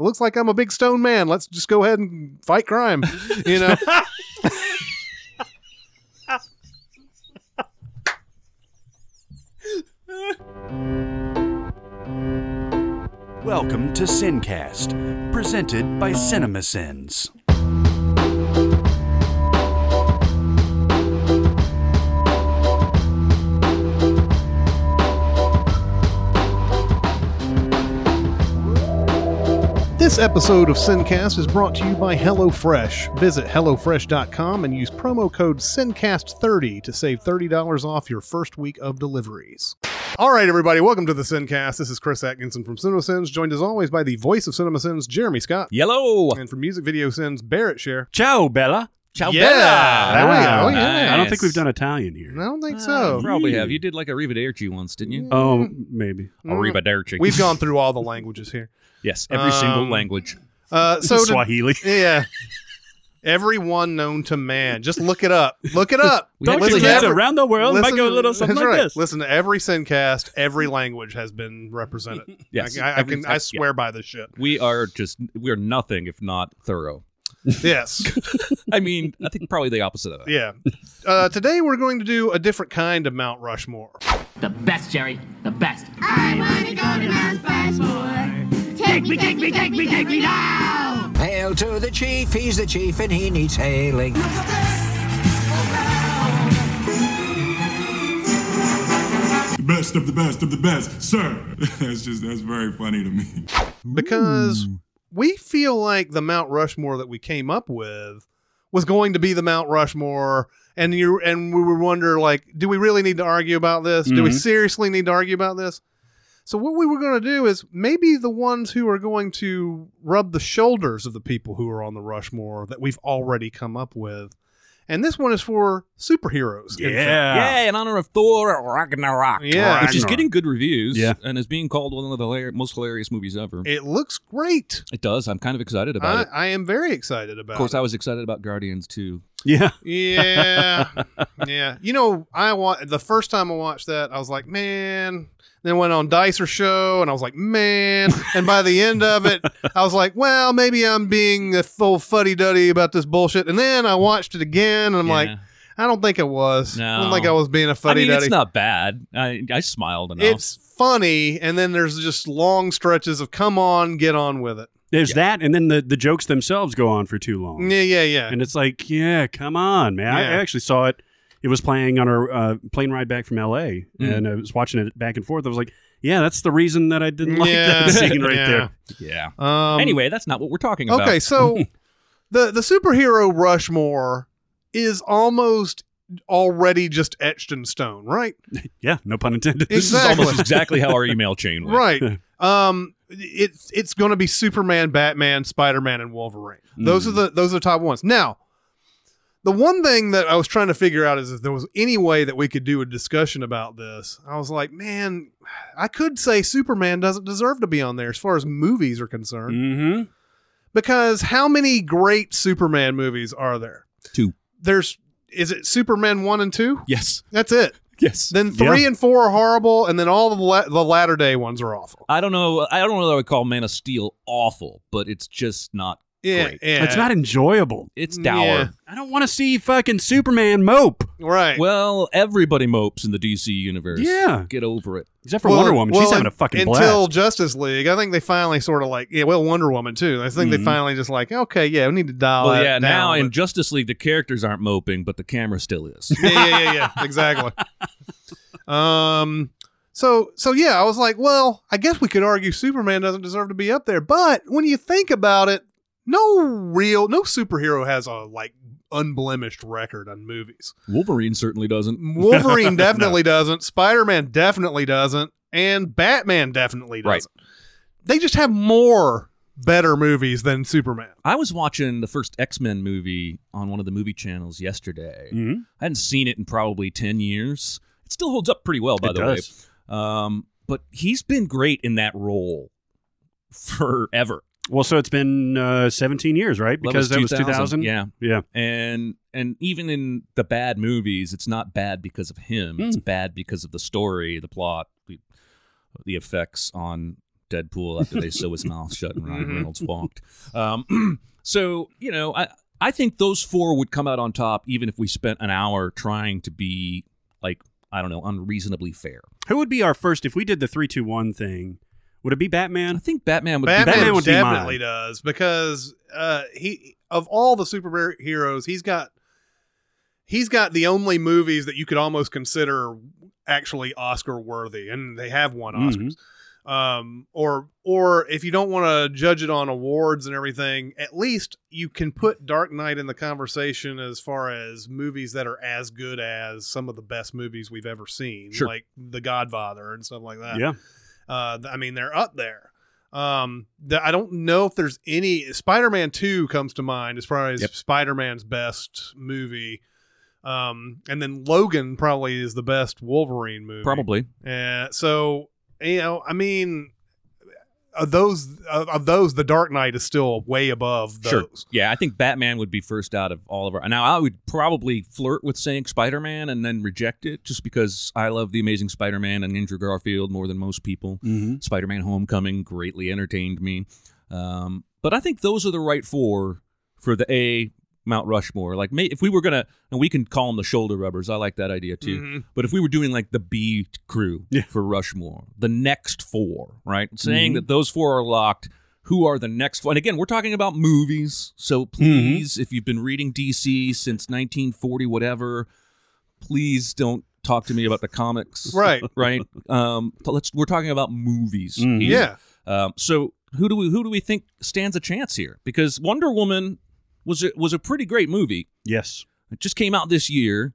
looks like I'm a big stone man. Let's just go ahead and fight crime. You know, Welcome to Sincast, presented by CinemaSins. this episode of Sincast is brought to you by HelloFresh. Visit HelloFresh.com and use promo code SINCAST30 to save $30 off your first week of deliveries. All right, everybody, welcome to the Sincast. This is Chris Atkinson from CinemaSins, joined as always by the voice of CinemaSins, Jeremy Scott, Yellow. and from Music Video Sins, Barrett Share. Ciao, Bella. Ciao, Yeah, there we go. Bella. Yeah. I don't think Nice. we've done Italian here. I don't think so. You probably Hmm. have. You did like Arrivederci once, didn't you? Oh, maybe. Mm. Arrivederci. We've gone through all the languages here. yes, every single Um, language. Uh, so to- Swahili. Yeah. Everyone known to man. Just look it up. Look it up. We Don't you Listen to kids every- around the world listen- might go a little something that's like right. this? Listen to every Sincast. Every language has been represented. Yes, I, I- I every- can. I yeah. swear by this shit. We are just we are nothing if not thorough. Yes. I mean, I think probably the opposite of that. yeah. Uh, today we're going to do a different kind of Mount Rushmore. The best, Jerry. The best. I wanna go to Mount Rushmore. Take me, take me, take me, take me now. Hail to the chief, he's the chief and he needs hailing. The best of the best of the best, sir. That's just that's very funny to me. because Hmm. we feel like the Mount Rushmore that we came up with was going to be the Mount Rushmore and you and we would wonder like do we really need to argue about this? Do Mm-hmm. we seriously need to argue about this? So what we were going to do is maybe the ones who are going to rub the shoulders of the people who are on the Rushmore that we've already come up with. And this one is for superheroes. in fact. Yeah, in honor of Thor Ragnarok, Yeah. which is Ragnarok. getting good reviews, Yeah. and is being called one of the hilar- most hilarious movies ever. It, It looks great. does. I'm kind of excited about I, it. I am very excited about Of course, it. I was excited about Guardians too. Yeah. Yeah, yeah. You know, I wa- the first time I watched that, I was like, man. Then went on Dicer show, and I was like, man. And by the end of it, I was like, well, maybe I'm being a full fuddy duddy about this bullshit. And then I watched it again, and I'm like, Yeah. I don't think I was. I don't No. think I was being a I fuddy mean, duddy. it's not bad. I I smiled enough. It's funny, and then there's just long stretches of come on, get on with it. There's that, and then the, the jokes themselves go on for too long. Yeah, yeah, yeah. And it's like, yeah, come on, man. I- Yeah. I actually saw it. It was playing on our uh, plane ride back from LA, Mm. and I was watching it back and forth. I was like, yeah, that's the reason that I didn't like Yeah. that scene right Yeah. there. yeah. Um, anyway, that's not what we're talking about. Okay, so the the superhero Rushmore is almost already just etched in stone, right? Yeah, no pun intended. This is almost exactly how our email chain went. right. Um it's it's going to be Superman, Batman, Spider-Man and Wolverine. Those Mm. are the those are the top ones. Now, the one thing that I was trying to figure out is if there was any way that we could do a discussion about this. I was like, man, I could say Superman doesn't deserve to be on there as far as movies are concerned Mm. Mm-hmm. because how many great Superman movies are there? Two. There's is it Superman one and two? Yes. That's it. Yes. Then three and four are horrible, and then all the la- the latter day ones are awful. I don't know. I don't know that I would call Man of Steel awful, but it's just not. Yeah, Great. yeah. It's not enjoyable. It's Yeah. dour. I don't want to see fucking Superman mope. right. Well, everybody mopes in the DC universe. Yeah. Get over it. Except for Well, Wonder Woman. well, She's having a un- fucking until blast. Justice League. I think they finally sort of like yeah. Well, Wonder Woman too. I think they Mhm. finally just like okay, yeah, we need to dial. well, that yeah. down, Now but- in Justice League, the characters aren't moping, but the camera still is. yeah, yeah, yeah, yeah. Exactly. um. So, so yeah, I was like, well, I guess we could argue Superman doesn't deserve to be up there, but when you think about it, no real, no superhero has a like unblemished record on movies. Wolverine certainly doesn't. Wolverine definitely doesn't. Spider Man definitely doesn't, and Batman definitely Right. doesn't. They just have more better movies than Superman. I was watching the first X Men movie on one of the movie channels yesterday. Mhm. I hadn't seen it in probably ten years. It still holds up pretty well, by It the way. does. Um, but he's been great in that role forever. Well, so it's been uh, 17 years, right? That Because that was 2000. Yeah. Yeah. And and even in the bad movies, it's not bad because of Hmm. him. It's bad because of the story, the plot, the, the effects on Deadpool after they sew his mouth shut and Ryan Mm-hmm. Mhm. Reynolds walked. Um, so you know, I I think those four would come out on top, even if we spent an hour trying to be like I don't know, unreasonably fair. Who would be our first if we did the three two one thing? Would it be I Batman? think Batman would. Batman, be Batman would be mine. definitely does because uh, he of all the superheroes, he's got he's got the only movies that you could almost consider actually Oscar worthy, and they have won Oscars. Mhm. Um, or or if you don't want to judge it on awards and everything, at least you can put Dark Knight in the conversation as far as movies that are as good as some of the best movies we've ever seen, Sure. like The Godfather and stuff like that. Yeah. Uh, th- I mean, they're up there. Um, th- I don't know if there's any. Spider Man 2 comes to mind as far as Yep. Spider Man's best movie. Um, and then Logan probably is the best Wolverine movie. probably. Yeah. So, you know, I mean, of those, of, of those, The Dark Knight is still way above those. Sure. Yeah, I think Batman would be first out of all of our. Now, I would probably flirt with saying Spider Man and then reject it just because I love The Amazing Spider Man and Andrew Garfield more than most people. Mm-hmm. Spider Man Homecoming greatly entertained me. Um, but I think those are the right four for the A Mount Rushmore. Like, may, if we were going to, and we can call them the shoulder rubbers. I like that idea too. Mhm. But if we were doing like the B crew Mm-hmm. Yeah. for Rushmore, the next four, right? Saying Mhm. that those four are locked. Who are the next four? And again, we're talking about movies. So Mm-hmm. please, if you've been reading DC since 1940, whatever, please don't talk to me about the comics. Right. Right. Um, but let's. We're talking about movies. Mhm. here. Yeah. Um, so who do we who do we think stands a chance here? Because Wonder Woman was a, was a pretty great movie. Yes. It just came out this year,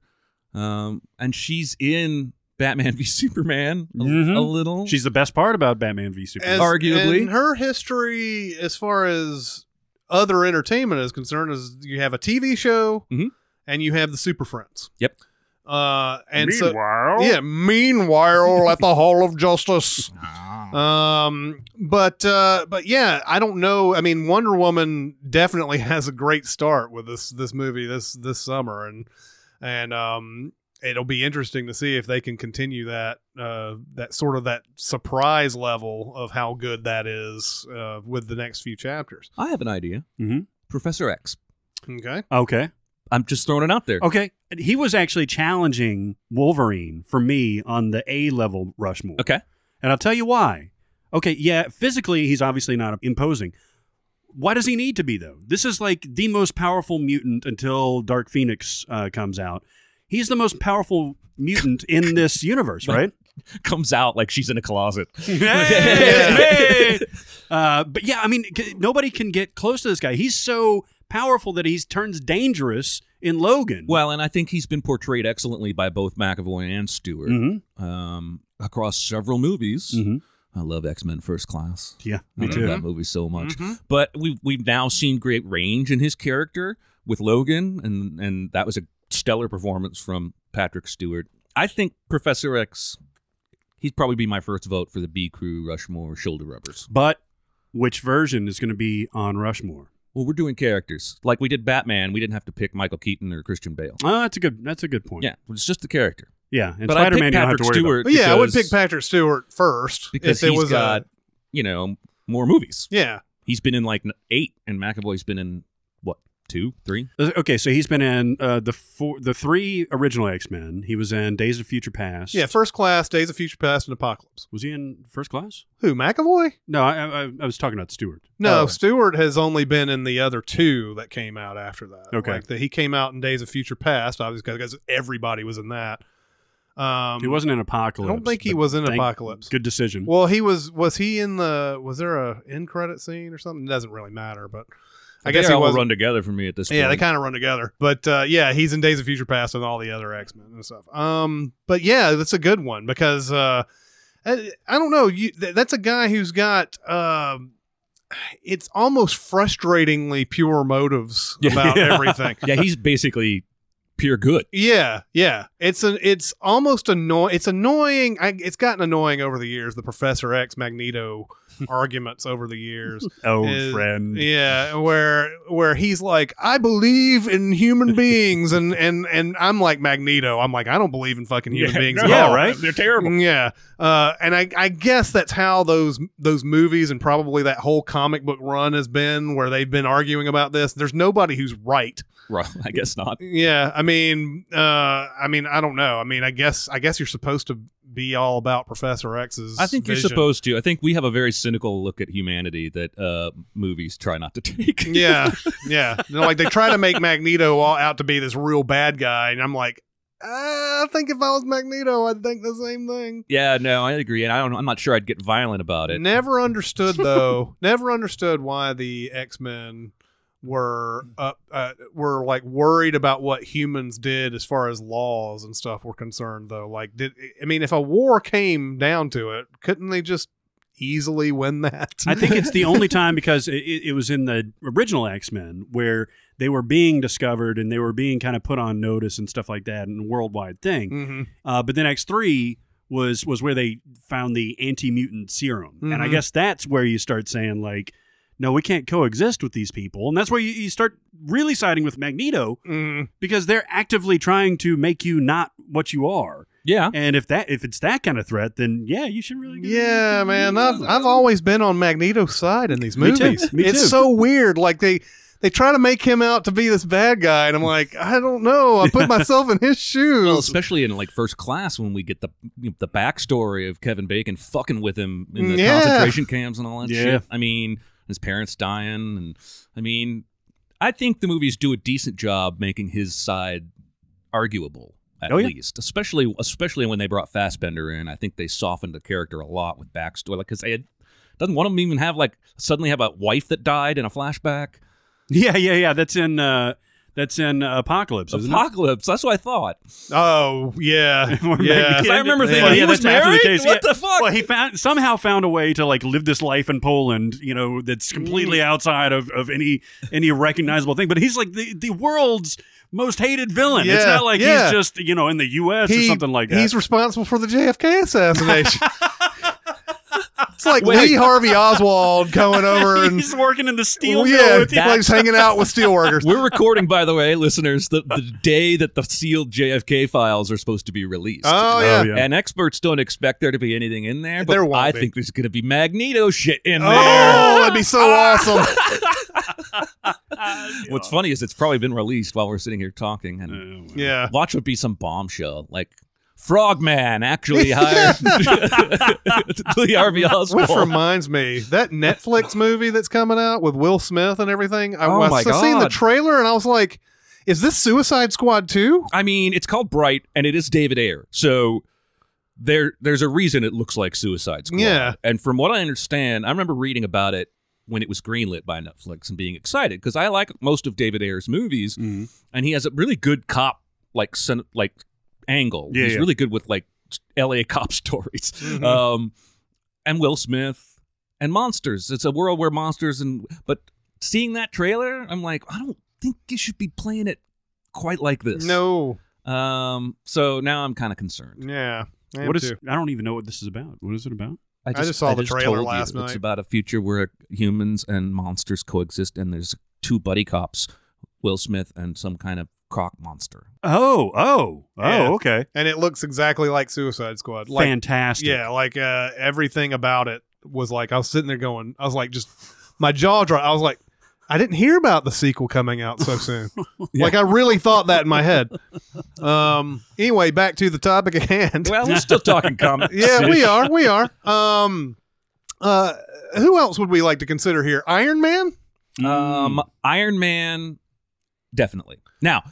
um, and she's in Batman v Superman a, Mhm. a little. She's the best part about Batman v Superman. As- Arguably. and her history as far as other entertainment is concerned is you have a TV show Mhm. and you have the Super Friends. Yep. Uh, and so Meanwhile, Yeah, meanwhile at the Hall of Justice. Um, but uh, but yeah, I don't know. I mean, Wonder Woman definitely has a great start with this this movie this this summer, and and um, it'll be interesting to see if they can continue that uh that sort of that surprise level of how good that is uh, with the next few chapters. I have an idea. Mhm. Professor X. Okay, Okay. I'm just throwing it out there. Okay. He was actually challenging Wolverine for me on the A level Rushmore. Okay. And I'll tell you why. Okay. Yeah. Physically, he's obviously not imposing. Why does he need to be, though? This is like the most powerful mutant until Dark Phoenix uh, comes out. He's the most powerful mutant in this universe, right? Comes out like she's in a closet. Hmm. Hey, it's me. Uh, but yeah, I mean, c- nobody can get close to this guy. He's so powerful that he's turns dangerous in Logan. Well, and I think he's been portrayed excellently by both McAvoy and Stewart Mhm, um, across several movies. mhm. I love X Men First Class. yeah, me Me I too. love that movie so much. Mm-hmm. Mhm. But we've we've now seen great range in his character with Logan, and and that was a stellar performance from Patrick Stewart. I think Professor X, he'd probably be my first vote for the B Crew Rushmore shoulder rubbers. But which version is going to be on Rushmore? Well, we're doing characters like we did Batman. We didn't have to pick Michael Keaton or Christian Bale. Oh, that's a good. That's a good point. Yeah, it's just the character. yeah. And but Spider-Man, I picked you don't have Patrick to worry Stewart. but yeah, I would because- pick Patrick Stewart first because if it he's was uh, got a you know more movies. yeah. He's been in like n- eight, and McAvoy's been in what two, three? about. Uh, Okay, so he's been in uh, the four, the three original X Men. He was in Days of Future Past. Yeah, first class, Days of Future Past, and Apocalypse. Was he in First Class? Who McAvoy? No, I, I, I was talking about Stewart. No, Oh. Stewart has only been in the other two that came out after that. Okay. like the, he came out in Days of Future Past, obviously because everybody was in that. Um, He wasn't in I Apocalypse. don't think he but was in thank- Apocalypse. Good decision. Well, he was. Was he in the? Was there a end credit scene or something? It doesn't really matter, but I guess they he all was. run together for me at this. Yeah, point. they kind of run together. But uh, yeah, he's in Days of Future Past and all the other X Men and stuff. Um, but yeah, that's a good one because uh, I, I don't know. You, th- that's a guy who's got. Um, it's almost frustratingly pure motives Yeah. about Yeah. everything. yeah, he's basically pure good. Yeah, yeah. It's an it's almost annoying. It's annoying. I, it's gotten annoying over the years. The Professor X Magneto arguments over the years. Oh, is- friend. Yeah, where where he's like, I believe in human beings, and and and I'm like Magneto. I'm like, I don't believe in fucking human beings. at no. all. Yeah, right? They're terrible. Yeah, uh, and I, I guess that's how those those movies and probably that whole comic book run has been, where they've been arguing about this. There's nobody who's right. Right, I guess not. Yeah, I mean, uh, I mean, I don't know. I mean, I guess I guess you're supposed to be all about Professor X's. I think you're vision. supposed to. I think we have a very cynical look at humanity that uh, movies try not to take. yeah, yeah. You know, like they try to make Magneto all out to be this real bad guy, and I'm like, uh, I think if I was Magneto, I'd think the same thing. yeah, no, I agree, and I don't. I'm not sure I'd get violent about it. Never understood though. never understood why the X Men were up, uh, were like worried about what humans did as far as laws and stuff were concerned. Though, like, did I mean if a war came down to it, couldn't they just easily win that? I think it's the only time because it, it was in the original X Men where they were being discovered and they were being kind of put on notice and stuff like that and a worldwide thing. hmm Uh, but then X three was was where they found the anti mutant serum, and I Mhm. guess that's where you start saying like, no, we can't coexist with these people, and that's where you, you start really siding with Magneto mm because they're actively trying to make you not what you are. Yeah, And if that if it's that kind of threat, then yeah, you should really. Yeah, man. I've, I've always been on Magneto's side in these Me too. movies. Me it's too. so weird. Like they they try to make him out to be this bad guy, and I'm like, I don't know. I put myself in his Well, shoes. especially in like first class when we get the the backstory of Kevin Bacon fucking with him in the Yeah. concentration camps and all that Mm, Yeah. shit. I mean, his parents dying, and I mean, I think the movies do a decent job making his side arguable at Oh, yeah. least, especially especially when they brought Fassbender in. I think they softened the character a lot with backstory, like because they had. Doesn't one of them even have like suddenly have a wife that died in a flashback? Yeah, yeah, yeah. That's in uh, that's in Apocalypse. Isn't it? Apocalypse. That's what I thought. oh yeah, Or yeah. maybe- I remember thinking Well, he was that's after married? What yeah. the fuck? Well, he found somehow found a way to like live this life in Poland, you know, that's Mm. completely outside of, of any any recognizable thing. But he's like the, the world's most hated villain. It's Yeah, not like yeah. he's just you know in the U.S. or He- something like that. He's responsible for the JFK assassination. it's like Wait. Lee Harvey Oswald going over and He's working in the steel Well, mill yeah, with like just hanging out with steelworkers. We're recording, by the way, listeners, the, the day that the sealed JFK files are supposed to be released. Oh yeah. yeah. And experts don't expect there to be anything in there, but There won't I be. think there's going to be Magneto shit in Oh, there. that'd be so awesome. What's funny is it's probably been released while we're sitting here talking, and Yeah. watch would be some bombshell like Frogman actually hired Lee Harvey Oswald. Which reminds me, that Netflix movie that's coming out with Will Smith and everything. I, Oh I my s- seen the God. trailer and I was like, is this Suicide Squad 2? I mean, it's called Bright, and it is David Ayer. So there, there's a reason it looks like Suicide Squad. Yeah. And from what I understand, I remember reading about it when it was greenlit by Netflix and being excited because I like most of David Ayer's movies, Mhm. and he has a really good cop like sen- like angle. Yeah, He's yeah. really good with like L.A. cop stories. Um, and Will Smith and monsters. It's a world where monsters and but seeing that trailer, I'm like, I don't think you should be playing it quite like this. No. Um, so now I'm kind of concerned. Yeah. I am What is? too. I don't even know what this is about. What is it about? I just saw the trailer told you last It's night. about a future where humans and monsters coexist, and there's two buddy cops, Will Smith and some kind of croc monster. Oh, oh, oh, Yeah. okay. And it looks exactly like Suicide Squad. Like, Fantastic. yeah, like uh, everything about it was like, I was sitting there going, I was like, just my jaw dropped. I was like, I didn't hear about the sequel coming out so soon. Like, I really thought that in my head. Um. Anyway, back to the topic at hand. Well, we're still talking comics. yeah, we are. We are. Um, uh, who else would we like to consider here? Iron Man. Mm-hmm. Um, Iron Man, definitely. Now,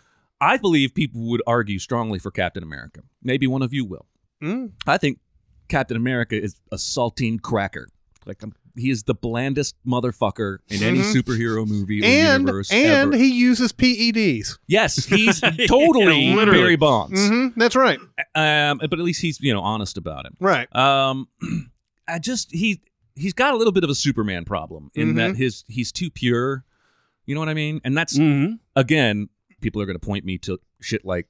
I believe people would argue strongly for Captain America. Maybe one of you will. Mm. I think Captain America is a saltine cracker. Like um, he is the blandest motherfucker in any Mhm. superhero movie or And universe and ever. he uses E PEDs. yes, he's totally Yeah, literally. Mm-hmm. Barry Bonds. hmm That's right. Um, but at least he's you know honest about it. Right. Um, I just he he's got a little bit of a Superman problem in Mhm. Mm-hmm. that his he's too pure. You know what I mean? And that's hmm again, people are going to point me to shit like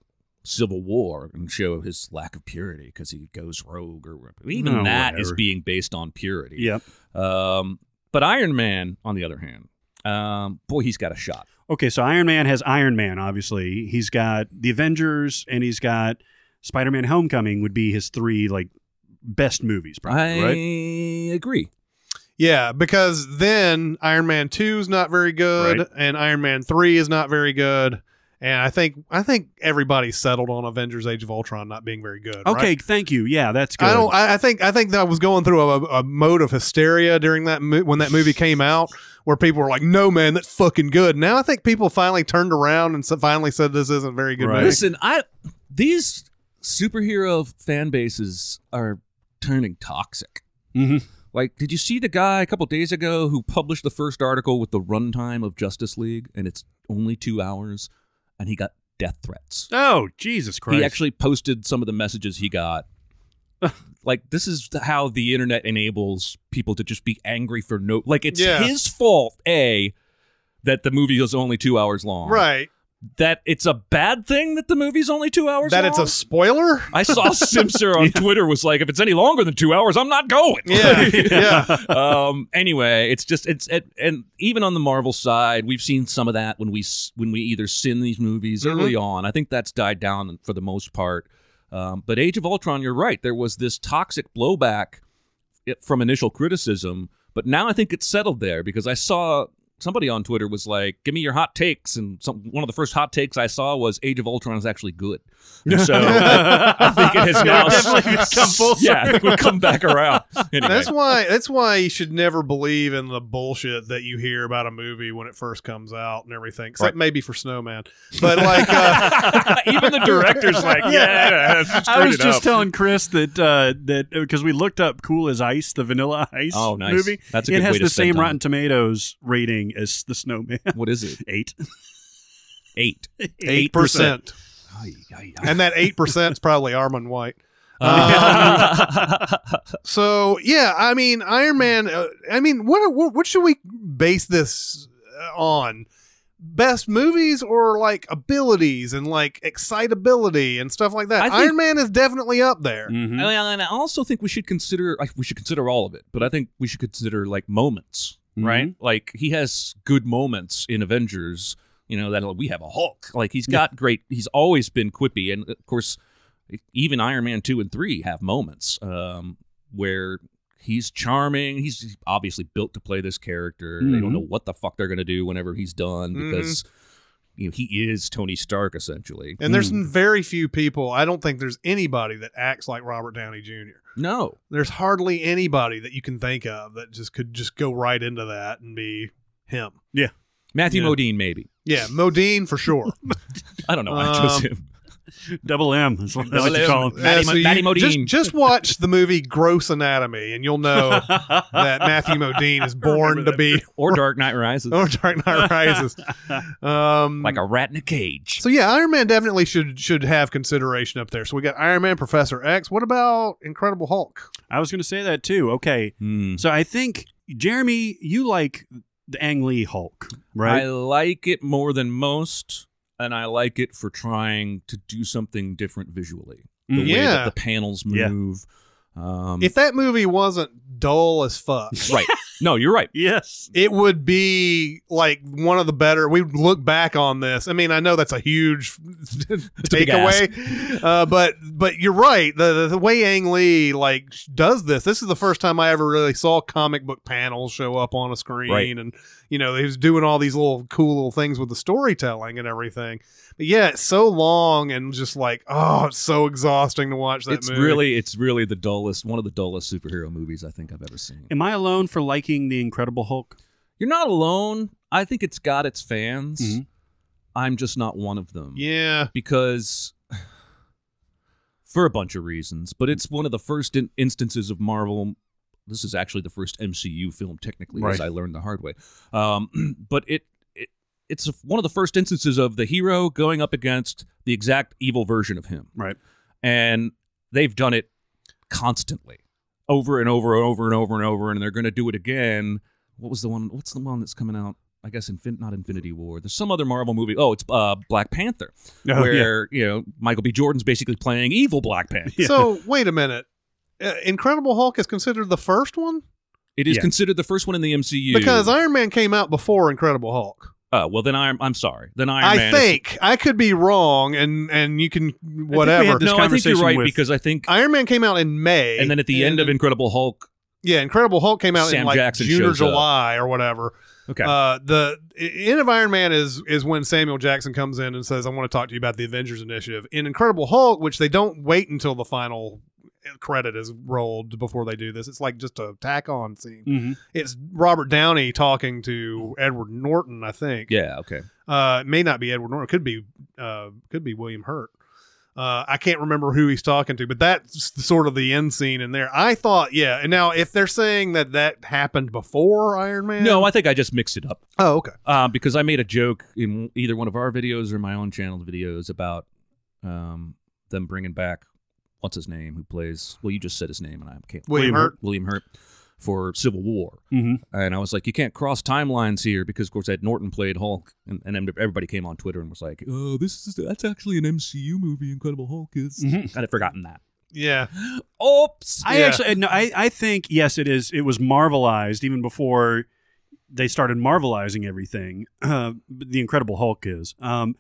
Civil War and show his lack of purity because he goes rogue or even No, that is Oh, whatever. being based on purity. Yep. Um, but Iron Man, on the other hand, um, boy, he's got a shot. Okay, so Iron Man has Iron Man, obviously. He's got the Avengers and he's got Spider Man Homecoming would be his three like best movies, probably, I right? agree. Yeah, because then Iron Man two is not very good, Right. and Iron Man three is not very good, and I think I think everybody settled on Avengers: Age of Ultron not being very good. Okay, right? thank you. Yeah, that's good. I don't. I, I think I think that I was going through a, a mode of hysteria during that mo- when that movie came out, where people were like, "No, man, that's fucking good." Now I think people finally turned around and so finally said, "This isn't a very good." Right. Movie. Listen, I these superhero fan bases are turning toxic. Mhm. Like, did you see the guy a couple days ago who published the first article with the runtime of Justice League, and it's only two hours, and he got death threats. Oh, Jesus Christ. He actually posted some of the messages he got. like, this is how the internet enables people to just be angry for no. Like, it's Yeah. his fault, a that the movie is only two hours long. Right. That it's a bad thing that the movie's only two hours. That long? it's a spoiler. I saw Simser on Twitter was like, if it's any longer than two hours, I'm not going. Yeah. yeah. um. Anyway, it's just it's it, and even on the Marvel side, we've seen some of that when we s- when we either sin these movies early on. I think that's died down for the most part. Um, but Age of Ultron, you're right. There was this toxic blowback it- from initial criticism, but now I think it's settled there because I saw somebody on Twitter was like, "Give me your hot takes," and some, one of the first hot takes I saw was Age of Ultron is actually good. And so I think it has now Definitely it's come full Yeah, I think we've come back around. Anyway. That's why. That's why you should never believe in the bullshit that you hear about a movie when it first comes out and everything. Except Right. maybe for Snowman, but like, uh, Even the director's like, yeah, I was just telling Chris that uh, that because we looked up "Cool as Ice," the Vanilla Ice Oh, nice. movie. That's a it good has way to the spend same time. Rotten Tomatoes rating as the Snowman. what is it? Eight. Eight. eight percent, and that eight percent is probably Armand White. Mm-hmm. So yeah, I mean, Hmm. Iron Man. Uh, I mean, what, what what should we base this uh, on? Best movies or like abilities and like excitability and stuff like that. I think- Mm. Iron Man is definitely up there. Mhm. I mean, and I also think we should consider like, we should consider all of it, but I think we should consider like moments, right? Like he has good moments in Avengers. You know that we have a Hulk. Like he's got great. He's always been quippy, and of course, even Iron Man two and three have moments um, where he's charming. He's obviously built to play this character. They Mhm. don't know what the fuck they're gonna do whenever he's done Mhm. because you know he is Tony Stark essentially. And there's very few people. I don't think there's anybody that acts like Robert Downey Jr. No, There's hardly anybody that you can think of that just could just go right into that and be him. Matthew Yeah. Modine maybe. Yeah, Modine for sure. I don't know. why I chose Um, him. Double M is what I Double like to M. call him. Matty Mo- you Matty Just, Modine. just watch the movie Gross Anatomy, and you'll know that Matthew Modine is born to be or Dark Knight Rises, or Dark Knight Rises. Um, like a rat in a cage. so yeah, Iron Man definitely should should have consideration up there. So we got Iron Man, Professor X. What about Incredible Hulk? I was going to say that too. Okay, Hmm. so I think Jeremy, you like the Ang Lee Hulk, I right? like it more than most, and I like it for trying to do something different visually. The way Yeah. that the panels Yeah. move. Um, If that movie wasn't dull as fuck, right. No, you're right. yes. it would be like one of the better. We would look back on this. I mean, I know that's a huge big takeaway, uh, but but you're right. The, the the way Ang Lee like does this. This is the first time I ever really saw comic book panels show up on a screen, Right. and you know he was doing all these little cool little things with the storytelling and everything. But yeah, it's so long and just like oh, it's so exhausting to watch that. It's movie. really, it's really the dullest, one of the dullest superhero movies I think I've ever seen. Am I alone for liking the Incredible Hulk? You're not alone. I think it's got its fans. Mm-hmm. Mhm. I'm just not one of them. yeah. because for a bunch of reasons, but it's one of the first in- instances of Marvel. This is actually the first MCU film, technically, as Right. I learned the hard way. Um, but it, it it's one of the first instances of the hero going up against the exact evil version of him, Right. and they've done it constantly, over and over and over and over and over, and they're going to do it again. What was the one? What's the one that's coming out? I guess infin- not Infinity War. There's some other Marvel movie. Oh, it's uh, Black Panther, Oh, where you know Michael B. Jordan's basically playing evil Black Panther. So wait a minute. Uh, Incredible Hulk is considered the first one It is Yeah. considered the first one in the MCU because Iron Man came out before Incredible Hulk. Oh well, then I'm I'm sorry. Then Iron I Man. is- think I could be wrong, and and you can we whatever. had this no, I think you're conversation right with- because I think, Iron Man came out in May, and then at the end of Incredible Hulk, yeah, Incredible Hulk came out Sam in like Jackson June or shows up. July or whatever. okay, Uh, the end of Iron Man is is when Samuel Jackson comes in and says, "I want to talk to you about the Avengers Initiative." In Incredible Hulk, which they don't wait until the final credit is rolled before they do this, it's like just a tack on scene. Mhm. It's Robert Downey talking to Edward Norton, I think. yeah, okay. Uh, it may not be Edward Norton. It could be uh, could be William Hurt. Uh, I can't remember who he's talking to, but that's sort of the end scene in there. I thought, yeah. And now, if they're saying that that happened before Iron Man, No, I think I just mixed it up. oh, okay. uh, because I made a joke in either one of our videos or my own channel videos about um, them bringing back what's his name who plays. Well, you just said his name, and I can't. William Hurt. Mm-hmm. William Hurt for Civil War, Mhm. and I was like, you can't cross timelines here because, of course, Ed Norton played Hulk, and, and then everybody came on Twitter and was like, oh, this is that's actually an MCU movie. Incredible Hulk is. Mhm. Mm-hmm. I'd have forgotten that. Yeah. Oops. I Yeah. actually no, I, I think yes, it is. It was marvelized even before they started marvelizing everything. Uh, the Incredible Hulk is. Um,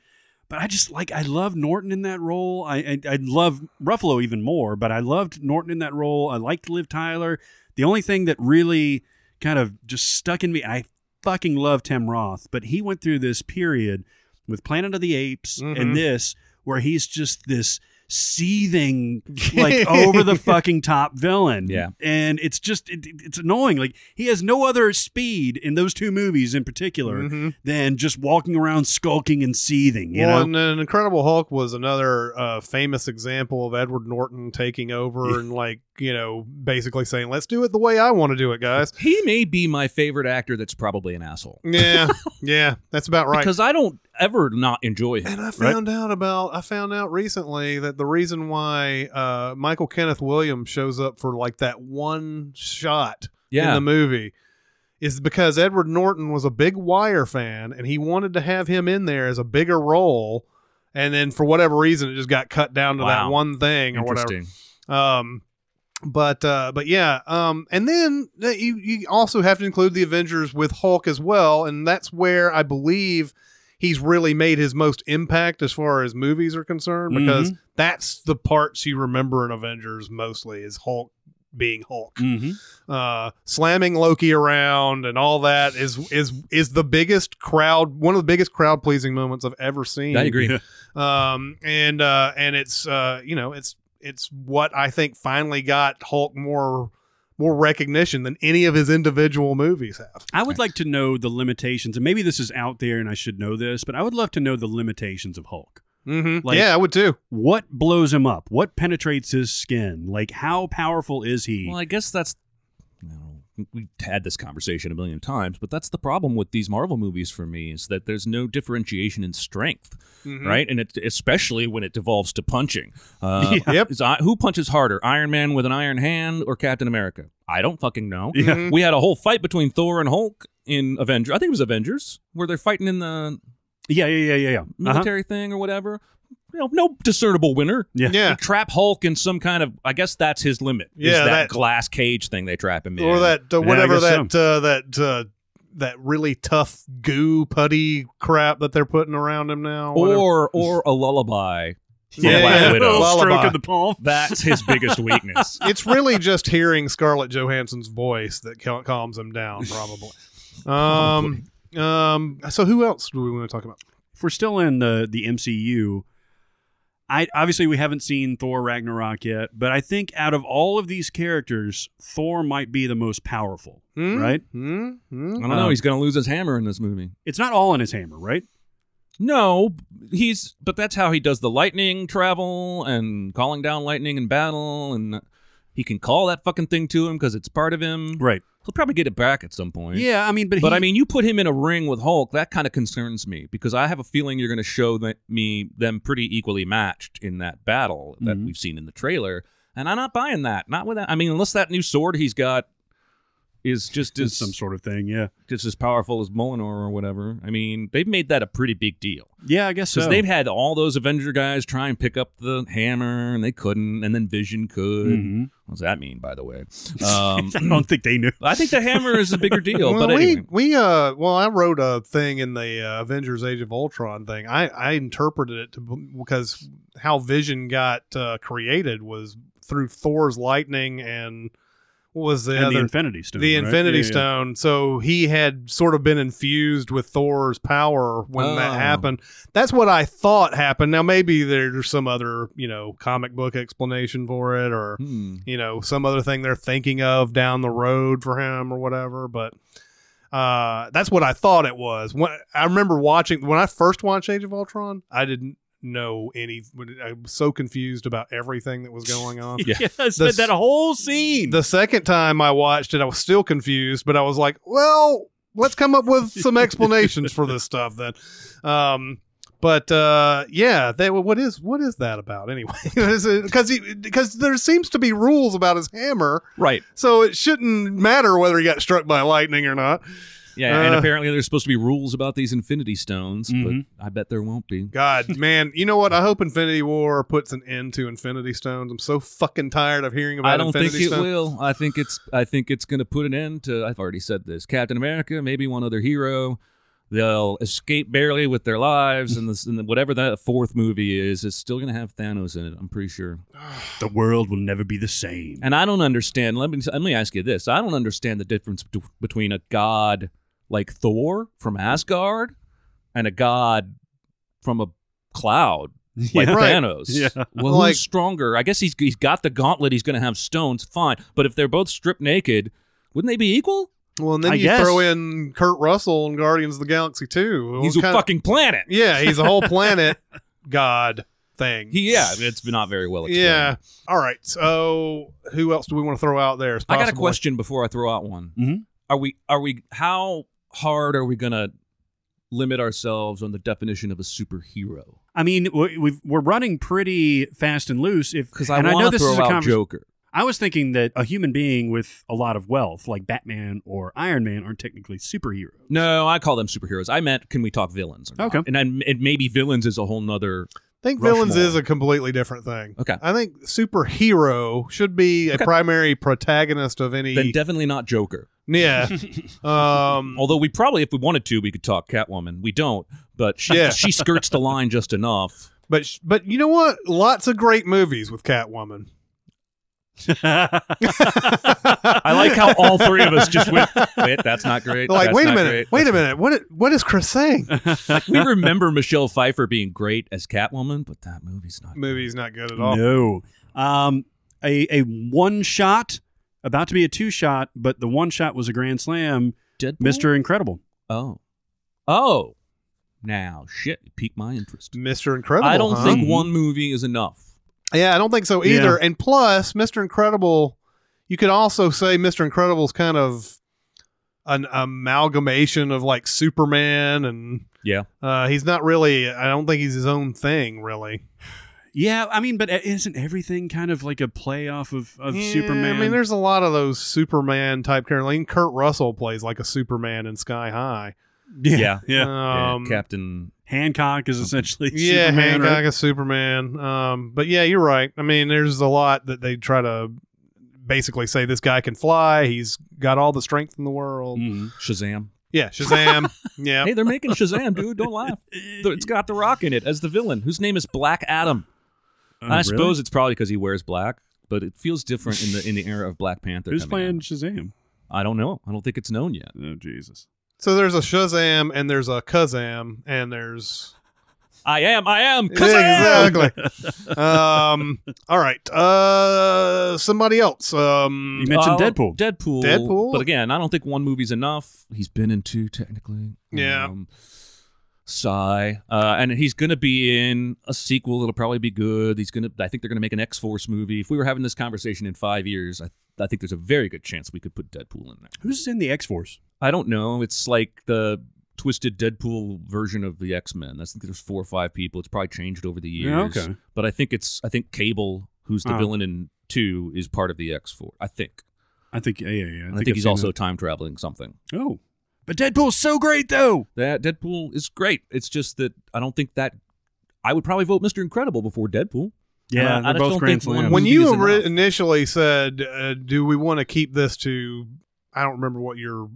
but I just like I love Norton in that role. I, I I love Ruffalo even more, but I loved Norton in that role. I liked Liv Tyler. The only thing that really kind of just stuck in me, I fucking love Tim Roth, but he went through this period with Planet of the Apes Mhm. and this where he's just this seething like over the fucking top villain. Yeah. And it's just it, it- it's annoying. Like he has no other speed in those two movies in particular Mm-hmm. Mhm. than just walking around skulking and seething, you well, know. and then Incredible Hulk was another uh, famous example of Edward Norton taking over and like you know basically saying, "Let's do it the way I want to do it, guys." he may be my favorite actor. That's probably an asshole Yeah, yeah, that's about right. because I don't ever not enjoy him. and I found out about I found out recently that the reason why uh, Michael Kenneth Williams shows up for like that one shot in Yeah. the movie is because Edward Norton was a big Wire fan and he wanted to have him in there as a bigger role. And then for whatever reason, it just got cut down to that Wow. one thing or whatever. Interesting. Um, but uh, but yeah, um, and then uh, you you also have to include the Avengers with Hulk as well, and that's where I believe he's really made his most impact as far as movies are concerned because that's the parts you remember in Avengers mostly is Hulk being Hulk Mm-hmm. uh, slamming Loki around and all that is is is the biggest crowd one of the biggest crowd pleasing moments I've ever seen. I agree. Um, and uh, and it's uh, you know it's it's what I think finally got Hulk more more recognition than any of his individual movies have. I would like to know the limitations, and maybe this is out there and I should know this, but I would love to know the limitations of Hulk. Mm-hmm. Like- yeah, I would too. What blows him up? What penetrates his skin? Like how powerful is he? Well, I guess that's. You know, we've had this conversation a million times, but that's the problem with these Marvel movies for me is that there's no differentiation in strength, Mhm. right? And it, especially when it devolves to punching. Uh, Yeah. Yep. is I- who punches harder, Iron Man with an iron hand or Captain America? I don't fucking know. Mhm. We had a whole fight between Thor and Hulk in Avengers. I think it was Avengers where they're fighting in Uh-huh. the yeah, yeah, yeah, yeah, yeah. Uh-huh. military thing or whatever. You know, no discernible winner. Yeah. Yeah. They trap Hulk in some kind of. I guess that's his limit. is Yeah, that, that- glass cage thing they trap him in, Or that uh, Yeah, I whatever guess that uh, that uh, that really tough goo putty crap that they're putting around him now. whatever. or or a lullaby. Yeah, Yeah, yeah, Black Widow. Well, Lullaby. Stroke of the palm. That's his biggest weakness. it's really just hearing Scarlett Johansson's voice that cal- calms him down, probably. Um, um. So who else do we want to talk about? if we're still in the the MCU, I obviously we haven't seen Thor Ragnarok yet, but I think out of all of these characters, Thor might be the most powerful, Hmm? right? Hmm? Hmm? I don't know. He's gonna lose his hammer in this movie. It's not all in his hammer, right? No, he's but that's how he does the lightning travel and calling down lightning in battle, and he can call that fucking thing to him because it's part of him. Right. He'll probably get it back at some point. Yeah, I mean, but, But he, I mean, you put him in a ring with Hulk. That kind of concerns me because I have a feeling you're going to show that me them pretty equally matched in that battle that Mhm. we've seen in the trailer, and I'm not buying that. Not with that. I mean, unless that new sword he's got is just as some sort of thing. Yeah, just as powerful as Molinar or whatever. I mean, they've made that a pretty big deal. yeah, I guess Because so. they've had all those Avenger guys try and pick up the hammer, and they couldn't, and then Vision could. Mhm. What does that mean, by the way? Um, I don't think they knew. I think the hammer is a bigger deal, well, but we anyway. we uh well I wrote a thing in the uh, Avengers Age of Ultron thing. I I interpreted it to because how Vision got uh, created was through Thor's lightning and what was the and the other Infinity Stone. the right? Infinity Yeah, yeah. Stone. So he had sort of been infused with Thor's power when Oh. that happened. That's what I thought happened. Now maybe there's some other you know comic book explanation for it, or Hmm. you know some other thing they're thinking of down the road for him or whatever. But uh, that's what I thought it was. When I remember watching when I first watched Age of Ultron, I didn't know any. I was so confused about everything that was going on. Yeah. Yeah, I spent that whole scene. The second time I watched it, I was still confused, but I was like, well, let's come up with some explanations for this stuff then. Um, but uh, yeah, they, what is what is that about anyway? Because because there seems to be rules about his hammer, Right. so it shouldn't matter whether he got struck by lightning or not. Yeah, and Uh, apparently there's supposed to be rules about these Infinity Stones, Mhm. Mm-hmm. but I bet there won't be. God, man, you know what? I hope Infinity War puts an end to Infinity Stones. I'm so fucking tired of hearing about I don't Infinity think it Stones. will. I think it's I think it's going to put an end to I've already said this. Captain America, maybe one other hero. They'll escape barely with their lives, and, this, and whatever that fourth movie is, it's still going to have Thanos in it. I'm pretty sure. the world will never be the same. And I don't understand. Let me let me ask you this: I don't understand the difference bet- between a god like Thor from Asgard and a god from a cloud like Right. Thanos. Yeah. Well, Like- who's stronger? I guess he's he's got the gauntlet. He's going to have stones. Fine, but if they're both stripped naked, wouldn't they be equal? Well, and then I you guess. throw in Kurt Russell and Guardians of the Galaxy too. he's a What kind of- fucking planet. Yeah, he's a whole planet god thing. He, yeah, it's not very well explained. yeah. All right. So who else do we want to throw out there? as I got a possible? question before I throw out one. Mhm. Are we are we how hard are we going to limit ourselves on the definition of a superhero? I mean, we- we've, we're running pretty fast and loose. If Because I and I know want to this throw is a out convers- Joker. I was thinking that a human being with a lot of wealth, like Batman or Iron Man, aren't technically superheroes. No, I call them superheroes. I meant can we talk villains? Or not? Okay. And I, and maybe villains is a whole nother. I think Rushmore. villains is a completely different thing. Okay. I think superhero should be a Okay. primary protagonist of any. Then definitely not Joker. yeah. um. Although we probably, if we wanted to, we could talk Catwoman. We don't, but she Yeah. she skirts the line just enough. But sh- but you know what? Lots of great movies with Catwoman. I like how all three of us just went. Wait, that's not great. Like, That's wait a not minute. great. Wait a minute. What what is Chris saying? Like, we remember Michelle Pfeiffer being great as Catwoman, but that movie's not. Movie's not good at all. no. Um, a a one shot, about to be a two shot, but the one shot was a grand slam. Deadpool? Mister Incredible. Oh, oh. Now shit, you piqued my interest. Mr. Incredible. I don't huh? think one movie is enough. Yeah, I don't think so either. And plus, Mr. Incredible, you could also say Mr. Incredible's kind of an amalgamation of like Superman and Yeah. uh, he's not really I don't think he's his own thing really. Yeah, I mean, but uh, isn't everything kind of like a play off of, of Yeah, Superman? I mean, there's a lot of those Superman type characters. I mean, Kurt Russell plays like a Superman in Sky High. Yeah. yeah. Um, Yeah, Captain Hancock is essentially yeah, Superman. Hancock right? is Superman. Um, but yeah, you're right. I mean, there's a lot that they try to basically say this guy can fly. He's got all the strength in the world. Mhm. Shazam. Yeah, Shazam. yeah. Mm. Hey, they're making Shazam, dude. Don't laugh. It's got The Rock in it as the villain, whose name is Black Adam. Oh, I really? suppose it's probably because he wears black, but it feels different in the in the era of Black Panther. who's coming playing out. Shazam? I don't know. I don't think it's known yet. Oh Jesus! So there's a Shazam and there's a Kazam and there's I am. I am. Kazam! exactly. um. All right. Uh. Somebody else. Um. You mentioned Uh, Deadpool. Deadpool. Deadpool? But again, I don't think one movie's enough. He's been in two technically. Yeah. Um, sigh. Uh, and he's going to be in a sequel that'll probably be good. He's going to. I think they're going to make an X Force movie. If we were having this conversation in five years, I, I think there's a very good chance we could put Deadpool in there. Who's in the X Force? I don't know. It's like the twisted Deadpool version of the X Men. I think there's four or five people. It's probably changed over the Yeah, years. okay. But I think it's I think Cable, who's the Oh. villain in two, is part of the X Four. I think. I think yeah, yeah. yeah. And I think, I've he's seen also time traveling something. that. Oh, but Deadpool's so great though. That Deadpool is great. It's just that I don't think that I would probably vote Mr. Incredible before Deadpool. Yeah, I- I they're just both don't grand think one slams. would- when movie you is ori- enough. initially said, uh, "Do we want to keep this to?" I don't remember what your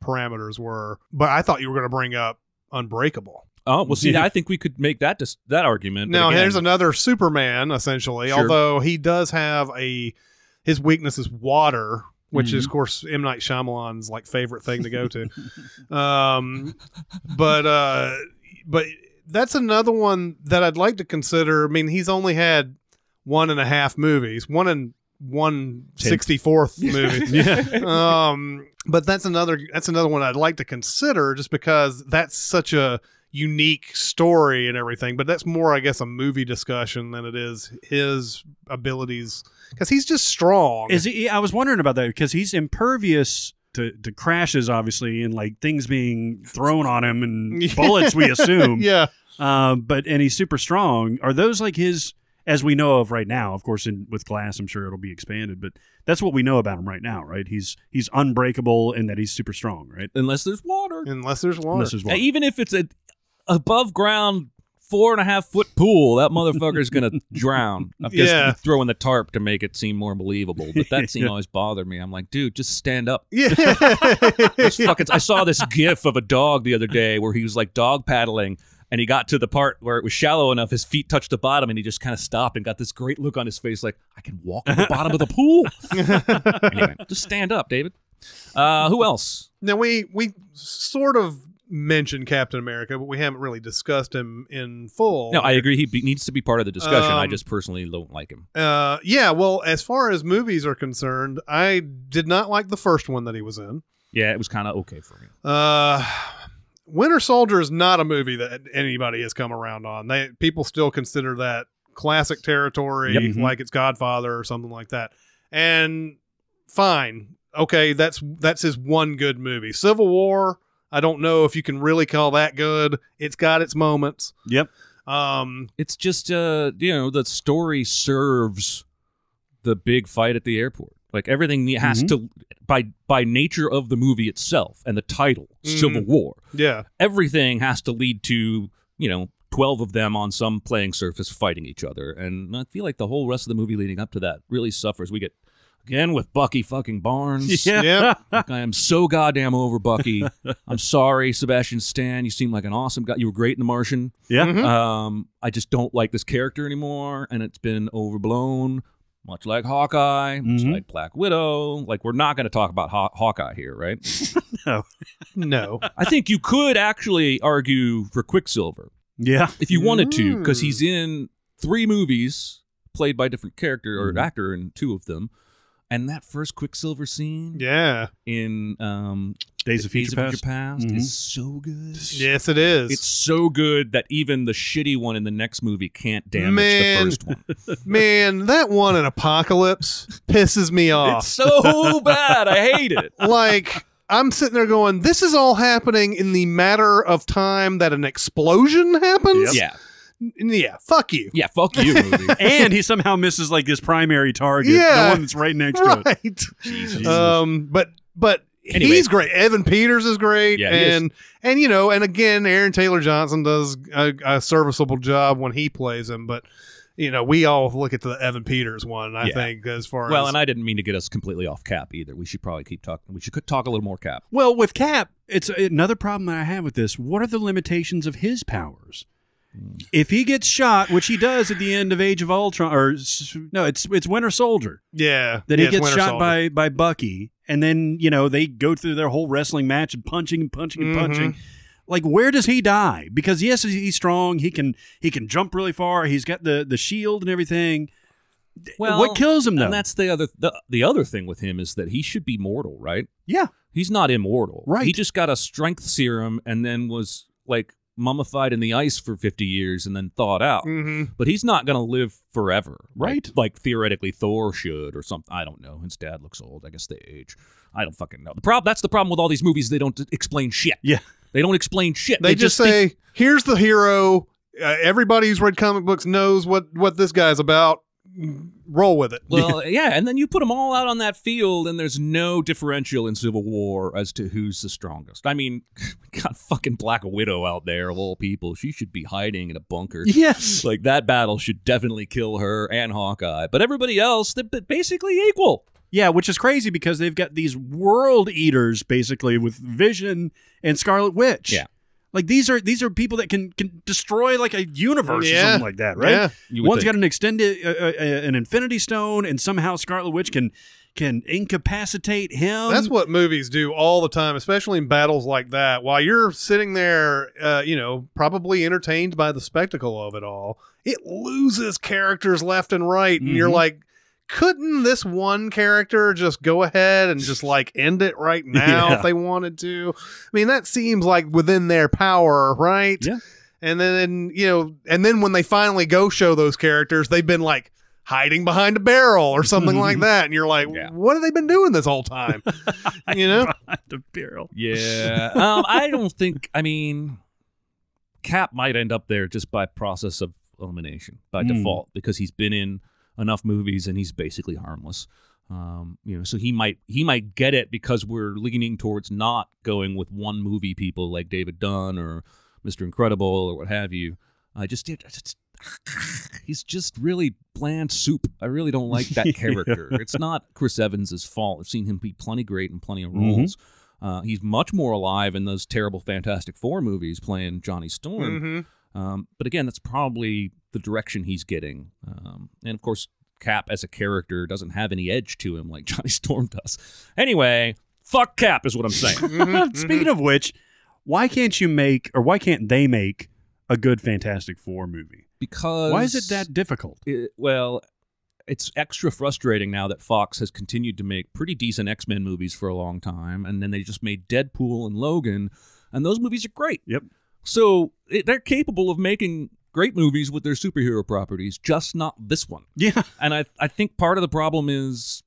parameters were, but I thought you were going to bring up Unbreakable. Oh well, see, Yeah. I think we could make that dis- that argument. but Now again, here's another Superman, essentially. Sure. Although he does have a his weakness is water, which is Mm-hmm. of course M Night Shyamalan's like favorite thing to go to. um, but uh, but that's another one that I'd like to consider. I mean, he's only had one and a half movies, one and one sixty fourth movie. Um, but that's another that's another one I'd like to consider just because that's such a unique story and everything. But that's more, I guess, a movie discussion than it is his abilities because he's just strong. Is he? I was wondering about that because he's impervious to, to crashes, obviously, and like things being thrown on him and bullets. We assume. yeah, Uh, but and he's super strong. Are those like his? As we know of right now, of course, in, with glass, I'm sure it'll be expanded, but that's what we know about him right now, right? He's he's unbreakable and that he's super strong, right? unless there's water, Uh, unless there's water. Unless there's water. even if it's a above ground four and a half foot pool, that motherfucker's gonna drown. I'm just Yeah. throwing the tarp to make it seem more believable. But that scene always bothered me. I'm like, dude, just stand up. yeah, It's fucking, I saw this gif of a dog the other day where he was like dog paddling. And he got to the part where it was shallow enough, his feet touched the bottom, and he just kind of stopped and got this great look on his face, like I can walk at the bottom of the pool. anyway, just stand up, David. Uh, who else? Now we we sort of mentioned Captain America, but we haven't really discussed him in full. No, I agree. He be- needs to be part of the discussion. I Um, just personally don't like him. Uh, yeah. Well, as far as movies are concerned, I did not like the first one that he was in. Yeah, it was kind of okay for me. Uh, Winter Soldier is not a movie that anybody has come around on. They people still consider that classic territory, Yep. Mhm. like it's Godfather or something like that. And fine, okay, that's that's his one good movie. Civil War. I don't know if you can really call that good. It's got its moments. Yep. Um, It's just uh, you know, the story serves the big fight at the airport. Like everything ne- has to by by nature of the movie itself and the title, Civil War. yeah, Everything has to lead to, you know, 12 of them on some playing surface fighting each other. And I feel like the whole rest of the movie leading up to that really suffers. We get again with Bucky fucking Barnes. yeah. Like, I am so goddamn over Bucky. I'm sorry, Sebastian Stan. You seem like an awesome guy. You were great in The Martian. Yeah. Um, I just don't like this character anymore, and it's been overblown. Much like Hawkeye, much Mhm. like Black Widow. Like we're not going to talk about Haw- Hawkeye here, right? no, I think you could actually argue for Quicksilver Yeah. if you wanted to, because Mm. he's in three movies played by different character Mm-hmm. or actor in two of them. And that first Quicksilver scene yeah, in um, Days of Future Days of Past. Future Past Mhm. is so good. yes, it is. It's so good that even the shitty one in the next movie can't damage Man. the first one. Man, that one in Apocalypse pisses me off. It's so bad. I hate it. like I'm sitting there going, this is all happening in the matter of time that an explosion happens. Yeah. Yeah, fuck you. Yeah, fuck you, movie. and he somehow misses like his primary target, the Yeah. one that's right next to Uh, it. Right. Um, but but Anyway. he's great. Evan Peters is great, Yeah, he and and you know, and again, Aaron Taylor Johnson does a, a serviceable job when he plays him, but. You know, we all look at the Evan Peters one. I Yeah. think as far well, as and I didn't mean to get us completely off cap either. We should probably keep talking. We should talk a little more cap. Well, with Cap, it's another problem that I have with this. What are the limitations of his powers? If he gets shot, which he does at the end of Age of Ultron, or s- no, it's it's Winter Soldier yeah, that yeah, he it's gets Winter shot Soldier. by by Bucky, and then you know they go through their whole wrestling match and punching and punching and Mhm. punching. Like, where does he die? Because yes, he's strong. He can he can jump really far. He's got the the shield and everything. what kills him though? And that's the other the, the other thing with him is that he should be mortal, right? yeah, He's not immortal. Right. He just got a strength serum and then was like mummified in the ice for 50 years and then thawed out. Mhm. But he's not going to live forever, Mm-hmm. Right. Like, like theoretically Thor should or something. I don't know. His dad looks old. I guess they age. I don't fucking know. The problem that's the problem with all these movies. They don't explain shit. yeah. They don't explain shit. they, just, think- say, "Here's the hero." Uh, everybody who's read comic books knows what what this guy's about. roll with it. Well, yeah, and then you put them all out on that field, and there's no differential in Civil War as to who's the strongest. I mean, we got fucking Black Widow out there of all people. She should be hiding in a bunker. Yes. Like that battle should definitely kill her and Hawkeye, but everybody else, they're b- basically equal. Yeah, which is crazy because they've got these world eaters basically with Vision and Scarlet Witch. Yeah. Like these are these are people that can can destroy like a universe or Yeah. something like that, right? Yeah. You would One's think. got an extended uh, uh, uh, an Infinity Stone, and somehow Scarlet Witch can can incapacitate him. That's what movies do all the time, especially in battles like that. While you're sitting there, uh, you know, probably entertained by the spectacle of it all, it loses characters left and right, and you're Mhm. like, couldn't this one character just go ahead and just like end it right now Yeah. if they wanted to? I mean, that seems like within their power, right? Yeah. And then you know, and then when they finally go show those characters, they've been like hiding behind a barrel or something like that, and you're like, Yeah. what have they been doing this whole time? you know, the barrel. Yeah. um, I don't think. I mean, Cap might end up there just by process of elimination by Hmm. default because he's been in enough movies and he's basically harmless. Um, you know, so he might he might get it because we're leaning towards not going with one movie people like David Dunn or Mr. Incredible or what have you. I just did. Just, he's just really bland soup. I really don't like that character. It's not Chris Evans' fault. I've seen him be plenty great in plenty of Mhm. roles. Uh, he's much more alive in those terrible Fantastic Four movies playing Johnny Storm. Mhm. Mm-hmm. Um, but again, that's probably the direction he's getting. Um, and of course, Cap as a character doesn't have any edge to him like Johnny Storm does. Anyway, fuck Cap is what I'm saying. Mm-hmm, Speaking of which, why can't you make or why can't they make a good Fantastic Four movie? Because Why is it that difficult? it- well, it's extra frustrating now that Fox has continued to make pretty decent X Men movies for a long time, and then they just made Deadpool and Logan, and those movies are great. Yep. So it, they're capable of making great movies with their superhero properties, just not this one. Yeah, And I, I think part of the problem is,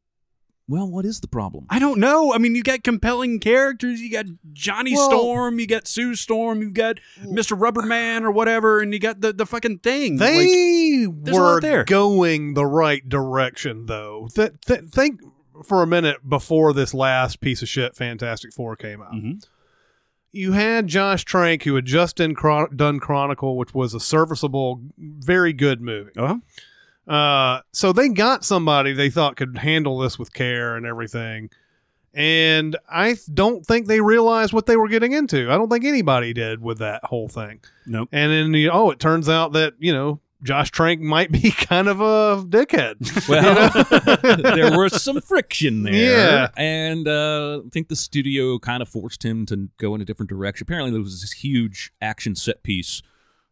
well, what is the problem? I don't know. I mean, you got compelling characters. You got Johnny Well- Storm. You got Sue Storm. You've got Mister Rubber Man or whatever, and you got the the fucking thing. Like- They there's a lot were there. going the right direction, though. Th- th- think for a minute before this last piece of shit Fantastic Four came out. Mhm. You had Josh Trank, who had just done, Chron- done Chronicle, which was a serviceable, very good movie. Uh-huh. Uh, so they got somebody they thought could handle this with care and everything. And I th- don't think they realized what they were getting into. I don't think anybody did with that whole thing. Nope. And then you oh, it turns out that you know Josh Trank might be kind of a dickhead. Well, there was some friction there. Yeah. And uh, I think the studio kind of forced him to go in a different direction. Apparently, there was this huge action set piece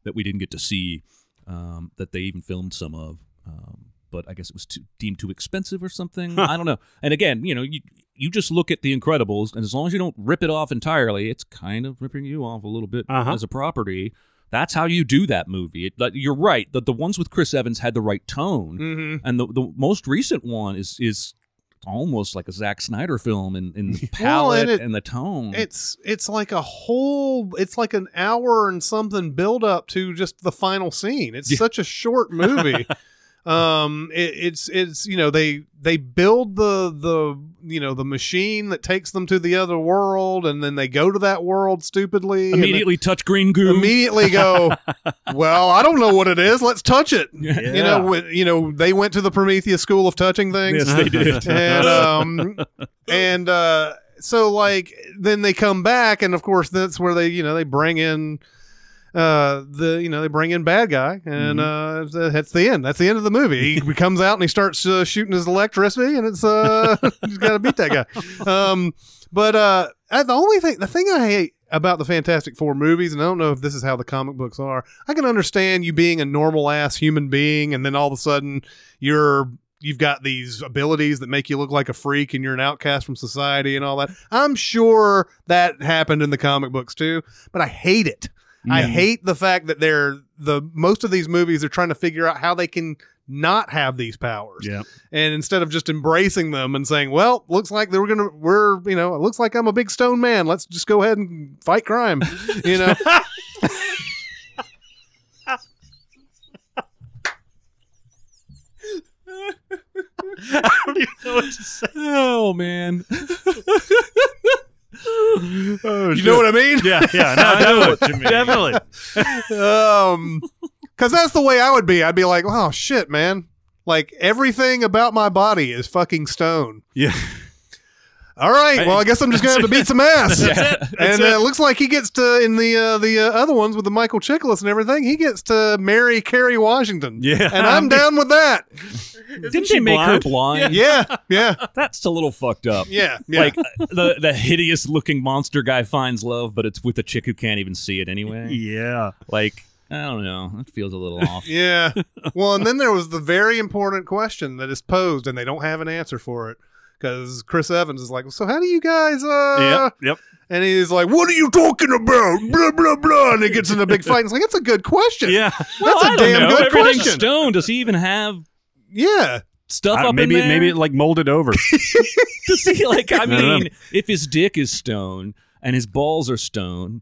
that we didn't get to see um, that they even filmed some of. Um, but I guess it was too, deemed too expensive or something. I don't know. And again, you know, you, you just look at The Incredibles, and as long as you don't rip it off entirely, it's kind of ripping you off a little bit Uh-huh. as a property. That's how you do that movie. It, like, you're right. The, the ones with Chris Evans had the right tone hmm Mm-hmm. and the, the most recent one is is almost like a Zack Snyder film in, in the palette and it- and, the tone. It's it's like a whole it's like an hour and something build up to just the final scene. It's Yeah. such a short movie. um it, it's it's you know they they build the the you know the machine that takes them to the other world and then they go to that world stupidly and then- immediately touch green goo. immediately go, well, I don't know what it is. Let's touch it. You know, when, you know, they went to the Prometheus school of touching things. Yes, they did. and um, and uh, so like then they come back, and of course that's where they you know they bring in uh the you know they bring in bad guy and Mm-hmm. uh that's the end that's the end of the movie he comes out and he starts uh, shooting his electricity and it's uh he's got to beat that guy um but uh I- the only thing the thing i hate about the fantastic four movies and i don't know if this is how the comic books are i can understand you being a normal ass human being and then all of a sudden you're you've got these abilities that make you look like a freak and you're an outcast from society and all that i'm sure that happened in the comic books too but i hate it I hate the fact that they're the most of these movies are trying to figure out how they can not have these powers. Yeah. And instead of just embracing them and saying, "Well, looks like they were gonna, we're, you know, it looks like I'm a big stone man. Let's just go ahead and fight crime," you know. know what to say. Oh man. Oh, You know what I mean? Yeah, yeah, no, I know what you mean. Definitely. um because that's the way i would be i'd be like oh shit man like everything about my body is fucking stone Yeah. all right well i guess i'm just gonna have to beat some ass and uh, it looks like he gets to in the uh, the uh, other ones with the michael chiklis and everything he gets to marry carrie washington Yeah. and i'm down with that Didn't they make her blind? yeah yeah That's a little fucked up. yeah, yeah. Like uh, the the hideous looking monster guy finds love, but it's with a chick who can't even see it anyway. Yeah. Like I don't know. That feels a little off. Yeah. Well, and then there was the very important question that is posed, and they don't have an answer for it because Chris Evans is like, "So how do you guys?" uh Yep. Yep. And he's like, "What are you talking about?" Blah blah blah. And it gets in a big fight. And it's like, "That's a good question." Yeah. That's a I don't damn know. good Everything's question. Uh, stone. Does he even have Yeah. stuff I- up maybe in there? maybe it like molded over. Does he like? I I don't know. mean, if his dick is stone and his balls are stone,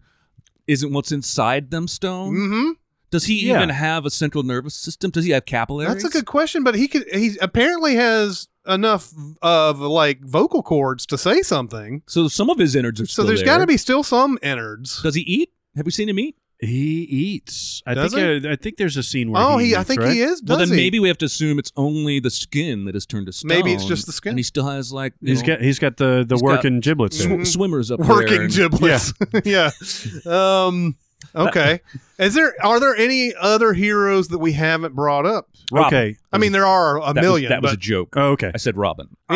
isn't what's inside them stone? Mm-hmm. Does he Yeah. even have a central nervous system? Does he have capillaries? That's a good question, but he could. He apparently has enough of like vocal cords to say something. So some of his innards are So still there's there. got to be still some innards. Does he eat? Have we seen him eat? He eats. I Does think uh, I, I think there's a scene where Oh, he. he I eats, think right? he is. Does well, then he? maybe we have to assume it's only the skin that has turned to stone. Maybe it's just the skin. and he still has like you He's know, got he's got the the He's got- working giblets. sw- there. Mhm. swimmers up there. working and- giblets. Yeah. Um okay. Is there are there any other heroes that we haven't brought up? Robin. Okay. I mean there are a That was- million. that was a but, Uh, joke. Oh, okay. I said Robin.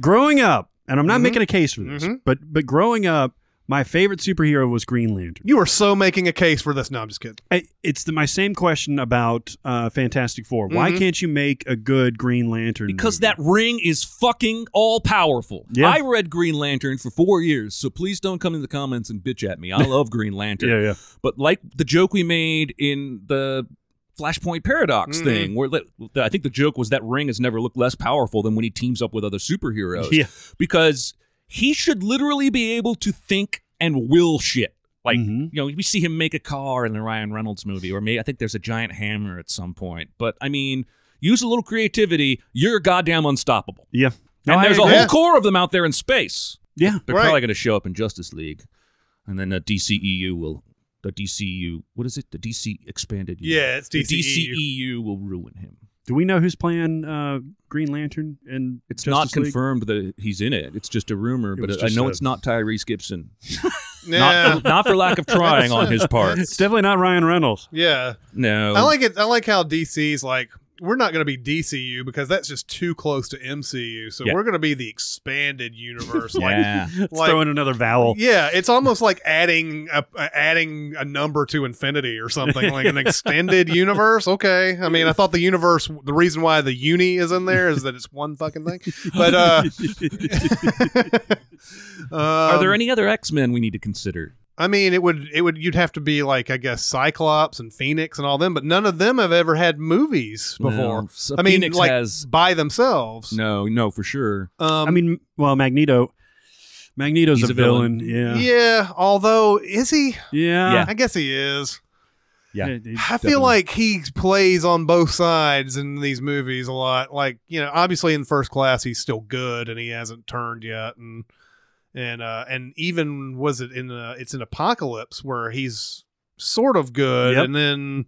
Growing up, and I'm not Mhm. making a case for this, Mhm. but but growing up, my favorite superhero was Green Lantern. you are so making a case for this. No, I'm just kidding. I, it's the, my same question about uh, Fantastic 4 Why Mhm. can't you make a good Green Lantern? Because movie? that ring is fucking all powerful. Yeah. I read Green Lantern for four years, so please don't come in the comments and bitch at me. I love Green Lantern. Yeah, yeah. But like the joke we made in the Flashpoint Paradox Mm-hmm. Mhm. thing, where the- I think the joke was that Ring has never looked less powerful than when he teams up with other superheroes. Yeah. Because he should literally be able to think and will shit. Like, Mhm. you know, we see him make a car in the Ryan Reynolds movie, or maybe I think there's a giant hammer at some point. But I mean, use a little creativity, you're goddamn unstoppable. Yeah. Oh, No, and I there's a agree. whole Yeah. core of them out there in space. Yeah. They're Right. probably going to show up in Justice League, and then the DCEU will. The DCU, what is it? The DC expanded. U. Yeah, it's The DCEU. DCEU will ruin him. Do we know who's playing uh, Green Lantern? And It's not confirmed that he's in it. It's just a rumor, but was I just know a- it's not Tyrese Gibson. Yeah. Not, not for lack of trying on his part. It's definitely not Ryan Reynolds. yeah. No. I like it I like how DC's like we're not going to be DCU because that's just too close to MCU. So Yeah. we're going to be the expanded universe like Yeah. Let's Like- throw in another vowel. Yeah, it's almost like adding a, a- adding a number to infinity or something like an extended universe. Okay, I mean, I thought the universe. The reason why the uni is in there is that it's one fucking thing. But uh, um, Are there any other X Men we need to consider? I mean, it would it would you'd have to be like I guess Cyclops and Phoenix and all them, but none of them have ever had movies before. No. So I mean, Phoenix like has. by themselves. No, no, for sure. Um, I mean, well, Magneto. Magneto's He's a, a villain. yeah. Yeah. Although, is he? Yeah. I guess he is. Yeah. He- I feel like he plays on both sides in these movies a lot. Like you know, obviously in first class he's still good and he hasn't turned yet, and and uh, and even was it in a, it's an apocalypse where he's sort of good Yep. and then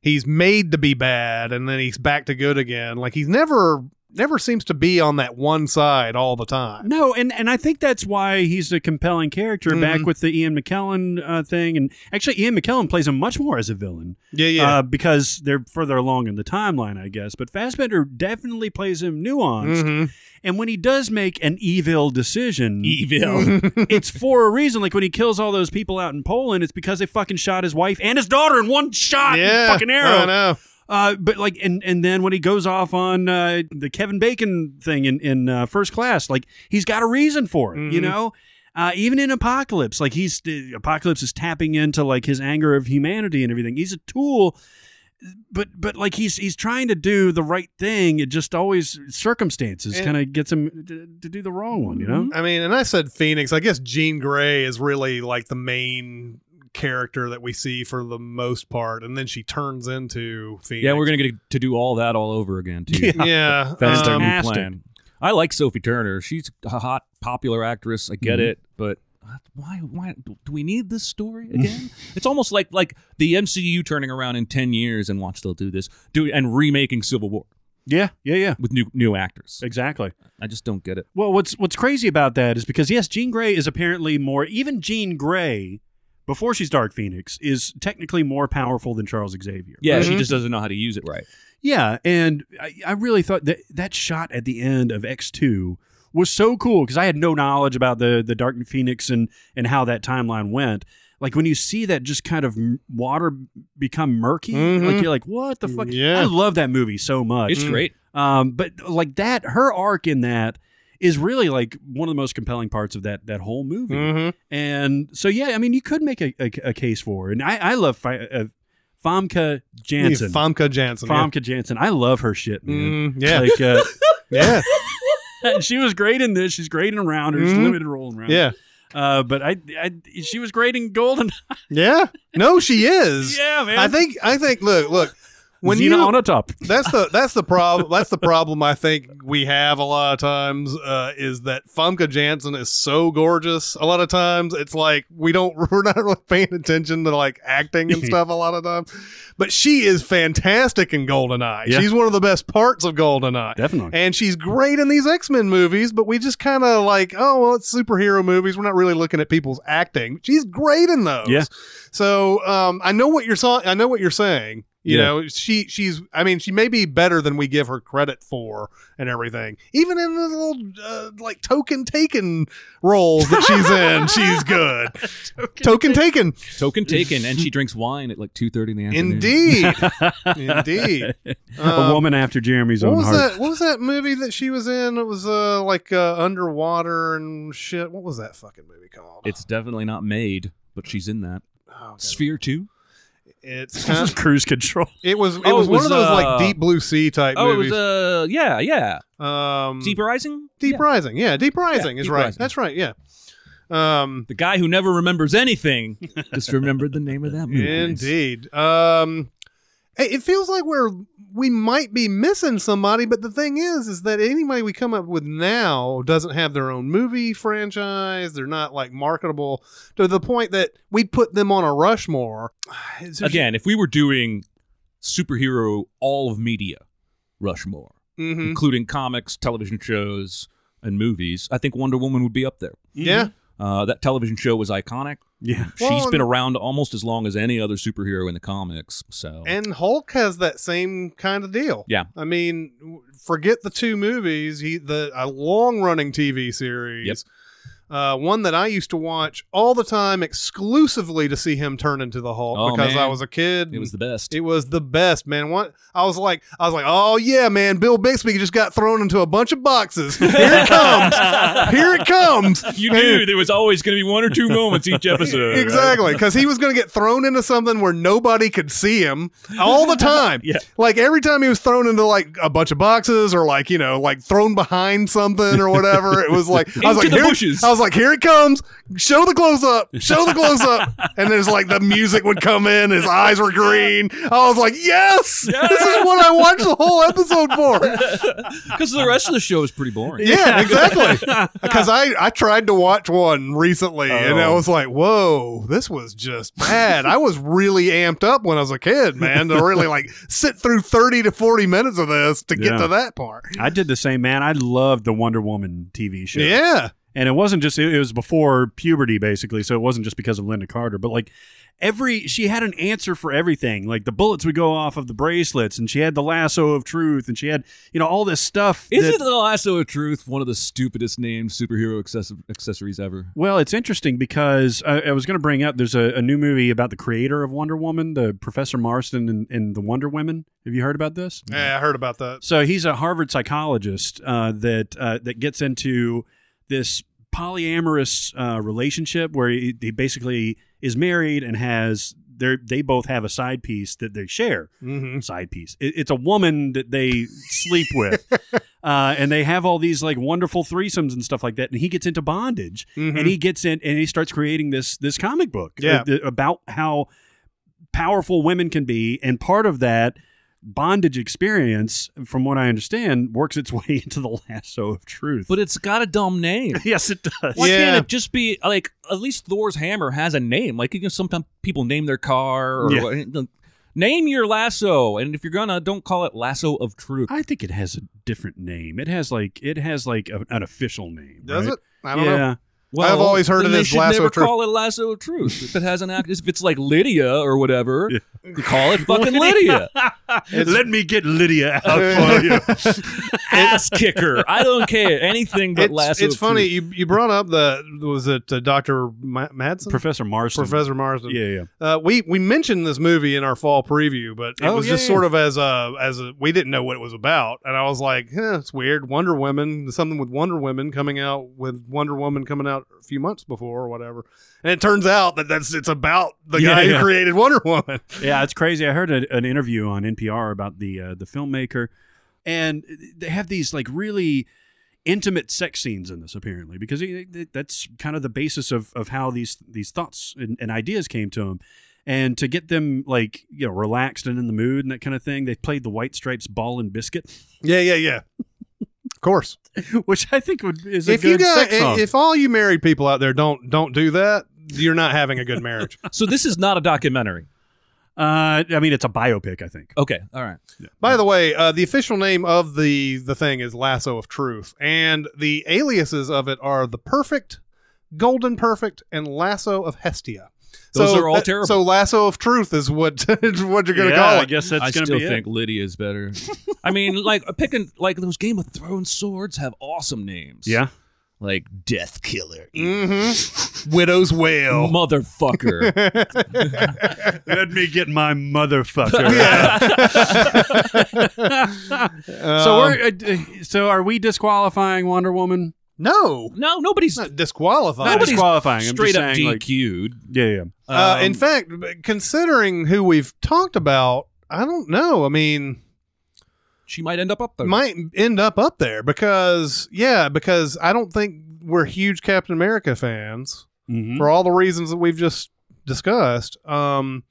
he's made to be bad and then he's back to good again. Like he's never never seems to be on that one side all the time. No, and, and I think that's why he's a compelling character back Mhm. with the Ian McKellen uh, thing. And actually, Ian McKellen plays him much more as a villain Yeah, yeah. uh, because they're further along in the timeline, I guess. But Fassbender definitely plays him nuanced. Mhm. And when he does make an evil decision, Evil. it's for a reason. Like when he kills all those people out in Poland, it's because they fucking shot his wife and his daughter in one shot. Yeah, Oh, fucking I arrow. know. Uh, but like, and and then when he goes off on uh, the Kevin Bacon thing in in uh, First Class, like he's got a reason for it, you Mhm. know. Uh, even in Apocalypse, like he's the Apocalypse is tapping into like his anger of humanity and everything. He's a tool, but but like he's he's trying to do the right thing. It just always circumstances And- Mm-hmm. kind of gets him to, to do the wrong one, you know. I mean, and I said Phoenix. I guess Jean Grey is really like the main character that we see for the most part, and then she turns into Phoenix. yeah, we're going to get to do all that all over again, too. Yeah, That's their um, new Fantastic. plan. I like Sophie Turner. She's a hot, popular actress. I get it, but uh, why? Why do we need this story again? it's almost like like the MCU turning around in ten years and watch they'll do this, do and remaking Civil War Yeah, yeah, yeah. with new new actors. Exactly. I just don't get it. Well, what's what's crazy about that is because yes, Jean Grey is apparently more even Jean Grey before she's Dark Phoenix is technically more powerful than Charles Xavier. Yeah, Mm-hmm. she just doesn't know how to use it right. Yeah, and I, I really thought that that shot at the end of X two was so cool because I had no knowledge about the the Dark Phoenix and and how that timeline went. Like when you see that just kind of m- water become murky, like you're like, what the fuck? Yeah. I love that movie so much. Mm-hmm. Mm. It's great. Um, but like that, her arc in that is really like one of the most compelling parts of that that whole movie. Mm-hmm. And so yeah, I mean, you could make a, a, a case for, her. and I I love Fi- uh, Famke Janssen. Famke Janssen. yeah. Famke Janssen. I love her shit, man. Mm, yeah. Like, uh, yeah. and she was great in this. She's great in Around. She's Mhm. limited role in Around. Yeah. Uh, but I, I, she was great in Golden. Yeah. No, she is. yeah, man. I think I think look, look. When Xena you on a top. that's the that's the problem that's the problem I think we have a lot of times uh, is that Famke Janssen is so gorgeous a lot of times it's like we don't we're not really paying attention to like acting and stuff a lot of times but she is fantastic in Goldeneye Yeah. she's one of the best parts of Goldeneye Definitely. and she's great in these X Men movies but we just kind of like oh well it's superhero movies we're not really looking at people's acting she's great in those Yeah. so um, I know what you're saying. I know what you're saying. You Yeah. know, she she's. I mean, she may be better than we give her credit for, and everything. Even in the little uh, like token taken roles that she's in, she's good. token taken, Token taken, and she drinks wine at like two thirty in the afternoon. indeed, indeed. a Um, woman after Jeremy's What own was heart. that? What was that movie that she was in? It was uh like uh, underwater and shit. What was that fucking movie called? It's definitely not made, but she's in that oh, God. Sphere Two. it's kind of- Cruise control. it was it Oh, was it one was, of those uh, like deep blue sea type Oh, it movies. was uh, yeah, yeah. um, Deep Rising. Deep Yeah. Rising, yeah, Deep Rising is Deep right. Rising. That's right, yeah. Um, The guy who never remembers anything just remembered the name of that movie. indeed. Um, hey, it feels like we're we might be missing somebody, but the thing is, is that anybody we come up with now doesn't have their own movie franchise. They're not like marketable to the point that we put them on a Rushmore. It's just- Again, if we were doing superhero all of media, Rushmore, Mhm. including comics, television shows, and movies, I think Wonder Woman would be up there. yeah, Uh, that television show was iconic. Yeah. Well, She's been around almost as long as any other superhero in the comics. So and Hulk has that same kind of deal. yeah, I mean, w- forget the two movies. He the a long running TV series. Yep. Uh, one that I used to watch all the time, exclusively to see him turn into the Hulk Oh, because I man. was a kid. it was the best. It was the best, man. What I was like, I was like, oh yeah, man. Bill Bixby just got thrown into a bunch of boxes. Here it comes. Here it comes. you knew there was always going to be one or two moments each episode. right? Exactly, because he was going to get thrown into something where nobody could see him all the time. Yeah. like every time he was thrown into like a bunch of boxes or like you know like thrown behind something or whatever, it was like I was Into like the here, bushes. I was like here it comes, show the close up, show the close up, and there's like the music would come in, his eyes were green. I was like yes, this is what I watched the whole episode for. Because the rest of the show is pretty boring. Yeah, exactly. Because I, I tried to watch one recently and I Oh. was like, whoa, this was just bad. I was really amped up when I was a kid, man, to really like sit through 30 to 40 minutes of this to get Yeah. to that part. I did the same, man. I loved the Wonder Woman TV show. Yeah. and it wasn't just it was before puberty basically so it wasn't just because of linda carter but like every she had an answer for everything like the bullets would go off of the bracelets and she had the lasso of truth and she had you know all this stuff Isn't that- the lasso of truth one of the stupidest named superhero access- accessories ever? well it's interesting because i, I was going to bring up there's a, a new movie about the creator of wonder woman the professor marston and, and the wonder women have you heard about this Yeah, I heard about that. So he's a Harvard psychologist uh, that uh, that gets into this polyamorous uh, relationship where he, he basically is married and has they they both have a side piece that they share. Side piece. It, it's a woman that they sleep with, uh, and they have all these like wonderful threesomes and stuff like that. And he gets into bondage, and he gets in and he starts creating this this comic book Yeah. uh, th- about how powerful women can be, and part of that bondage experience, from what I understand, works its way into the lasso of truth. But it's got a dumb name. yes, it does. Why Yeah. can't it just be like at least Thor's hammer has a name? Like you know, sometimes people name their car or Yeah. what- name your lasso, and if you're gonna, don't call it lasso of truth. I think it has a different name. It has like it has like a, an official name. Does right? it? I don't yeah. know. I've always heard then it they as should lasso never of truth. call it lasso of truth if it has an act. If it's like Lydia or whatever, Yeah. you call it fucking Lydia. Let me get Lydia out for you. Ass kicker. I don't care anything but it's, lasso. it's of funny Truth. you you brought up the was it uh, Doctor Ma- Madsen Professor Marston. Professor Marsden. Yeah, yeah. Uh, we we mentioned this movie in our fall preview, but it Oh, was yeah, just yeah. sort of as a as a we didn't know what it was about, and I was like, eh, it's weird. Wonder Women, something with Wonder Women coming out with Wonder Woman coming out a few months before or whatever, and it turns out that that's it's about the Yeah, guy yeah. who created Wonder Woman. Yeah, it's crazy. I heard a, an interview on NPR about the uh, the filmmaker, and they have these like really intimate sex scenes in this apparently because he, th- that's kind of the basis of of how these these thoughts and, and ideas came to him. And to get them like you know relaxed and in the mood and that kind of thing, they played the White Stripes Ball and Biscuit, Yeah, yeah, yeah. Of course. which I think would is a If good you got sex song. if all you married people out there don't don't do that, you're not having a good marriage. So this is not a documentary. uh, I mean, it's a biopic. I think. Okay, all right. By the way, uh, the official name of the the thing is Lasso of Truth, and the aliases of it are the Perfect, Golden Perfect, and Lasso of Hestia. Those so are all that- terrible. So Lasso of Truth is what is what you're gonna yeah, call I it. guess that's I gonna still be think Lydia's better. I mean, like picking like those Game of Thrones swords have awesome names. it. Yeah. like Death Killer, hmm Widow's Wail. motherfucker. Let me get my motherfucker. So we're uh, uh, so are we disqualifying Wonder Woman? no, no, nobody's not Not disqualified. Nobody's disqualifying. I'm straight just up saying, like- DQ'd. Yeah, yeah. Uh, Um, in fact, b- considering who we've talked about, I don't know. I mean. she might end up up there. might end up up there because yeah because i don't think we're huge captain america fans Mm-hmm. for all the reasons that we've just discussed um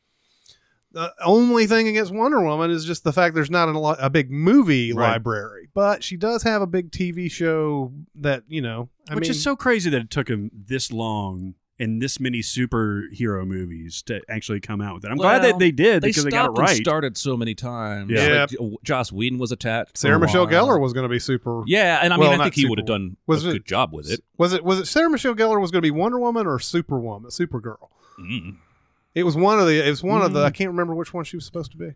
the only thing against wonder woman is just the fact there's not a, lo- a big movie Right. library but she does have a big tv show that you know I Which mean, is so crazy that it took him this long and this many superhero movies to actually come out with it. I'm glad Well, that they did they because they got stopped it right. and started so many times. Yeah. Like, J- Joss Whedon was attached. for sarah a michelle while. geller was going to be super Yeah, and I mean, Well, I not think he super would have done Was a it- good job with it. was it was it sarah michelle geller was going to be wonder woman or superwoman supergirl Mm. It was one of the. It was one of the. I Mm-hmm. can't remember which one she was supposed to be.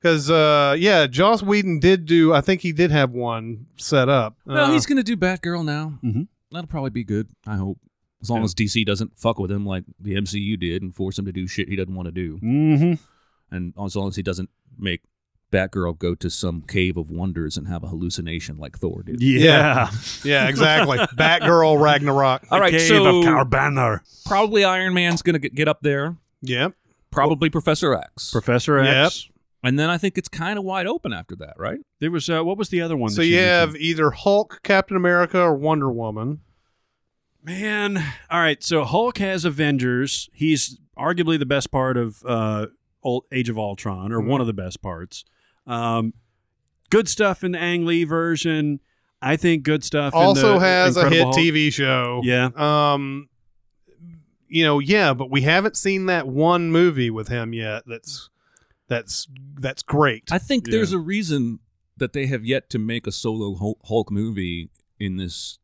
Because uh, yeah, Joss Whedon did do. I think he did have one set up. Well, Uh, he's gonna do Batgirl now. Mhm. That'll probably be good. I hope, as long Yeah. as DC doesn't fuck with him like the MCU did and force him to do shit he doesn't want to do, Mm-hmm. and as long as he doesn't make Batgirl go to some cave of wonders and have a hallucination like Thor did. Yeah. yeah, exactly. Batgirl Ragnarok. All right, Cave so of Carbanner. probably Iron Man's gonna get, get up there. Yeah, Probably Professor X. Professor X. and then I think it's kind of wide open after that, right? There was uh, what was the other one? So that you have mentioned? either Hulk, Captain America, or Wonder Woman. man. All right, so Hulk has Avengers. He's arguably the best part of uh, old Age of Ultron, or Mm-hmm. one of the best parts. Um, good stuff in the Ang Lee version. I think good stuff. in also the has a Incredible hit Hulk. TV show. Yeah, Um, you know, yeah, but we haven't seen that one movie with him yet. That's that's that's great. I think Yeah. there's a reason that they have yet to make a solo Hul- Hulk movie in this,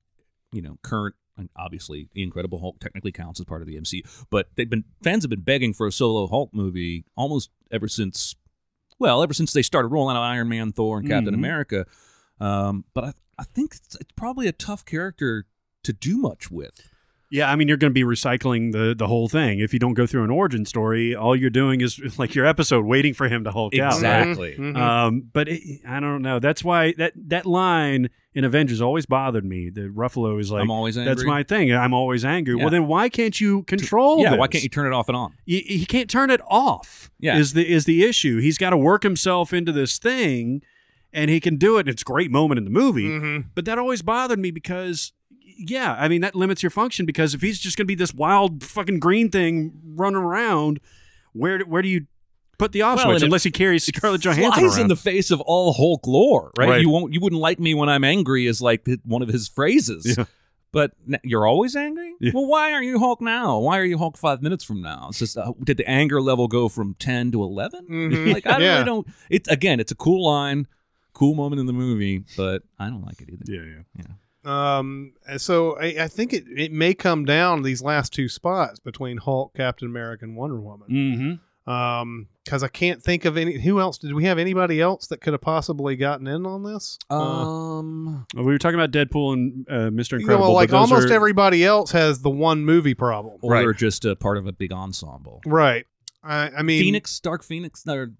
you know, current. And obviously, the Incredible Hulk technically counts as part of the MCU, but they've been fans have been begging for a solo Hulk movie almost ever since, well, ever since they started rolling out Iron Man, Thor, and Captain Mhm. America. Um, but I, I think it's, it's probably a tough character to do much with. yeah. I mean, you're going to be recycling the the whole thing if you don't go through an origin story. All you're doing is like your episode, waiting for him to Hulk out. Exactly. right? Mm-hmm. Mhm. Um, but it, I don't know. That's why that that line in Avengers always bothered me. That Ruffalo is like, I'm always angry. That's my thing. I'm always angry. Yeah. Well, then why can't you control? yeah. this? Why can't you turn it off and on? He, he can't turn it off. Yeah. is the is the issue. He's got to work himself into this thing, and he can do it. It's a great moment in the movie, Mm-hmm. Mhm. but that always bothered me because. Yeah, I mean that limits your function because if he's just going to be this wild fucking green thing running around, where do- where do you put the off Well, switch and it unless he carries Scarlett Johansson flies around. in the face of all Hulk lore, right? Right. You won't, you wouldn't like me when I'm angry is like th- one of his phrases. Yeah. But n- you're always angry. Yeah. Well, why aren't you Hulk now? Why are you Hulk five minutes from now? It's just uh, did the anger level go from ten to 11 Mhm. Like I Yeah. really don't. It's again, it's a cool line, cool moment in the movie, but I don't like it either. yeah, yeah. Um, and so I, I think it, it may come down these last two spots between Hulk, Captain America, and Wonder Woman. Mm-hmm. Um, because I can't think of any. Who else did we have? Anybody else that could have possibly gotten in on this? Um, Well, Uh, we were talking about Deadpool and uh, Mr. you know, Incredible. like but those almost are- everybody else has the one movie problem. or they're just a part of a big ensemble. Right. I, I mean, Phoenix, Dark Phoenix, or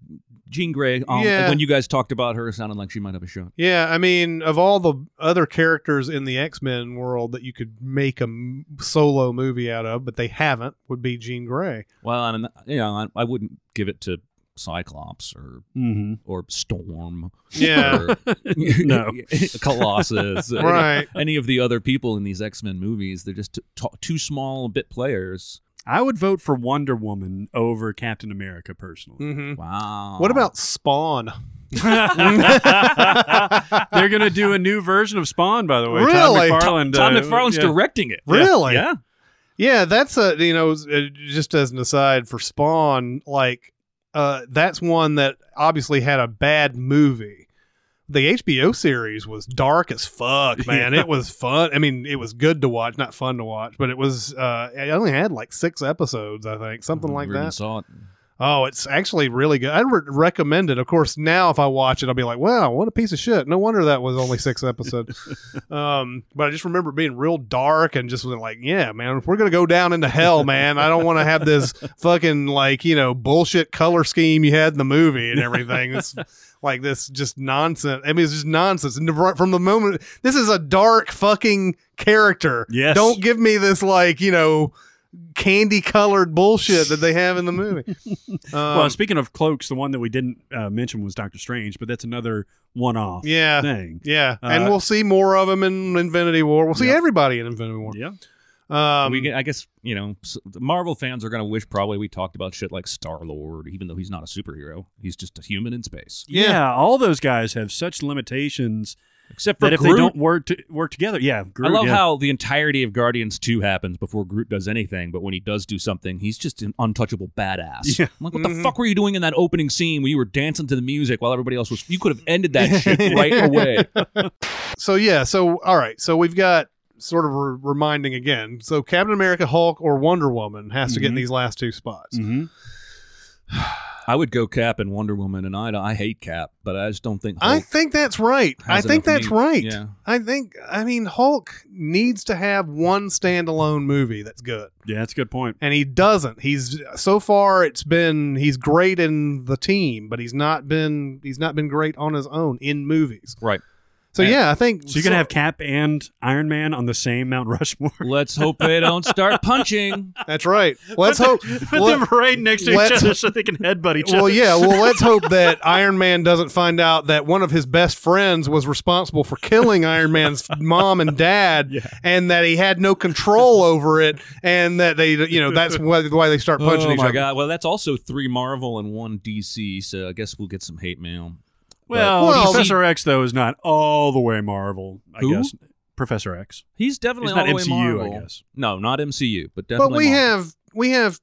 Jean Grey. Um, Yeah. When you guys talked about her, it sounded like she might have a shot. Yeah, I mean, of all the other characters in the X Men world that you could make a m- solo movie out of, but they haven't, would be Jean Grey. Well, I mean, you know, I, I wouldn't give it to Cyclops or Mhm. or Storm. Yeah. or No. Colossus. or right. Any of the other people in these X Men movies, they're just t- t- too small bit players. I would vote for Wonder Woman over Captain America personally. hmm Wow. What about Spawn? Mm-hmm. They're going to do a new version of Spawn, by the way. Really? Tom Tom, McFarland. Tom uh, McFarlane's yeah. directing it? Really? Yeah. Yeah, that's a you know s- uh, just as an aside for Spawn, like uh, that's one that obviously had a bad movie. The HBO series was dark as fuck, man. It was fun. I mean, it was good to watch, not fun to watch, but it was. Uh, it only had like six episodes, I think, something I like never even that. Saw it. Oh, it's actually really good. I'd re- recommend it. Of course, now if I watch it, I'll be like, "Wow, what a piece of shit!" No wonder that was only six episodes. um, but I just remember it being real dark and just was like, "Yeah, man, if we're gonna go down into hell, man, I don't want to have this fucking like you know bullshit color scheme you had in the movie and everything." It's like this just nonsense. I mean, it's just nonsense. And from the moment, this is a dark fucking character. Yes. Don't give me this like you know candy colored bullshit that they have in the movie. Well, Um, speaking of cloaks, the one that we didn't uh, mention was Doctor Strange, but that's another one off yeah, thing. yeah, and Uh, we'll see more of them in Infinity War. We'll see Yeah. everybody in Infinity War. Yeah. Um, we get, I guess you know, s- the Marvel fans are gonna wish probably we talked about shit like Star Lord, even though he's not a superhero. He's just a human in space. Yeah. yeah. all those guys have such limitations Except for that if Groot, they don't work to, work together, yeah, Groot, I love yeah. how the entirety of Guardians 2 happens before Groot does anything, but when he does do something, he's just an untouchable badass. Yeah. I'm like, what Mhm. the fuck were you doing in that opening scene when you were dancing to the music while everybody else was. You could have ended that shit right away. so yeah, so all right, so we've got sort of re- reminding again. So Captain America, Hulk, or Wonder Woman has to get in Mhm. these last two spots. Mhm. I would go Cap and Wonder Woman, and I, I hate Cap, but I just don't think. I Hulk think that's right. I has think enough that's meat. right. Yeah. I think I mean Hulk needs to have one standalone movie that's good. Yeah, that's a good point. and he doesn't. He's so far it's been he's great in the team, but he's not been he's not been great on his own in movies. Right. So And- yeah, I think So you're gonna have Cap and Iron Man on the same Mount Rushmore. Let's hope they don't start punching. That's right. Let's hope. Put let- them right next to each let's- other so they can headbutt each well, other. yeah. Well, let's hope that Iron Man doesn't find out that one of his best friends was responsible for killing Iron Man's mom and dad, and that he had no control over it, and that they, you know, that's why, why they start punching oh each my other. god! Well, that's also three Marvel and one DC, so I guess we'll get some hate mail. Well, Well, Professor X though is not all the way Marvel. I Who? guess Professor X. He's definitely He's not all the way MCU, Marvel. I guess. No, not MCU, but definitely. But we Marvel. have we have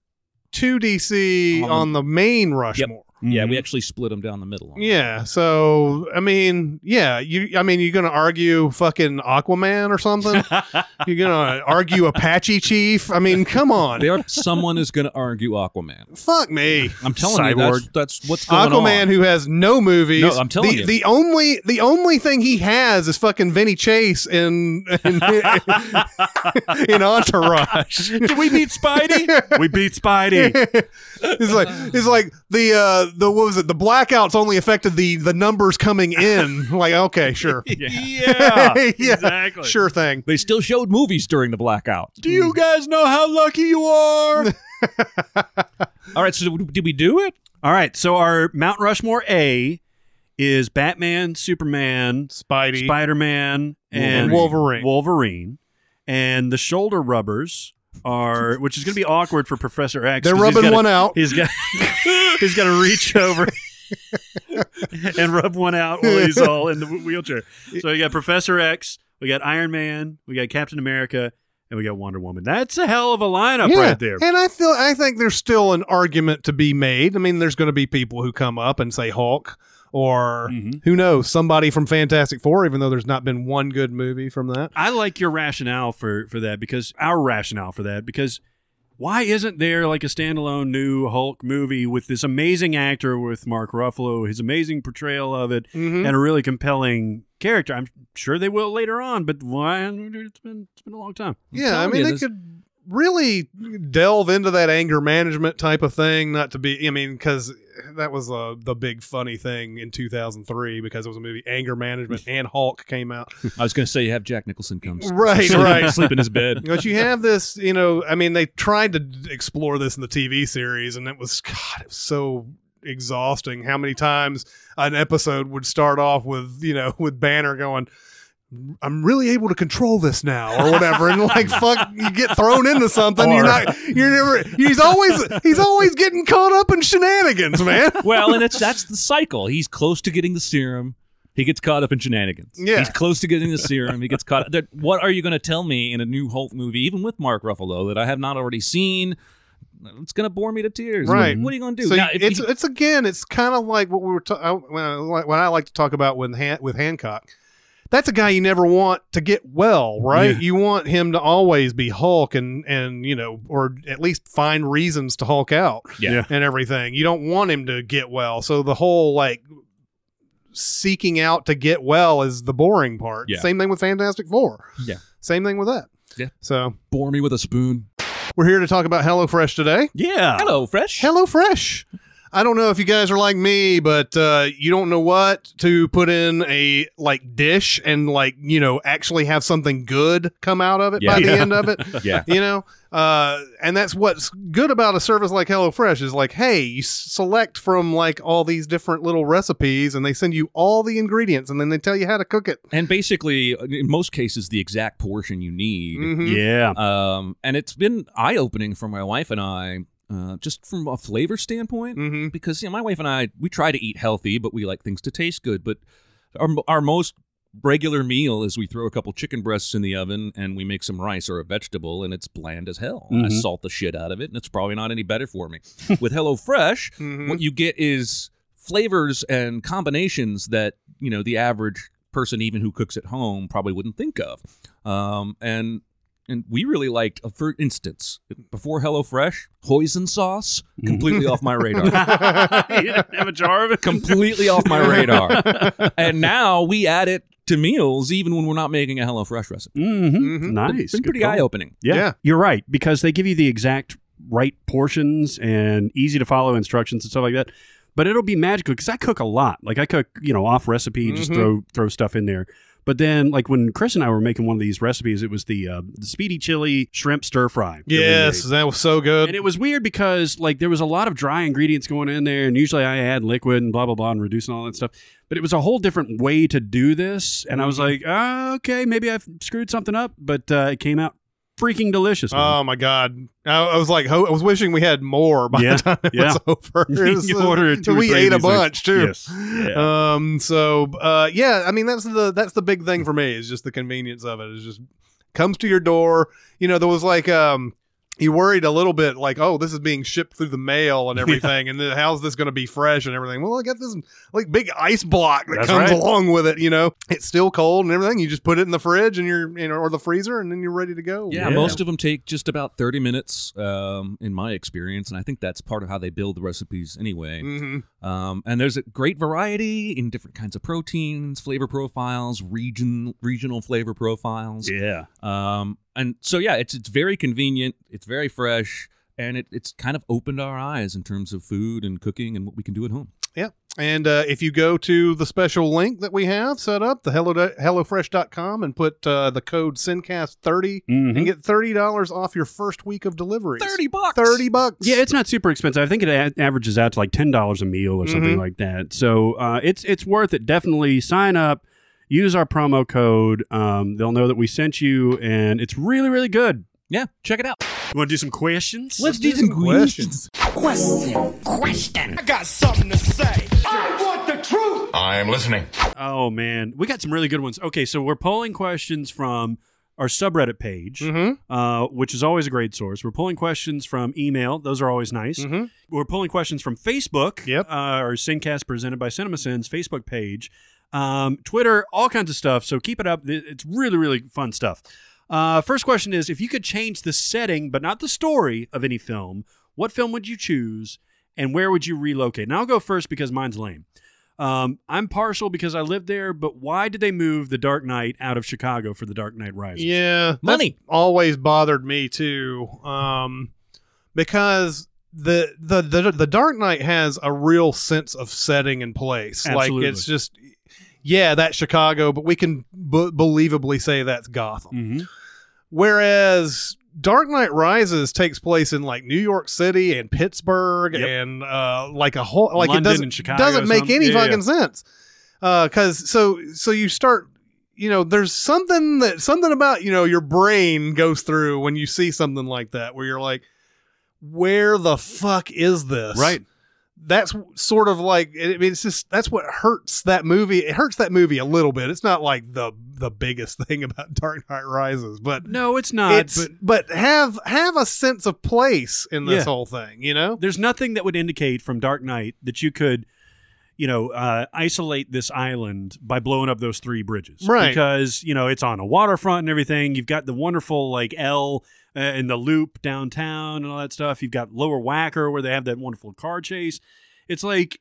two DC On on, the- the main Rushmore. Yeah, we Mhm. actually split them down the middle. on Yeah. So I mean, yeah, you I mean you're gonna argue fucking Aquaman or something? you're gonna argue Apache Chief? I mean, come on. There, someone is going to argue Aquaman. Fuck me. I'm telling Cyborg. you, that's, that's what's going Aquaman, on. who has no movies. No, I'm telling the, you. the only the only thing he has is fucking Vinny Chase in in, in Entourage. Did we beat Spidey? we beat Spidey. it's like it's like the uh the what was it the blackouts only affected the the numbers coming in like okay sure Yeah, Yeah, exactly. sure thing They still showed movies during the blackout. Do you guys know how lucky you are? All right, so did we do it? All right, so our Mount Rushmore A is Batman, Superman, Spidey Spider Man, and Wolverine. Wolverine, and the shoulder rubbers are, which is going to be awkward for Professor X. they're 'cause he's rubbing gotta- one out He's got He's got to reach over and rub one out while he's all in the wh- wheelchair. So we got Professor X, we got Iron Man, we got Captain America, and we got Wonder Woman. That's a hell of a lineup right there. And I feel I think there's still an argument to be made. I mean, there's going to be people who come up and say Hulk or Mm-hmm. Mhm. who knows somebody from Fantastic Four, even though there's not been one good movie from that. I like your rationale for for that because our rationale for that because why isn't there like a standalone new Hulk movie with this amazing actor with Mark Ruffalo, his amazing portrayal of it, Mhm. and a really compelling character? I'm sure they will later on, but why? It's been it's been a long time. Yeah, I telling you, mean, they this- could really delve into that anger management type of thing. Not to be, I mean, because that was uh, the big funny thing in 2003 because it was a movie Anger Management and Hulk came out. I was going to say you have Jack Nicholson comes Right, right. sleep in his bed. But you have this, you know, I mean, they tried to d- explore this in the TV series, and it was, God, it was so exhausting how many times an episode would start off with, you know, with Banner going, I'm really able to control this now, or whatever, and like fuck, you get thrown into something. You're not, you're never. He's always, he's always getting caught up in shenanigans, man. Well, and it's that's the cycle. He's close to getting the serum. He gets caught up in shenanigans. Yeah. He's close to getting the serum. He gets caught. That- What are you going to tell me in a new Hulk movie, even with Mark Ruffalo, that I have not already seen? It's going to bore me to tears. Right. What are you going to do? So Now, if it's he- it's again, it's kind of like what we were ta- I- when I, like- when I like to talk about with Han- with Hancock. That's a guy you never want to get well, right? Yeah. You want him to always be Hulk and and you know, or at least find reasons to Hulk out yeah. Yeah. and everything. You don't want him to get well. So the whole like seeking out to get well is the boring part. Yeah. Same thing with Fantastic Four. Yeah. Same thing with that. Yeah. So bore me with a spoon. we're here to talk about HelloFresh today. Yeah. Hello, fresh. Hello Fresh. I don't know if you guys are like me, but uh, you don't know what to put in a like dish and like you know actually have something good come out of it by Yeah. the end of it. Yeah. You know, uh, and that's what's good about a service like HelloFresh is like, hey, you s- select from like all these different little recipes, and they send you all the ingredients, and then they tell you how to cook it. And basically, in most cases, the exact portion you need. Mhm. Yeah. Um, and it's been eye opening for my wife and I, uh, just from a flavor standpoint. Mhm. because you know, my wife and I we try to eat healthy, but we like things to taste good. But our our most regular meal is we throw a couple chicken breasts in the oven and we make some rice or a vegetable, and it's bland as hell. I Mhm. salt the shit out of it, and it's probably not any better for me. With HelloFresh, Mhm. what you get is flavors and combinations that you know the average person, even who cooks at home, probably wouldn't think of. Um, and and we really liked, uh, for instance, before HelloFresh, hoisin sauce completely off my radar you didn't have a jar of it. completely off my radar. and now we add it to meals even when we're not making a HelloFresh recipe. Mm-hmm. Nice. It's been Good pretty call. eye opening. Yeah, Yeah. You're right, because they give you the exact right portions and easy to follow instructions and stuff like that. But it'll be magical because I cook a lot. Like I cook, you know, off recipe, just Mhm. throw throw stuff in there. But then, like when Chris and I were making one of these recipes, it was the uh, the speedy chili shrimp stir fry. that we Yes, made. that was so good. And it was weird because like there was a lot of dry ingredients going in there, and usually I add liquid and blah blah blah and reducing all that stuff. But it was a whole different way to do this, and I Mm-hmm. was like, "Ah, okay, maybe I screwed something up, but uh, it came out freaking delicious. man. Oh my god! I, I was like, ho- I was wishing we had more by Yeah, the time it yeah. was over. It was, You uh, ordered two or we ate three of a these things. bunch too. Yes. Um. So, uh, yeah. I mean, that's the that's the big thing for me is just the convenience of it. It's just comes to your door. You know, there was like um. You worried a little bit, like, oh, this is being shipped through the mail and everything, and then how's this going to be fresh and everything? Well, I got this like big ice block that That's comes right. along with it. You know, it's still cold and everything. You just put it in the fridge and you're, you know, or the freezer, and then you're ready to go. Yeah, Yeah. most of them take just about 30 minutes um, in my experience. And I think that's part of how they build the recipes anyway. Mm. hmm Um, and there's a great variety in different kinds of proteins, flavor profiles, region regional flavor profiles. Yeah. Um, and so yeah, it's it's very convenient, it's very fresh, and it, it's kind of opened our eyes in terms of food and cooking and what we can do at home. Yeah. And uh, if you go to the special link that we have set up, the hello hellofresh.com, and put uh, the code SINCAST30 Mm-hmm. and get $30 off your first week of deliveries. 30 bucks. 30 bucks. Yeah, it's not super expensive. I think it a- averages out to like ten dollars a meal or something Mhm. like that. So uh, it's it's worth it. Definitely sign up, use our promo code. Um, they'll know that we sent you, and it's really really good. Yeah, check it out. You want to do some questions? Let's do do some some questions. questions. I'm listening. Oh man, we got some really good ones. Okay, so we're polling questions from our subreddit page, Mhm. uh, which is always a great source. We're pulling questions from email; those are always nice. Mhm. We're pulling questions from Facebook, Yep. uh, our Sincast presented by CinemaSins Facebook page, um, Twitter, all kinds of stuff. So keep it up; Th- it's really, really fun stuff. Uh, first question is: If you could change the setting but not the story of any film, what film would you choose, and where would you relocate? And I'll go first because mine's lame. Um, I'm partial because I lived there, but why did they move The Dark Knight out of Chicago for The Dark Knight Rises? Yeah, that's Money. always bothered me too, um, because the, the the the Dark Knight has a real sense of setting and place. Absolutely. Like it's just, yeah, that's Chicago, but we can b- believably say that's Gotham. Mm-hmm. Whereas Dark Knight Rises takes place in like New York City and Pittsburgh Yep. and uh, like a whole like London it doesn't and Chicago or doesn't make something. any Yeah, fucking yeah. sense. Because so so you start you know there's something that something about you know your brain goes through when you see something like that where you're like where the fuck is this Right. that's sort of like I mean it's just that's what hurts that movie it hurts that movie a little bit it's not like the the biggest thing about Dark Knight Rises but No, it's not. it's, but but, have have a sense of place in this Yeah. whole thing, you know? there's nothing that would indicate from Dark Knight that you could, you know, uh, isolate this island by blowing up those three bridges, Right. Because you know it's on a waterfront and everything. You've got the wonderful like L uh, and the Loop downtown and all that stuff. You've got Lower Wacker where they have that wonderful car chase. It's like,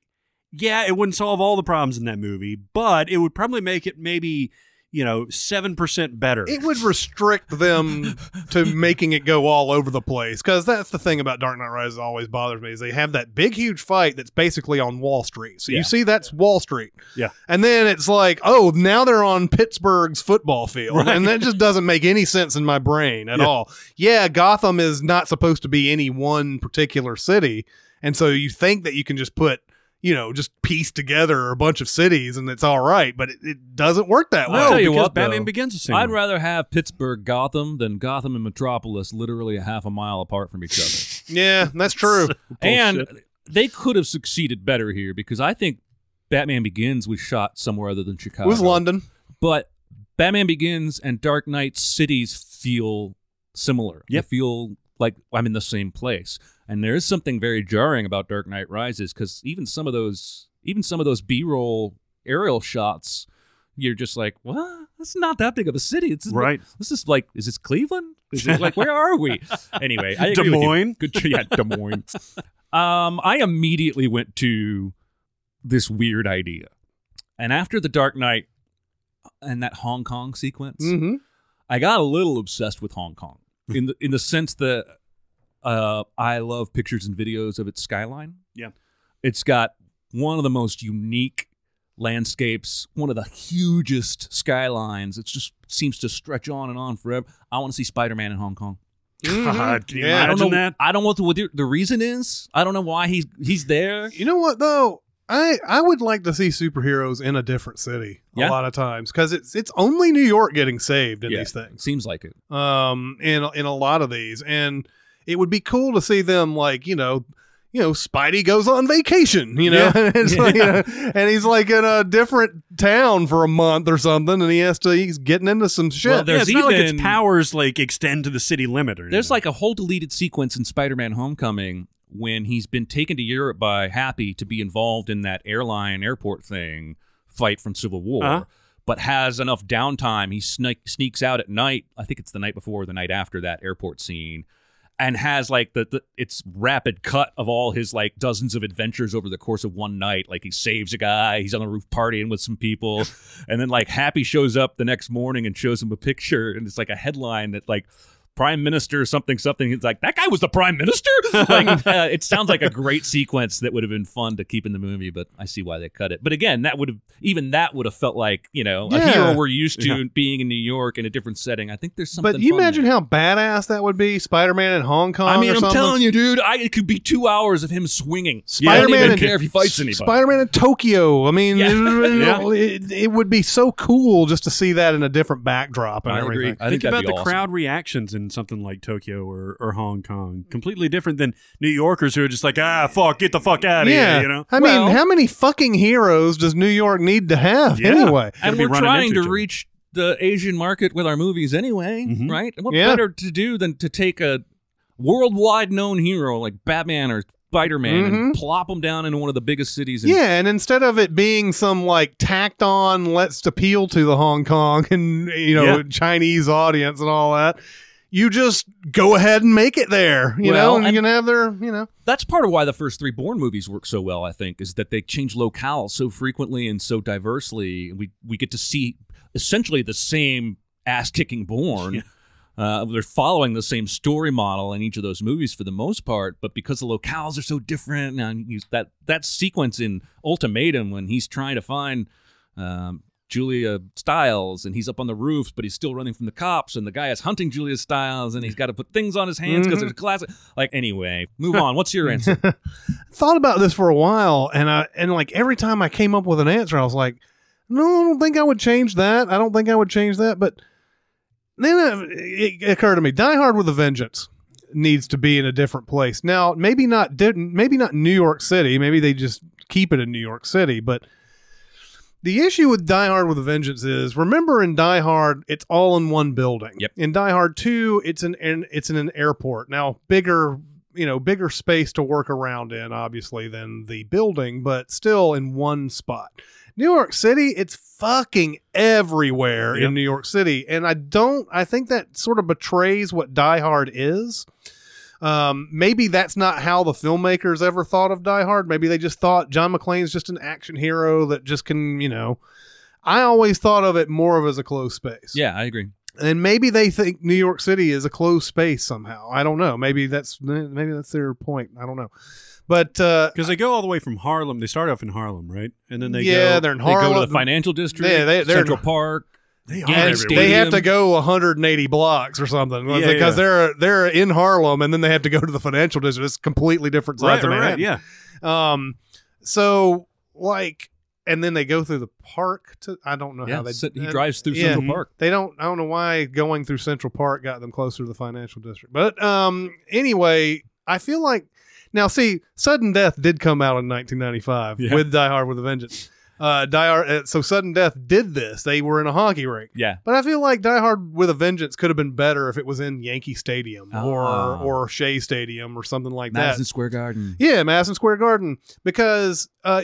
yeah, it wouldn't solve all the problems in that movie, but it would probably make it maybe you know seven percent better. It would restrict them to making it go all over the place because that's the thing about Dark Knight Rises that always bothers me is they have that big huge fight that's basically on Wall Street. So Yeah. you see that's Wall Street, Yeah. and then it's like oh now they're on Pittsburgh's football field, Right. and that just doesn't make any sense in my brain at Yeah. all. Yeah, Gotham is not supposed to be any one particular city, and so you think that you can just put. You know, just piece together a bunch of cities and it's all right, but it, it doesn't work that way. I'll tell you because what, though. Batman Begins is the same I'd way. rather have Pittsburgh Gotham than Gotham and Metropolis literally a half a mile apart from each other. Yeah, that's true. and they could have succeeded better here because I think Batman Begins was shot somewhere other than It Chicago. was London. But Batman Begins and Dark Knight's cities feel similar. Yep. They feel like I'm in the same place. And there is something very jarring about Dark Knight Rises because even some of those, even some of those B-roll aerial shots, you're just like, well, that's not that big of a city. It's Right. This is like, is this Cleveland? Is it like, where are we? Anyway, I agree Des with you. Moines? Good, yeah, Des Moines. um, I immediately went to this weird idea, and after the Dark Knight and that Hong Kong sequence, Mm-hmm. I got a little obsessed with Hong Kong in the in the sense that uh, I love pictures and videos of its skyline. Yeah. it's got one of the most unique landscapes, one of the hugest skylines. It just seems to stretch on and on forever. I want to see Spider Man in Hong Kong. God, can you Mm-hmm. Yeah. I don't know. imagine that? I don't know what the, what the- the reason is. I don't know why he's he's there. You know what though? I I would like to see superheroes in a different city a Yeah. lot of times because it's it's only New York getting saved in Yeah. these things. Seems like it. Um, in in a lot of these, and it would be cool to see them like you know. You know, Spidey goes on vacation. You know, and, it's like, you know, and he's like in a different town for a month or something, and he has to. He's getting into some shit. Well, yeah, there's it's not like even- its powers like extend to the city limit or anything. There's like a whole deleted sequence in Spider-Man: Homecoming when he's been taken to Europe by Happy to be involved in that airline airport thing fight from Civil War, Uh-huh. but has enough downtime. He sneak, sneaks out at night. I think it's the night before or the night after that airport scene. And has like the, the it's rapid cut of all his like dozens of adventures over the course of one night. Like he saves a guy, he's on the roof partying with some people, and then like Happy shows up the next morning and shows him a picture, and it's like a headline that like prime minister something something it's like that guy was the prime minister like uh, it sounds like a great sequence that would have been fun to keep in the movie but i see why they cut it but again that would have even that would have felt like you know a Yeah. hero we're used to being in new york in a different setting i think there's something but you fun imagine there. how badass that would be, Spider-Man in Hong Kong. i mean or i'm something. telling you dude I, it could be two hours of him swinging Spider-Man i don't even and- care if he fights anybody Spider-Man in Tokyo. I mean, Yeah. It, it would be so cool just to see that in a different backdrop and I agree. everything. I think, think, that'd about be the awesome. crowd reactions in in something like Tokyo or, or Hong Kong. Completely different than New Yorkers who are just like, ah, fuck, get the fuck out of here, you know? I Well- mean, how many fucking heroes does New York need to have Yeah. anyway? and be we're running trying into to each other. reach the Asian market with our movies anyway, Mhm. right? And what Yeah. better to do than to take a worldwide known hero like Batman or Spider Man and plop him down into one of the biggest cities? In- Mm-hmm. Yeah, and instead of it being some like tacked on, let's appeal to the Hong Kong and you know Yeah. Chinese audience and all that, you just go ahead and make it there. You Well, know, and you can and- have their you know. That's part of why the first three Bourne movies work so well, I think, is that they change locales so frequently and so diversely. We we get to see essentially the same ass kicking Bourne. Uh, they're following the same story model in each of those movies for the most part, but because the locales are so different, and you- that that sequence in Ultimatum when he's trying to find um, Julia Stiles and he's up on the roof, but he's still running from the cops, and the guy is hunting Julia Stiles, and he's got to put things on his hands Mm-hmm. because there's classic. Like anyway, move on. What's your answer? Thought about this for a while, and I and like every time I came up with an answer, I was like, no, I don't think I would change that. I don't think I would change that. But then it, it occurred to me, Die Hard with a Vengeance needs to be in a different place. Now, maybe not didn't maybe not New York City. Maybe they just keep it in New York City, but the issue with Die Hard with a Vengeance is remember in Die Hard it's all in one building. Yep. In Die Hard 2 it's an, an it's in an airport. Now bigger you know bigger space to work around in obviously than the building but still in one spot. New York City it's fucking everywhere Yep. in New York City and I don't I think that sort of betrays what Die Hard is. Um, maybe that's not how the filmmakers ever thought of Die Hard. Maybe they just thought John McClane's just an action hero that just can, you know. I always thought of it more of as a closed space. yeah, I agree. And maybe they think New York City is a closed space somehow. I don't know. Maybe that's maybe that's their point. I don't know. But uh Because they go all the way from Harlem. They start off in Harlem, right? And then they yeah, go. they're in They Harlem. go to the financial district, Yeah, Um, they- they're- Central Park. They Yeah, are and everywhere. they have to Stadium. go 180 blocks or something because Yeah, yeah. they're they're in Harlem and then they have to go to the financial district. It's completely different sides Right, of right, Manhattan. right, yeah. Um, so like, and then they go through the park to. I don't know Yeah, how they. so- he uh, drives through yeah. Central Park. They don't. I don't know why going through Central Park got them closer to the financial district. But um, anyway, I feel like now see, sudden death did come out in 1995 Yeah. with Die Hard with a Vengeance. Uh, Die Hard. Uh, so sudden death did this. They were in a hockey rink. Yeah, But I feel like Die Hard with a Vengeance could have been better if it was in Yankee Stadium or Ah. or Shea Stadium or something like that. Madison Square Garden. Yeah, Madison Square Garden because uh,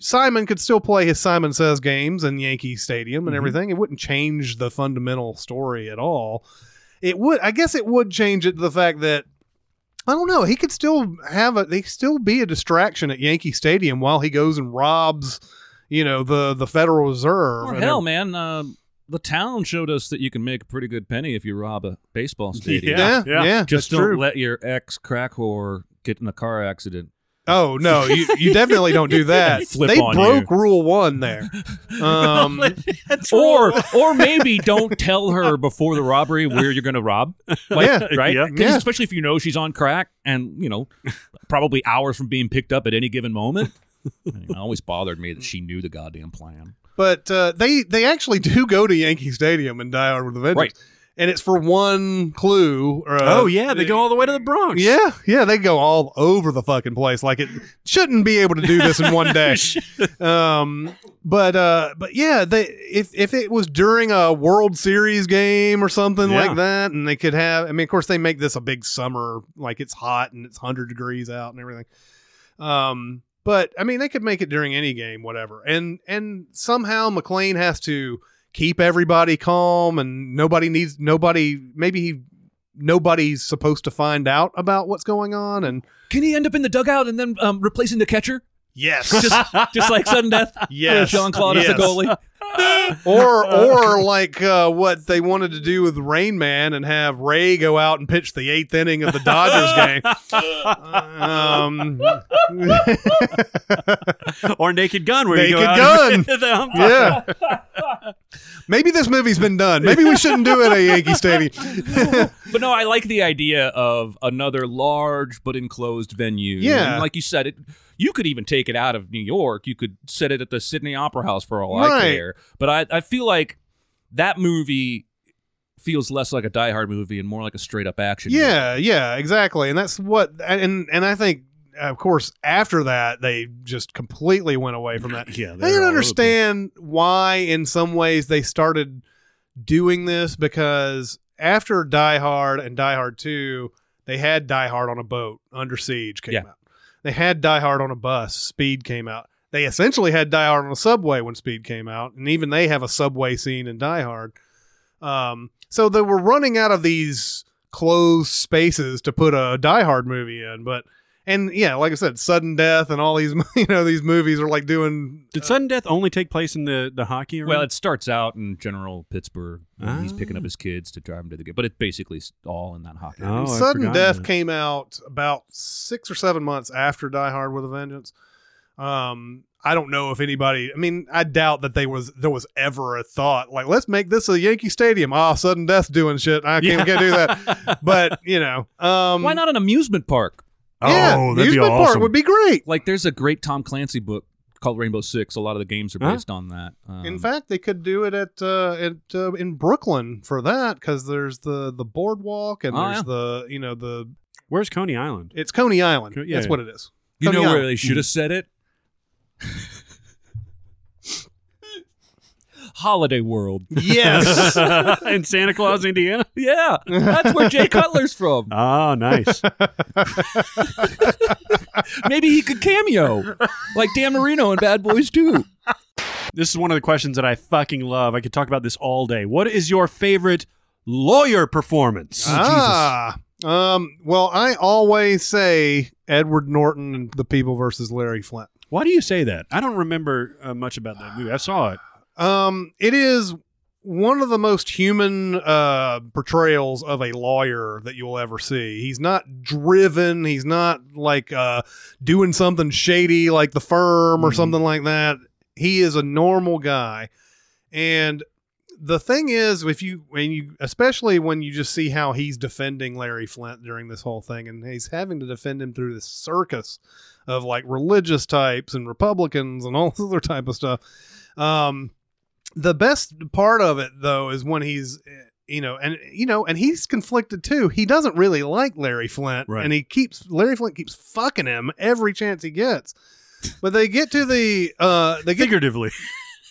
Simon could still play his Simon Says games in Yankee Stadium Mm-hmm. and Mhm. everything. It wouldn't change the fundamental story at all. It would, I guess, it would change it to the fact that I don't know. He could still have a, they still be a distraction at Yankee Stadium while he goes and robs, you know, the the Federal Reserve. Or and Oh, hell, man. Um, the town showed us that you can make a pretty good penny if you rob a baseball stadium. everything. Yeah, yeah, yeah, yeah. Just that's don't true. let your ex crack whore get in a car accident. Oh no, you, you definitely don't do that. Flip they on broke rule one there. Um, or or maybe don't tell her before the robbery where you're going to rob. Like, Yeah. right. Yeah. 'Cause Yeah. Especially if you know she's on crack and you know probably hours from being picked up at any given moment. it always bothered me that she knew the goddamn plan. But uh, they they actually do go to Yankee Stadium and Die Hard with a Vengeance, Right. and it's for one clue. Or, uh, oh, yeah. They go all the way to the Bronx. yeah, yeah. They go all over the fucking place. Like it shouldn't be able to do this in one day. um, but uh, but yeah, they if if it was during a World Series game or something Yeah. like that, and they could have. I mean, of course, they make this a big summer, like it's hot and it's hundred degrees out and everything. Um, but I mean, they could make it during any game, whatever. And and somehow McLean has to keep everybody calm, and nobody needs nobody. Maybe he nobody's supposed to find out about what's going on. And Can he end up in the dugout and then um, replacing the catcher? yes, Just just like sudden death. Yes. Jean Claude is the Yes. goalie. or or like uh, what they wanted to do with Rain Man and have Ray go out and pitch the eighth inning of the Dodgers game. Um, Or Naked Gun, where you go "Ah, Naked out and- Gun. the hump- yeah. Maybe this movie's been done. Maybe we shouldn't do it at Yankee Stadium. But no, I like the idea of another large but enclosed venue. Yeah. And like you said, it you could even take it out of New York. You could set it at the Sydney Opera House for all I Right. care. But I, I feel like that movie feels less like a Die Hard movie and more like a straight up action. Yeah, yeah, exactly. And that's what and and I think of course after that they just completely went away from that. Yeah, I they're all over didn't the understand why in some ways they started doing this because after Die Hard and Die Hard 2, they had Die Hard on a boat, Under Siege came Yeah. out. They had Die Hard on a bus, Speed came out. They essentially had Die Hard on a subway when Speed came out, and even they have a subway scene in Die Hard. Um, so they were running out of these closed spaces to put a Die Hard movie in, but and yeah, like I said, sudden death and all these you know these movies are like doing Did sudden death only take place in the the hockey arena? Well, it starts out in General Pittsburgh. and He's Ah. picking up his kids to drive them to the game, but it's basically s- all in that hockey. Oh, I sudden forgot death that. came out about six or seven months after Die Hard with a Vengeance. Um, I don't know if anybody. I mean, I doubt that they was there was ever a thought like let's make this a Yankee Stadium. Ah, sudden death doing shit. I can't, can't do that. But you know, um, Why not an amusement park? Yeah, oh, that'd be amusement awesome. park would be great. Like, there's a great Tom Clancy book called Rainbow Six. A lot of the games are Huh? based on that. Um, In fact, they could do it at uh, at uh, in Brooklyn for that because there's the the boardwalk and Oh, there's yeah. the you know the Where's Coney Island? it's Coney Island. Co- yeah, That's Oh, yeah. Mm-hmm. what it is. you Coney know where Island. they should have said it. Holiday World. Yes. in Santa Claus, Indiana. Yeah, that's where Jay Cutler's from. Ah, nice. Maybe he could cameo like Dan Marino in Bad Boys 2. this is one of the questions that I fucking love. I could talk about this all day. What is your favorite lawyer performance? ah. Um, well, I always say Edward Norton and the people versus Larry Flint. Why do you say that? I don't remember uh, much about that movie. I saw it. Um, it is one of the most human uh, portrayals of a lawyer that you'll ever see. He's not driven. He's not like uh, doing something shady like the firm or something like that. He is a normal guy, and the thing is, if you when you especially when you just see how he's defending Larry Flint during this whole thing, and he's having to defend him through this circus of like religious types and Republicans and all this other type of stuff. Um, the best part of it though is when he's eh, you know and you know and he's conflicted too he doesn't really like larry flint Right. and he keeps larry flint keeps fucking him every chance he gets but they get to the uh they get Figuratively.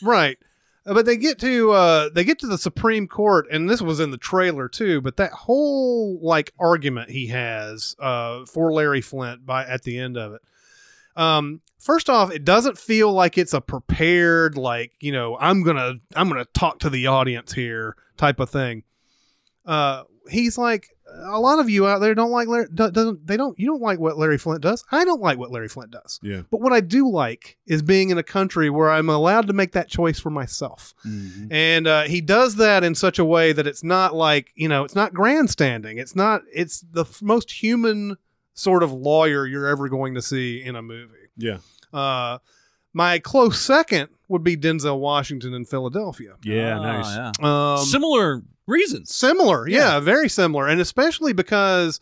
right Uh, but they get to uh they get to the supreme court and this was in the trailer too but that whole like argument he has uh for larry flint by at the end of it um first off it doesn't feel like it's a prepared like you know i'm gonna i'm gonna talk to the audience here type of thing uh he's like a lot of you out there don't like larry do- doesn't they don't you don't like what larry flint does i don't like what larry flint does Yeah. but what I do like is being in a country where I'm allowed to make that choice for myself. And uh, he does that in such a way that it's not like, you know, it's not grandstanding. It's not, it's the f- most human sort of lawyer you're ever going to see in a movie. Yeah. Uh, my close second would be Denzel Washington in Philadelphia. Yeah, Ah, nice. yeah. Um, Similar reasons. Similar, yeah. very similar, and especially because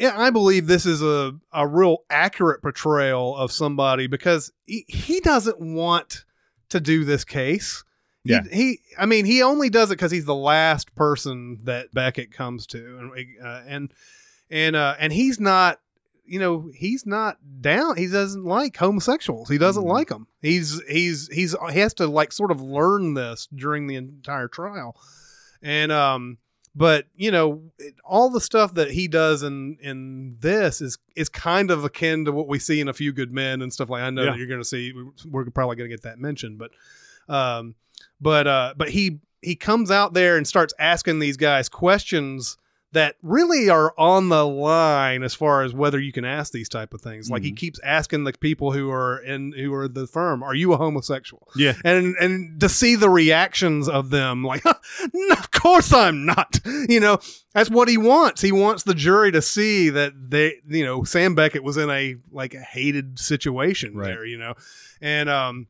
yeah, I believe this is a a real accurate portrayal of somebody because he, he doesn't want to do this case. He- Yeah. He, I mean, he only does it because he's the last person that Beckett comes to, and uh, and and uh, and he's not, you know, he's not down. He doesn't like homosexuals. He doesn't 'em. like them. He's he's he's he has to like sort of learn this during the entire trial and um but you know it, all the stuff that he does in in this is is kind of akin to what we see in a few good men and stuff like i know Yeah. that you're gonna see we're probably gonna get that mentioned but um but uh but he he comes out there and starts asking these guys questions that really are on the line as far as whether you can ask these type of things like he keeps asking the people who are in who are the firm are you a homosexual Yeah. and and to see the reactions of them like "No, of course i'm not you know that's what he wants he wants the jury to see that they you know sam beckett was in a like a hated situation Right. there you know and um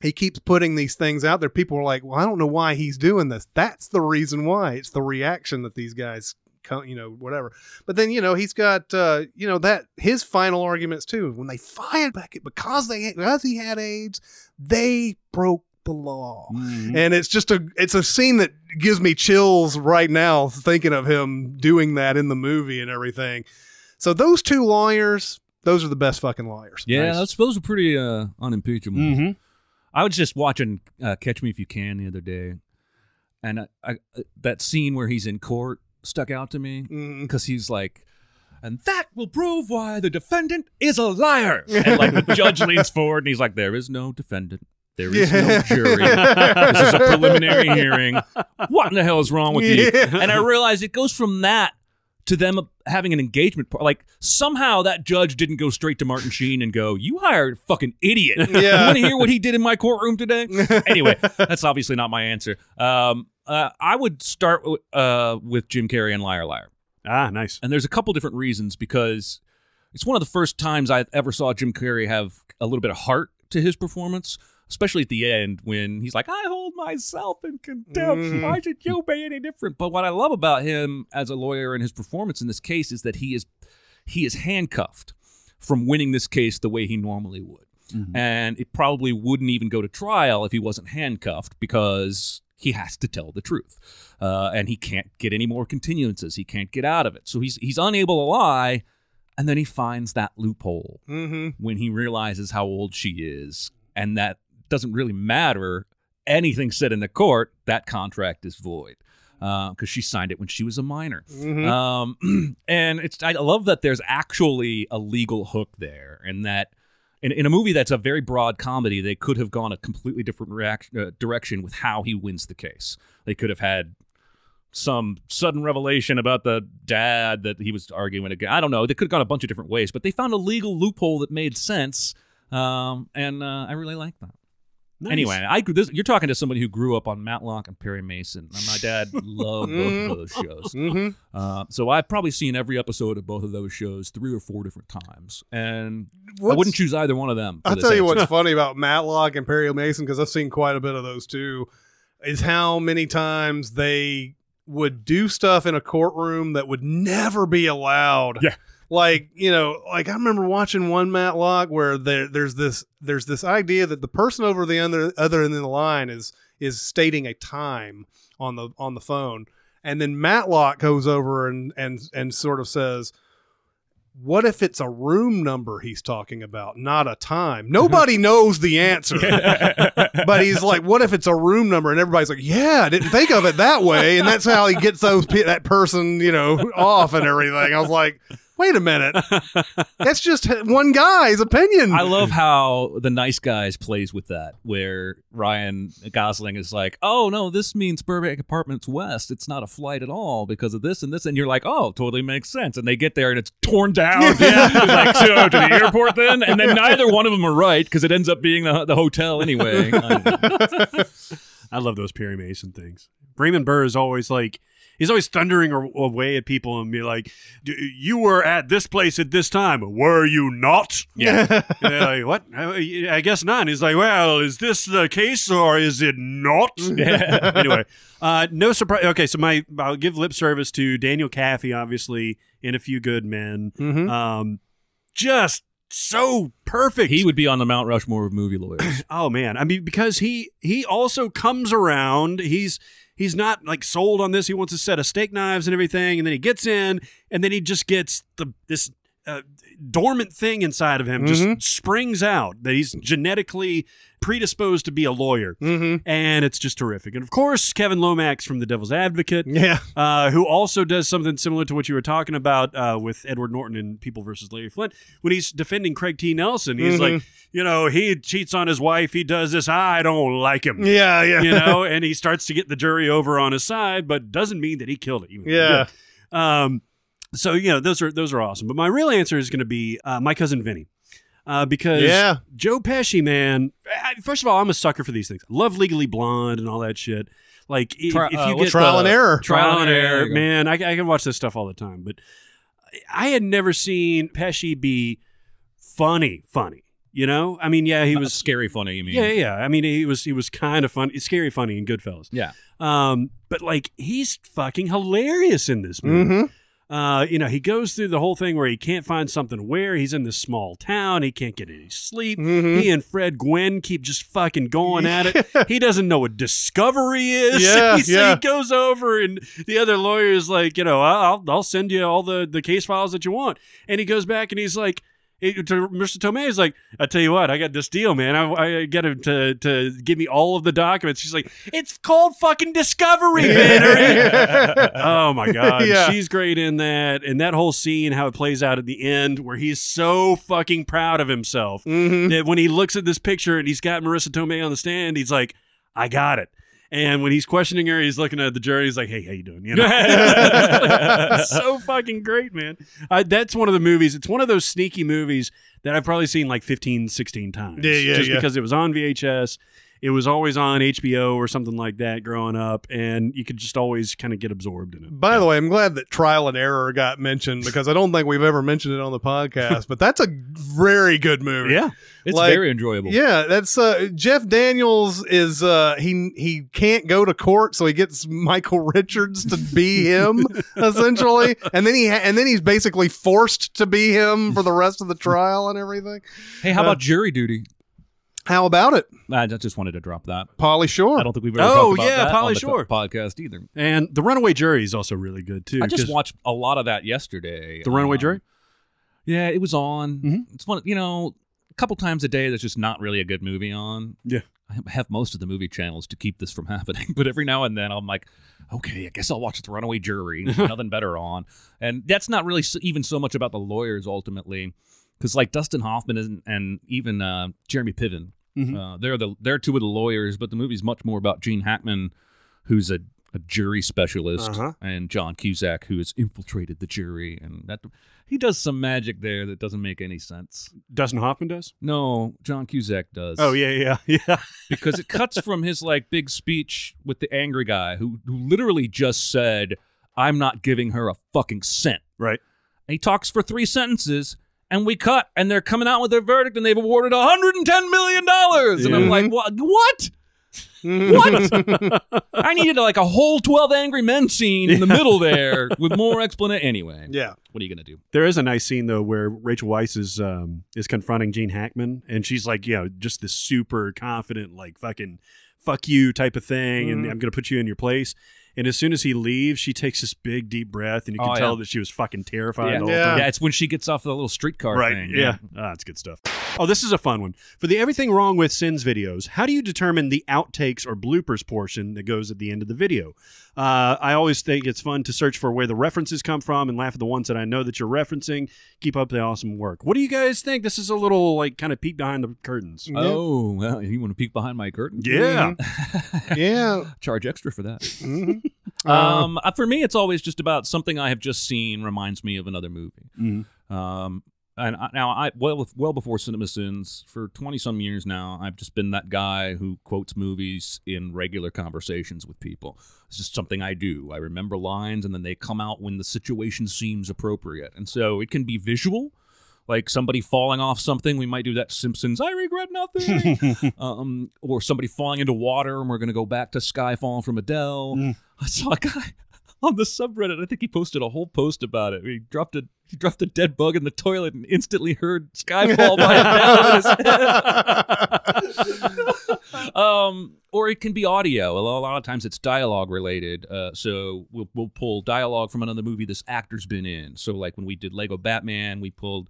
he keeps putting these things out there people are like well i don't know why he's doing this that's the reason why it's the reaction that these guys come you know whatever but then you know he's got uh you know that his final arguments too when they fired back it because they because he had aids they broke the law. Mm-hmm. And it's just a it's a scene that gives me chills right now thinking of him doing that in the movie and everything. So those two lawyers, those are the best fucking lawyers. Yeah, those, those are pretty uh, unimpeachable. Mm-hmm. I was just watching uh, Catch Me If You Can the other day, and I, I, that scene where he's in court stuck out to me Mm. because he's like, and that will prove why the defendant is a liar. And like the judge leans forward and he's like, there is no defendant. There is no Yeah. jury. this is a preliminary hearing. What in the hell is wrong with you? Yeah. And I realized it goes from that to them having an engagement par Like somehow that judge didn't go straight to Martin Sheen and go, "You hired a fucking idiot." Yeah. You want to hear what he did in my courtroom today? anyway, that's obviously not my answer. Um, uh, I would start w- uh, with Jim Carrey and Liar Liar. Ah, nice. And there's a couple different reasons because it's one of the first times I ever saw Jim Carrey have a little bit of heart to his performance, especially at the end when he's like, I hold myself in contempt. Mm. Why should you be any different? But what I love about him as a lawyer and his performance in this case is that he is he is handcuffed from winning this case the way he normally would. And it probably wouldn't even go to trial if he wasn't handcuffed because he has to tell the truth. Uh, and he can't get any more continuances. He can't get out of it. So he's he's unable to lie. And then he finds that loophole Mm-hmm. when he realizes how old she is. And that doesn't really matter. Anything said in the court, that contract is void because she signed it when she was a minor. Um, and it's I love that there's actually a legal hook there, and that in, in a movie that's a very broad comedy, they could have gone a completely different reaction, uh, direction with how he wins the case. They could have had some sudden revelation about the dad that he was arguing again. I don't know. They could have gone a bunch of different ways, but they found a legal loophole that made sense. Um, and uh, I really like that. Nice. Anyway, I grew- this, you're talking to somebody who grew up on Matlock and Perry Mason. And my dad loved both of those shows. Mm-hmm. Uh, so I've probably seen every episode of both of those shows three or four different times, and I What's- wouldn't choose either one of them. for I'll this tell you answer. what's funny about Matlock and Perry Mason because I've seen quite a bit of those too. Is how many times they would do stuff in a courtroom that would never be allowed. Yeah. Like you know, like I remember watching one Matlock where there, there's this there's this idea that the person over the other other end of the line is is stating a time on the on the phone, and then Matlock goes over and and and sort of says, what if it's a room number he's talking about, not a time? Nobody knows the answer. but he's like, what if it's a room number? And everybody's like, yeah, I didn't think of it that way. And that's how he gets those pe- that person, you know, off and everything. I was like, wait a minute. That's just h- one guy's opinion. I love how the nice guys plays with that, where Ryan Gosling is like, "Oh no, this means Burbank Apartments West. It's not a flight at all because of this and this," and you're like, "Oh, totally makes sense." And they get there and it's torn down. It's like so to the airport then, and then neither one of them are right because it ends up being the, the hotel anyway. I love those Perry Mason things. Raymond Burr is always like, he's always thundering a- away at people and be like, "D- "You were at this place at this time, were you not?" yeah. And they're like, "What? I, I guess not." And he's like, "Well, is this the case or is it not?" anyway, uh, no surprise. Okay, so my I'll give lip service to Daniel Caffey, obviously, in A Few Good Men. Mhm. Um, just so perfect. he would be on the Mount Rushmore of movie lawyers. Oh man, I mean because he he also comes around. He's he's not like sold on this. He wants a set of steak knives and everything, and then he gets in, and then he just gets the this uh, dormant thing inside of him just springs out that he's genetically predisposed to be a lawyer, hmm and it's just terrific. And of course, Kevin Lomax from The Devil's Advocate. Yeah. Uh, who also does something similar to what you were talking about uh, with Edward Norton in People versus Larry Flint when he's defending Craig T. Nelson. He's Mhm. like, you know, he cheats on his wife. He does this. I don't like him. Yeah. Yeah. You know, and he starts to get the jury over on his side, but doesn't mean that he killed it. even though he Yeah. did. Um, so you know, those are those are awesome. But my real answer is going to be uh, my cousin Vinny. Uh, because Yeah. Joe Pesci, man. I, first of all, I'm a sucker for these things. Love Legally Blonde and all that shit. Like if, Tri- if you uh, get what's Trial the- and error. trial and error. There you go. Man, I, I can watch this stuff all the time, but I had never seen Pesci be funny, funny. You know, I mean, yeah, he It was. was scary funny. You mean? yeah, yeah. I mean, he was he was kind of funny, scary, funny in Goodfellas. Yeah. Um, but like he's fucking hilarious in this movie. hmm Uh, you know, he goes through the whole thing where he can't find something to wear. He's in this small town. He can't get any sleep. Mhm. He and Fred Gwen keep just fucking going at it. he doesn't know what discovery is. Yeah, so yeah. he goes over, and the other lawyer is like, you know, "I- I'll, I'll send you all the, the case files that you want. And he goes back and he's like, it- to Mr. Tomei is like, I tell you what, I got this deal, man. I, I get him to, to give me all of the documents. She's like, it's called fucking discovery, man. oh my god, Yeah. she's great in that, and that whole scene, how it plays out at the end, where he's so fucking proud of himself that when he looks at this picture and he's got Marissa Tomei on the stand, he's like, I got it. And when he's questioning her, he's looking at the jury. He's like, "Hey, how you doing?" You know, It's so fucking great, man. I, that's one of the movies. It's one of those sneaky movies that I've probably seen like 15, 16 times. Yeah, yeah, Just yeah. because it was on VHS, it was always on HBO or something like that growing up, and you could just always kind of get absorbed in it. By the way, I'm glad that trial and error got mentioned because I don't think we've ever mentioned it on the podcast, but that's a very good movie. yeah, It's Like- very enjoyable. Yeah, that's uh, Jeff Daniels is uh, he he can't go to court, so he gets Michael Richards to be him essentially, and then he ha- and then he's basically forced to be him for the rest of the trial and everything. Hey, how about jury duty? How about it, I just wanted to drop that. Polly Shore? I don't think we've ever Oh, talked about yeah, that Polly on the Shore. podcast either. and the Runaway Jury is also really good too. I just 'cause watched a lot of that yesterday. the Runaway Um, Jury. Yeah, it was on. Mhm. It's one, you know, a couple times a day. There's just not really a good movie on. Yeah. I have- have most of the movie channels to keep this from happening, but every now and then I'm like, okay, I guess I'll watch The Runaway Jury. There's nothing better on, and that's not really s even so much about the lawyers ultimately, because like Dustin Hoffman and, and even uh, Jeremy Piven, Mhm. uh, they're the they're two of the lawyers, but the movie's much more about Gene Hackman, who's a a jury specialist Uh-huh. and John Cusack, who has infiltrated the jury, and that he does some magic there that doesn't make any sense. Dustin Hoffman does. No, John Cusack does. Oh yeah, yeah, yeah. because it cuts from his like big speech with the angry guy who who literally just said, "I'm not giving her a fucking cent." Right. And he talks for three sentences, and we cut, and they're coming out with their verdict, and they've awarded 110 million dollars, and I'm Yeah. like, "What? What?" Mhm. What? I needed like a whole 12 Angry Men scene in the middle there with more explanation. Anyway, Yeah, what are you going to do? There is a nice scene though where Rachel Weisz is um, is confronting Gene Hackman, and she's like, you know, just this super confident, like fucking fuck you type of thing, and Mm-hmm. Mhm. I'm gonna put you in your place. And as soon as he leaves, she takes this big deep breath, and you can Oh, yeah. tell that she was fucking terrified. Yeah. The whole Yeah. time. Yeah, it's when she gets off the little streetcar Right. thing. yeah. Ah, that's good stuff. Oh, this is a fun one. For the Everything Wrong with Sins videos, how do you determine the outtakes or bloopers portion that goes at the end of the video? Uh, I always think it's fun to search for where the references come from and laugh at the ones that I know that you're referencing. Keep up the awesome work. What do you guys think? This is a little, like, kind of peek behind the curtains. Oh, well, you want to peek behind my curtain? Yeah. yeah. Charge extra for that. Mhm. Um, uh, for me, it's always just about something I have just seen reminds me of another movie. Mhm. Um, and I, now I well well before CinemaSins for twenty some years now, I've just been that guy who quotes movies in regular conversations with people. It's just something I do. I remember lines, and then they come out when the situation seems appropriate. And so it can be visual, like somebody falling off something. We might do that Simpsons. I regret nothing. um, or somebody falling into water, and we're gonna go back to Skyfall from Adele. I saw a guy on the subreddit. I think he posted a whole post about it. He dropped a he dropped a dead bug in the toilet and instantly heard Skyfall by Adele. in his um, or it can be audio. A lo- a lot of times it's dialogue related. Uh, so we'll, we'll pull dialogue from another movie this actor's been in. So like when we did Lego Batman, we pulled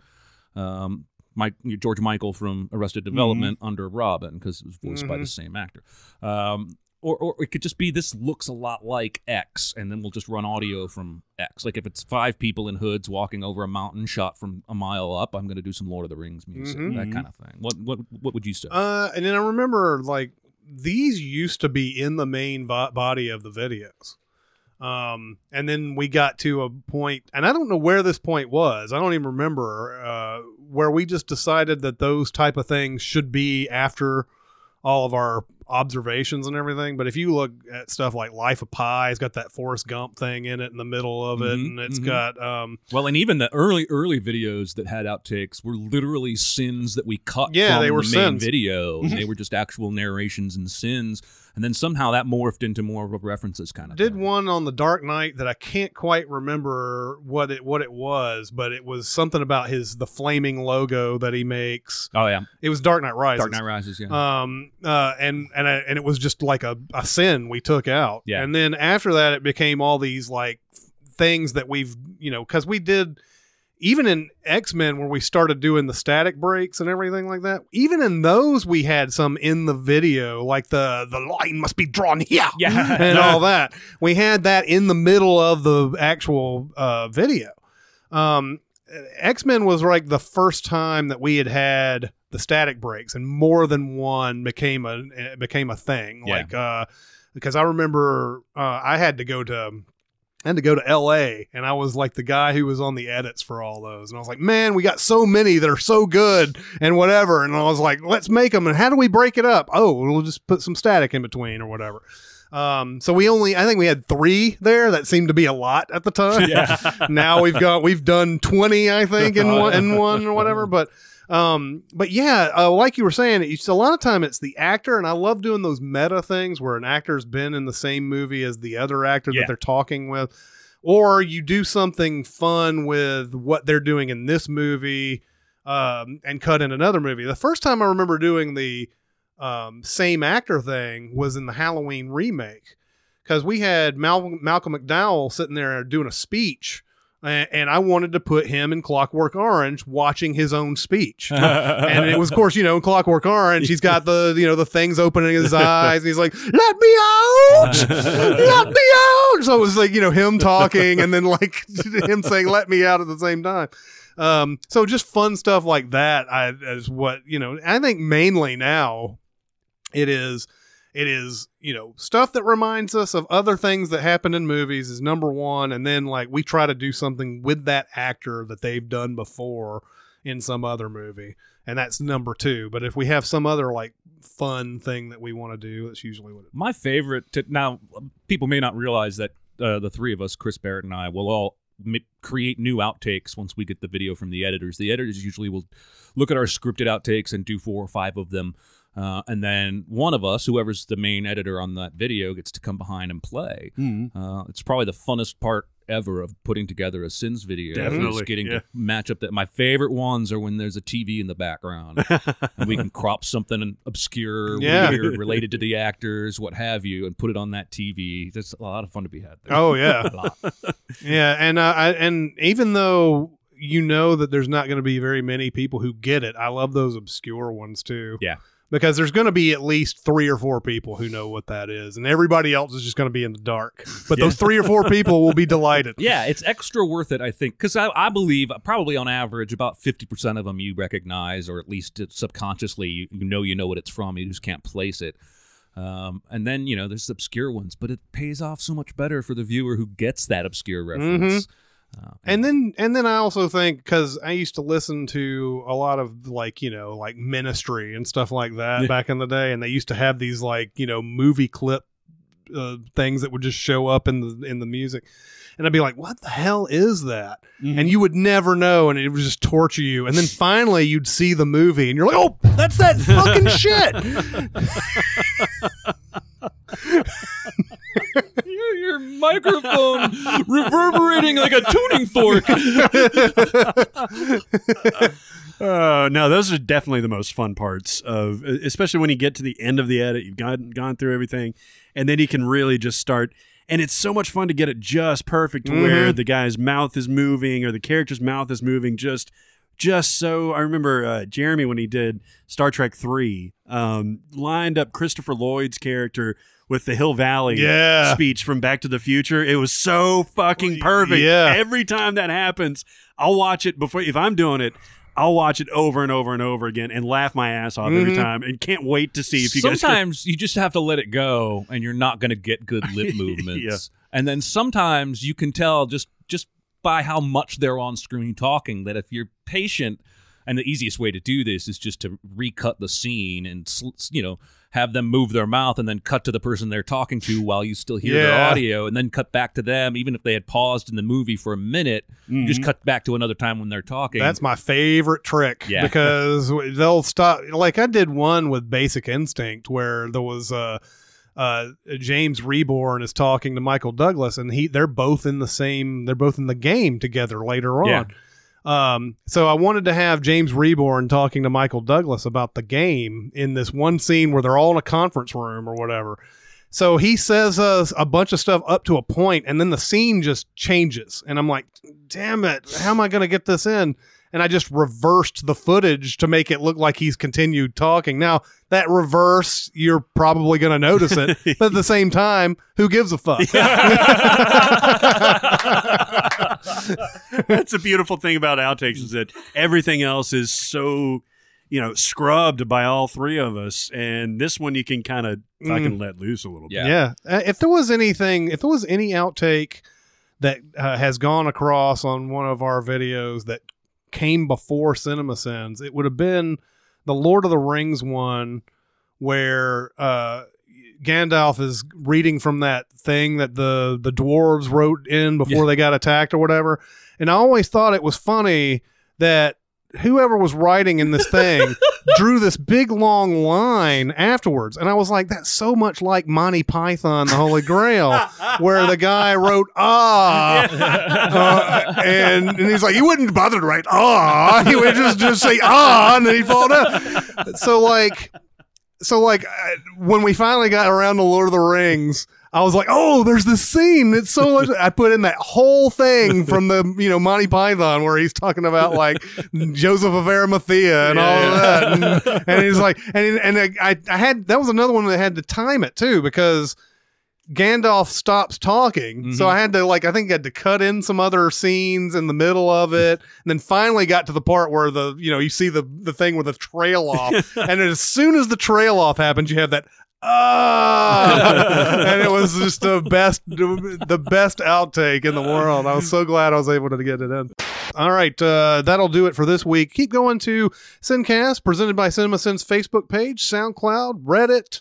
um, Mike George Michael from Arrested Development under Robin because it was voiced by the same actor. Um, or, or it could just be this looks a lot like X, and then we'll just run audio from X. Like if it's five people in hoods walking over a mountain shot from a mile up, I'm going to do some Lord of the Rings music, Mhm. that kind of thing. What what what would you say? Uh, and then I remember like these used to be in the main bo- body of the videos. Um, and then we got to a point, and I don't know where this point was. I don't even remember uh, where we just decided that those type of things should be after all of our observations and everything. But if you look at stuff like Life of Pi, it's got that Forrest Gump thing in it in the middle of it, Mhm, and it's mhm. got um, Well, and even the early, early videos that had outtakes were literally sins that we cut Yeah, from they were the main sins. video. and they were just actual narrations and sins. and then somehow that morphed into more of a references kind of did thing. one on the Dark Knight that I can't quite remember what it what it was, but it was something about his the flaming logo that he makes. Oh yeah, It was Dark Knight Rises. Dark Knight Rises. Yeah, Um uh and and I, and it was just like a, a sin we took out. Yeah. And then after that it became all these like things that we've you know cuz we did even in X-Men where we started doing the static breaks and everything like that. Even in those we had some in the video like the the line must be drawn here yeah. and all that. We had that in the middle of the actual uh, video. Um, X Men was like the first time that we had had the static breaks, and more than one became a it became a thing. Yeah. Like uh, because I remember uh, I had to go to. I had to go to L.A. and I was like the guy who was on the edits for all those, and I was like, "Man, we got so many that are so good and whatever." And I was like, "Let's make them." And how do we break it up? Oh, we'll just put some static in between or whatever. Um, so we only, I think we had three there. That seemed to be a lot at the time. now we've got, we've done 20, I think, in one, in one or whatever. But, um, but yeah, uh, like you were saying, it's a lot of time it's the actor. And I love doing those meta things where an actor's been in the same movie as the other actor Yeah. that they're talking with, or you do something fun with what they're doing in this movie, um, and cut in another movie. The first time I remember doing the, um, same actor thing was in the Halloween remake because we had Mal- Malcolm McDowell sitting there doing a speech, and, and I wanted to put him in Clockwork Orange watching his own speech. and it was, of course, you know, in Clockwork Orange. He's got the you know the things opening his eyes, and he's like, "Let me out, let me out." So it was like you know him talking, and then like him saying, "Let me out" at the same time. Um, so just fun stuff like that I, is what you know. I think mainly now it is it is you know stuff that reminds us of other things that happen in movies is number one and then like we try to do something with that actor that they've done before in some other movie and that's number two but if we have some other like fun thing that we want to do that's usually what it My favorite. T- now, people may not realize that uh, the three of us, Chris Barrett and I, will all m- create new outtakes once we get the video from the editors. The editors usually will look at our scripted outtakes and do four or five of them. Uh, and then one of us, whoever's the main editor on that video, gets to come behind and play. Mm-hmm. Uh, it's probably the funnest part ever of putting together a sins video. is Definitely, getting yeah. to match up that. My favorite ones are when there's a TV in the background and we can crop something obscure, Yeah. weird, related to the actors, what have you, and put it on that TV. That's a lot of fun to be had. There. oh yeah A lot. yeah and uh, I, and even though you know that there's not going to be very many people who get it i love those obscure ones too Yeah. because there's going to be at least three or four people who know what that is, and everybody else is just going to be in the dark. But those three or four people will be delighted. Yeah, it's extra worth it, I think, because I, I believe probably on average about 50% of them you recognize, or at least it's subconsciously you, you know you know what it's from, you just can't place it. Um, and then, you know, there's obscure ones, but it pays off so much better for the viewer who gets that obscure Mm-hmm. reference. Uh, And then, and then I also think because I used to listen to a lot of like you know like ministry and stuff like that back in the day, and they used to have these like you know movie clip uh, things that would just show up in the in the music, and I'd be like, "What the hell is that?" And you would never know, and it would just torture you. And then finally, you'd see the movie, and you're like, "Oh, that's that fucking shit." Hear your microphone reverberating like a tuning fork. Uh, no, those are definitely the most fun parts of, e, especially when you get to the end of the edit. You've gone gone through everything, and then you can really just start. And it's so much fun to get it just perfect to where the guy's mouth is moving or the character's mouth is moving just just so. I remember uh, Jeremy when he did Star Trek Three, um, lined up Christopher Lloyd's character with the Hill Valley Yeah. speech from Back to the Future. It was so fucking perfect. Yeah. Every time that happens, I'll watch it before if I'm doing it. I'll watch it over and over and over again and laugh my ass off every Mm-hmm. time and can't wait to see if you guys. sometimes you just have to let it go and you're not going to get good lip movements and then sometimes you can tell just just by how much they're on screen talking that if you're patient and the easiest way to do this is just to recut the scene and sl- you know have them move their mouth and then cut to the person they're talking to while you still hear their Yeah. audio and then cut back to them even if they had paused in the movie for a minute you just cut back to another time when they're talking Mm-hmm. That's my favorite trick Yeah. because they'll stop. Like I did one with Basic Instinct where there was Uh, uh, James Reborn is talking to Michael Douglas, and he they're both in the same they're both in the game together later on. Yeah. Um, so I wanted to have James Reborn talking to Michael Douglas about the game in this one scene where they're all in a conference room or whatever. So he says uh, a bunch of stuff up to a point, and then the scene just changes, and I'm like, "Damn it! How am I going to get this in?" And I just reversed the footage to make it look like he's continued talking. Now that reverse, you're probably going to notice it, but at the same time, who gives a fuck? That's a beautiful thing about outtakes is that everything else is so, you know, scrubbed by all three of us, and this one you can kind of fucking let loose a little bit. Yeah. Mm. Yeah. Uh, If there was anything, if there was any outtake that uh, has gone across on one of our videos that came before Cinema Sins, it would have been the Lord of the Rings one where uh, Gandalf is reading from that thing that the the dwarves wrote in before they got attacked or whatever. And I always thought it was funny that whoever was writing in this thing drew this big long line afterwards. And I was like, that's so much like Monty Python, the Holy Grail, where the guy wrote, ah. uh, and, and he's like, he wouldn't bother to write, ah. He would just, just say, ah, and then he'd fall down. So, like, so like I- when we finally got around to Lord of the Rings, I was like, "Oh, there's this scene. It's so." much. I put in that whole thing from the you know Monty Python where he's talking about like Joseph of Arimathea and all of that, and, and he's like, and and I I had that was another one that had to time it too because Gandalf stops talking, so I had to like I think I had to cut in some other scenes in the middle of it, and then finally got to the part where the you know you see the the thing with the trail off, and as soon as the trail off happens, you have that ah, and it was just the best the best outtake in the world. I was so glad I was able to get it in. All right, uh, that'll do it for this week. Keep going to Sincast, presented by CinemaSins Facebook page, SoundCloud, Reddit,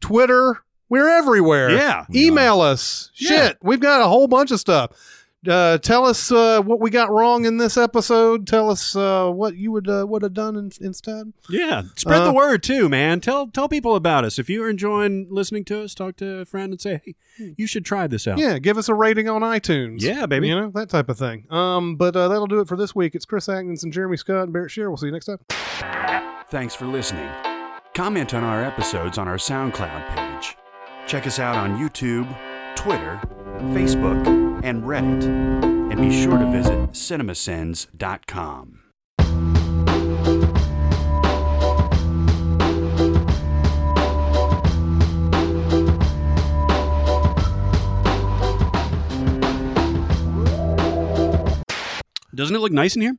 Twitter. We're everywhere. Yeah. Email us. Shit. We've got a whole bunch of stuff. Uh, tell us uh, what we got wrong in this episode. Tell us uh, what you would uh, would have done in, instead. Yeah, spread Uh, the word too, man. Tell tell people about us. If you're enjoying listening to us, talk to a friend and say, "Hey, you should try this out." hmm. Yeah, give us a rating on iTunes. Yeah, baby. You know that type of thing. Um, but uh, that'll do it for this week. It's Chris Atkins and Jeremy Scott and Barrett Shear. We'll see you next time. Thanks for listening. Comment on our episodes on our SoundCloud page. Check us out on YouTube, Twitter, Facebook, and Reddit. And be sure to visit cinemasins.com. Doesn't it look nice in here?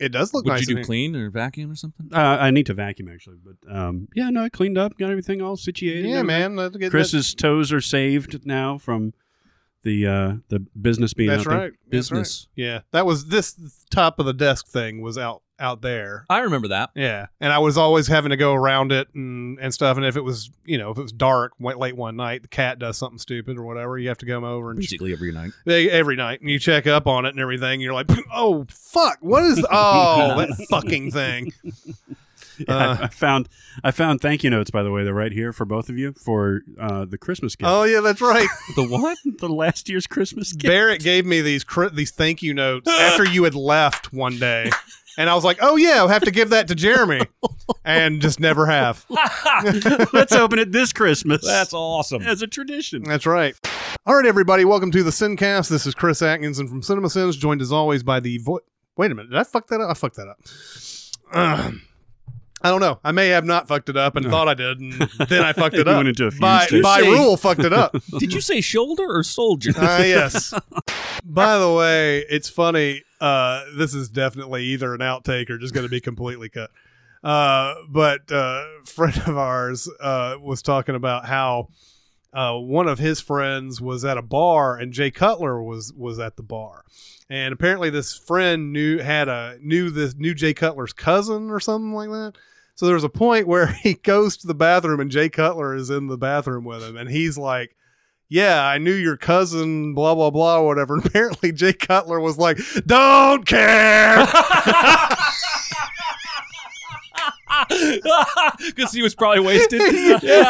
It does look Would nice. you in do here. clean or vacuum or something? Uh, I need to vacuum actually, but um, yeah, no, I cleaned up, got everything all situated. Yeah, and man. Let's get that- Chris's toes are saved now from the uh, the business being That's out there. right. That's right. Business. Yeah, that was this top of the desk thing was out out there. I remember that. Yeah, and I was always having to go around it and, and stuff. And if it was you know if it was dark wa- late one night, the cat does something stupid or whatever, you have to come over and Basically every night. they, every night and you check up on it and everything. And you're like, oh fuck, what is oh that fucking thing? Yeah, I- Uh. I, found I found thank you notes by the way. They're right here for both of you for uh, the Christmas gift. Oh yeah, that's right. The what? the last year's Christmas gift. Barrett gave me these cri- these thank you notes after you had left one day. And I was like, "Oh yeah, I'll have to give that to Jeremy," and just never have. Let's open it this Christmas. That's awesome. as a tradition. That's right. All right, everybody, welcome to the Sincast. This is Chris Atkinson from CinemaSins, joined as always by the vo- Wait a minute, did I fuck that up? I fucked that up. Ugh. I don't know. I may have not fucked it up and thought I did, and then I fucked it You up. went into a fugue by state. by You're saying- rule, fucked it up. Did you say shoulder or soldier? Ah, yes. By the way, it's funny. Uh, this is definitely either an outtake or just going to be completely cut. Uh, but uh, a friend of ours uh, was talking about how uh, one of his friends was at a bar and Jay Cutler was was at the bar, and apparently this friend knew had a knew this knew Jay Cutler's cousin or something like that. So there was a point where he goes to the bathroom and Jay Cutler is in the bathroom with him, and he's like yeah, I knew your cousin, blah, blah, blah, whatever. And apparently, Jay Cutler was like, don't care. Because he was probably wasted.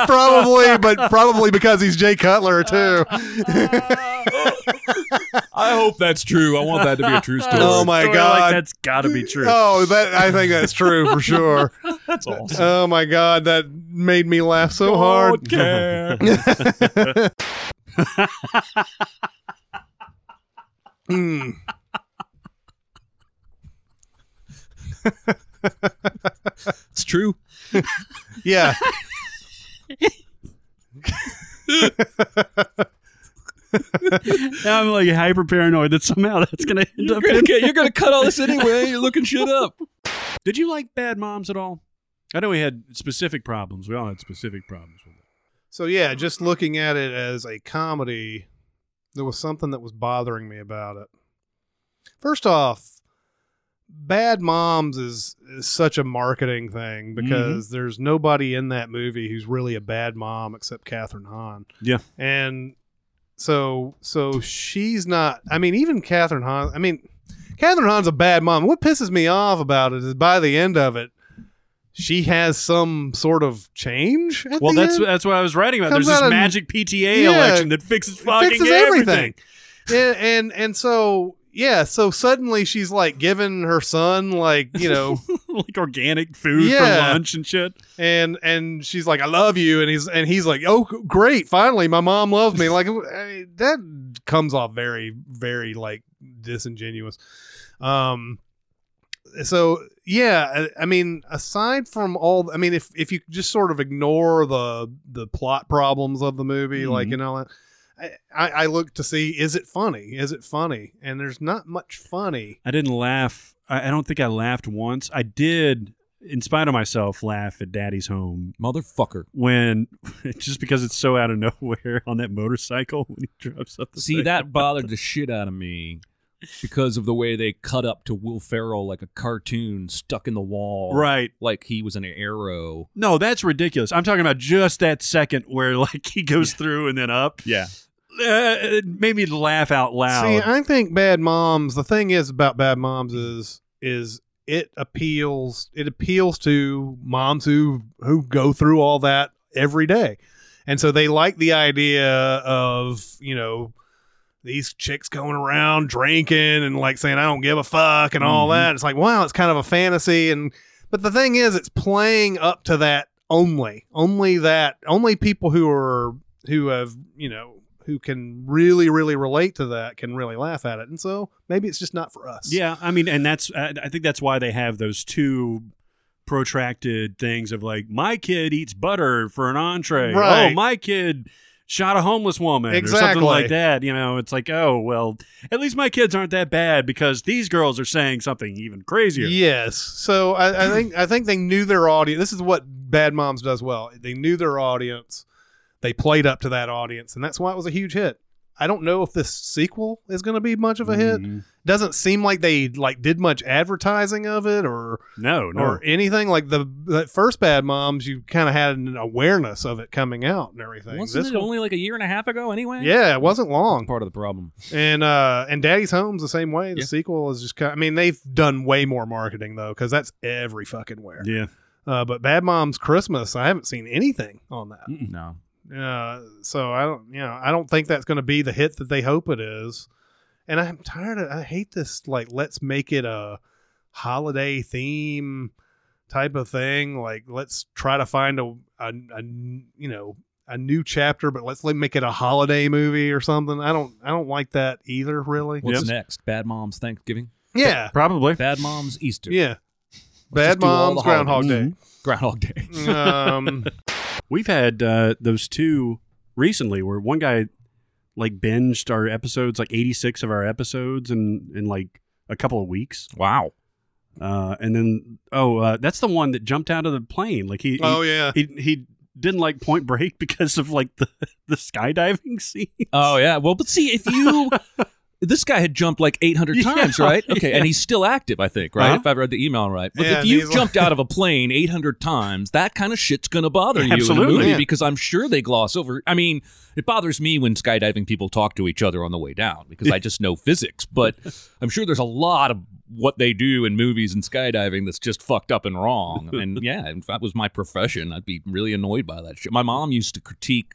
probably, but probably because he's Jay Cutler too. I hope that's true. I want that to be a true story. Oh my Story like God. that's got to be true. Oh, that I think that's true for sure. that's awesome. Oh my god, that made me laugh so hard. Okay. Hmm. Mm. it's true. Yeah. Now I'm like hyper paranoid that somehow that's gonna end You're up. gonna, in- get, you're gonna cut all this anyway. You're looking shit up. Did you like Bad Moms at all? I know we had specific problems. We all had specific problems with it. So yeah, just looking at it as a comedy, there was something that was bothering me about it. First off, Bad Moms is, is such a marketing Mm-hmm. thing because there's nobody in that movie who's really a bad mom except Katherine Hahn. Yeah. And so so she's not I mean, even Katherine Hahn I mean Katherine Hahn's a bad mom. What pisses me off about it is by the end of it, she has some sort of change. at Well, the that's end? that's what I was writing about. Comes There's this out and- magic PTA Yeah. election that fixes fucking fixes everything. everything. and, and and so yeah, so suddenly she's like giving her son like you know, like organic food Yeah. for lunch and shit. and and she's like I love you, and he's and he's like oh g- great, finally my mom loves me. Like I- that comes off very very like disingenuous. Um, so yeah, I, I mean aside from all, I mean if if you just sort of ignore the the plot problems of the movie, like you know. I, I I look to see is it funny? Is it funny? And there's not much funny. I didn't laugh. I, I don't think I laughed once. I did, in spite of myself, laugh at Daddy's home Motherfucker. when just because it's so out of nowhere on that motorcycle when he drives up the See, thing. that bothered the shit out of me because of the way they cut up to Will Ferrell like a cartoon stuck in the wall. right. Like he was an arrow. No, that's ridiculous. I'm talking about just that second where like he goes through and then up. Yeah. Uh, it made me laugh out loud. See, I think Bad Moms. The thing is about Bad Moms is is it appeals it appeals to moms who who go through all that every day, and so they like the idea of you know these chicks going around drinking and like saying I don't give a fuck and all that. It's like wow, it's kind of a fantasy and but the thing is it's playing up to that only. Only that only people who are who have, you know, who can really really relate to that can really laugh at it. And so maybe it's just not for us. Yeah, I mean, and that's I, I think that's why they have those two protracted things of like my kid eats butter for an entree. Right. Oh, my kid shot a homeless woman or Exactly. something like that. You know, it's like oh well, at least my kids aren't that bad because these girls are saying something even crazier. Yes. So I, I think I think they knew their audience. This is what Bad Moms does well. They knew their audience. They played up to that audience, and that's why it was a huge hit. I don't know if this sequel is going to be much of a hit. Mhm. Doesn't seem like they like did much advertising of it or No, no. or anything like the, the first Bad Moms. You kind of had an awareness of it coming out and everything. Wasn't This it one- only like a year and a half ago anyway? yeah, it wasn't long. Part of the problem. And uh and Daddy's Home's the same way. The Yeah. sequel is just kind I mean, they've done way more marketing though cuz that's every fucking where. yeah. Uh but Bad Mom's Christmas, I haven't seen anything on that. No. Uh so I don't, you know, I don't think that's going to be the hit that they hope it is. And I'm tired of I hate this like let's make it a holiday theme type of thing. Like let's try to find a a, a you know, a new chapter, but let's like make it a holiday movie or something. I don't I don't like that either really. What's Yep. next? Bad Moms Thanksgiving. Yeah. Probably. Bad Moms Easter. Yeah. just Bad do all Moms the Mm-hmm. Groundhog holidays. Day. Groundhog Day. um We've had uh, those two recently where one guy like binged our episodes, like 86 of our episodes in, in like a couple of weeks. Wow. Uh, and then, oh, uh, that's the one that jumped out of the plane. Like he, he- Oh yeah. he, he didn't like Point Break because of like the, the skydiving scene. Oh yeah. Well, but see, if you this guy had jumped like 800 Yeah, times, right? Okay, yeah. and he's still active, I think, right? Uh-huh. If I've read the email right. But Yeah, if and you've he's like- jumped out of a plane 800 times, that kind of shit's going to bother you in Absolutely. a movie Yeah. because I'm sure they gloss over. I mean, it bothers me when skydiving people talk to each other on the way down because I just know physics, but I'm sure there's a lot of what they do in movies and skydiving that's just fucked up and wrong. And yeah, if that was my profession, I'd be really annoyed by that shit. My mom used to critique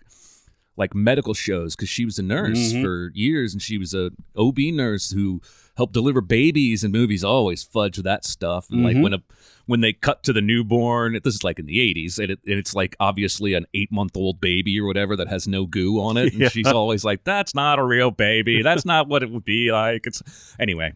like medical shows because she was a nurse for years and she was a OB nurse who helped deliver babies and movies always fudge that stuff and like when a when they cut to the newborn this is like in the 80s and, it, and it's like obviously an eight month old baby or whatever that has no goo on it and she's always like that's not a real baby that's not what it would be like it's anyway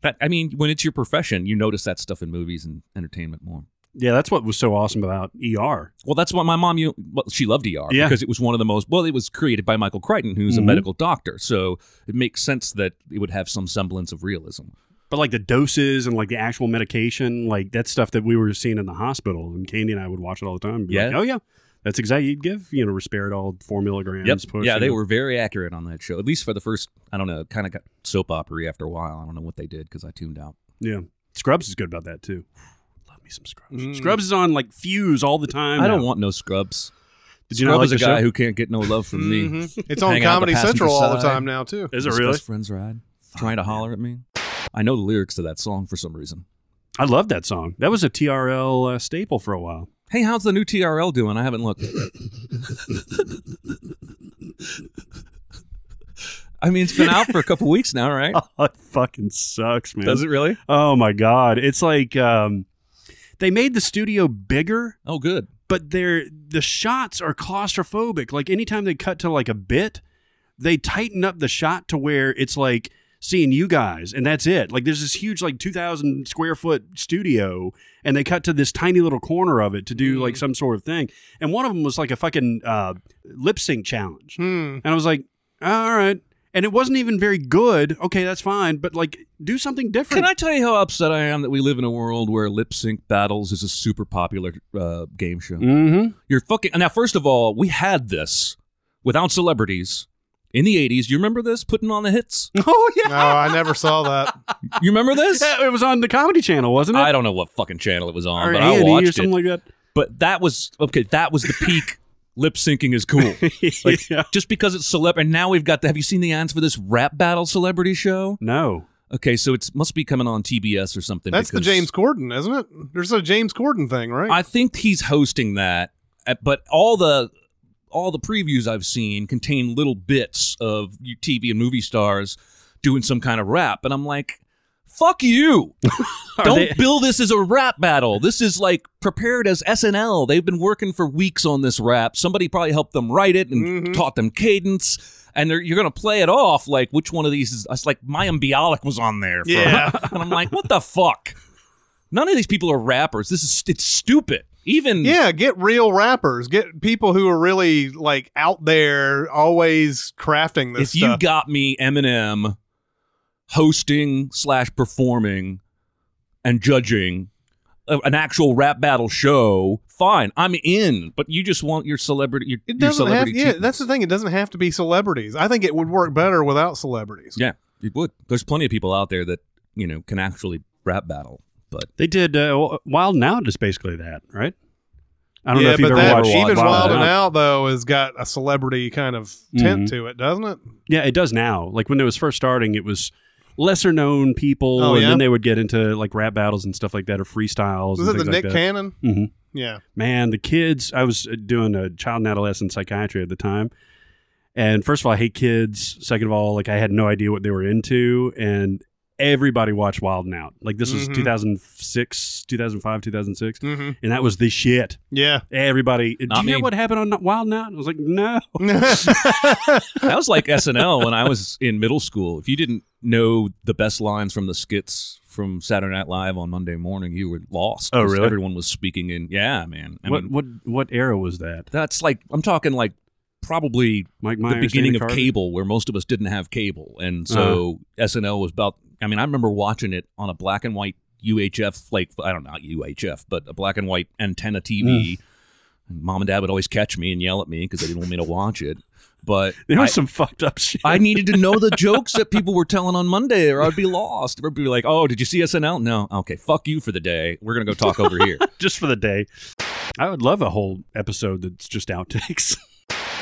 that I mean when it's your profession you notice that stuff in movies and entertainment more Yeah, that's what was so awesome about ER. well, that's why my mom. You, well, she loved ER Yeah. because it was one of the most. Well, it was created by Michael Crichton, who's a Mhm. medical doctor, so it makes sense that it would have some semblance of realism. But like the doses and like the actual medication, like that stuff that we were seeing in the hospital, and Candy and I would watch it all the time. And be like, Yeah. oh yeah, that's exactly you'd give you know Risperidol four milligrams. Push, yeah, you they know. were very accurate on that show, at least for the first. I don't know. It kind of got soap opery after a while. I don't know what they did because I tuned out. Yeah, Scrubs is good about that too. Love me some Scrubs. Mm. Scrubs is on like Fuse all the time. I don't now. want no scrubs. Did you Scrub not like is a the guy show? Mm-hmm. who can't get no love from me. Mhm. It's on Hang out the Comedy passenger Central all the side. time now too. Is it His really? Best friends ride. Trying to holler at me. I know the lyrics to that song for some reason. I love that song. That was a TRL uh, staple for a while. Hey, how's the new TRL doing? I haven't looked. I mean, it's been out for a couple weeks now, right? Oh, it fucking sucks, man. Does it really? Oh my god, it's like um, they made the studio bigger, Oh, good. but they're the shots are claustrophobic. Like anytime they cut to like a bit, they tighten up the shot to where it's like seeing you guys and that's it. Like there's this huge like 2000 square foot studio and they cut to this tiny little corner of it to do like some sort of thing. And one of them was like a fucking uh, lip sync challenge. Hmm. And I was like, all right. And it wasn't even very good. Okay, that's fine, but like do something different. Can I tell you how upset I am that we live in a world where lip sync battles is a super popular uh, game show? mm-hmm. You're fucking. Now, first of all, we had this without celebrities in the 80s. You remember this? Putting on the hits? Oh No, yeah, I never saw that. You remember this? Yeah, it was on the Comedy Channel, wasn't it? I don't know what fucking channel it was on, or but A&E I watched or something it. like that. but that was okay. That was the peak. Lip syncing is cool. Like, Yeah. Just because it's celeb, and now we've got the. Have you seen the ads for this rap battle celebrity show? No, Okay, so it must be coming on TBS or something. That's the because James Corden, isn't it? There's a James Corden thing, right? I think he's hosting that, uh, but all the all the previews I've seen contain little bits of you TV and movie stars doing some kind of rap, and I'm like, "Fuck you! Don't they- bill this as a rap battle. This is like prepared as SNL. They've been working for weeks on this rap. Somebody probably helped them write it and Mm-hmm. taught them cadence." And they're, you're gonna play it off like which one of these is? It's like Mayim Bialik was on there, for, Yeah. and I'm like, what the fuck? None of these people are rappers. This is it's stupid. Even yeah, get real rappers, get people who are really like out there, always crafting if this you stuff. got me Eminem hosting slash performing and judging a, an actual rap battle show, fine, I'm in. But you just want your celebrity. Your, it your doesn't have. celebrity Yeah, cheat- that's the thing. It doesn't have to be celebrities. I think it would work better without celebrities. yeah, it would. There's plenty of people out there that you know can actually rap battle, but they did uh, Wild Now, just basically that, right? I don't know yeah, if you've but ever that watched even Wild Wild and Out. Mm-hmm. Out though has got a celebrity kind of tint Mhm. to it, doesn't it? Yeah, it does now. Like when it was first starting, it was lesser known people, Oh, and yeah? then they would get into like rap battles and stuff like that, or freestyles. Was and it the things like Nick that. Cannon? Mhm. Mm-hmm. Yeah, Man, the kids. I was uh, doing a child and adolescent psychiatry at the time. And first of all, I hate kids. Second of all, like I had no idea what they were into. And everybody watched Wild and Out. Like this Mhm. was 2006, 2005, 2006. hmm And that was the shit. yeah. Everybody. Did Not you hear me. what happened on Wild and Out? I was like, no. that was like SNL when I was in middle school. If you didn't know the best lines from the skits from Saturday Night Live on Monday morning, you were lost. Oh, 'cause really? Everyone was speaking in. Yeah, man. I what mean, what what era was that? that's like I'm talking like probably Mike Myers, the beginning Dana of Carvey? cable, where most of us didn't have cable, and Uh-huh. so SNL was about. I mean, I remember watching it on a black Mm. and white UHF, like I don't know not UHF, but a black and white antenna TV. Mom and dad would always catch me and yell at me because they didn't want me to watch it. But There I, was some fucked up shit. I needed to know the jokes that people were telling on Monday, or I'd be lost. Or I'd be like, "Oh, did you see SNL? No, okay, fuck you for the day. We're gonna go talk over here." just for the day. I would love a whole episode that's just outtakes.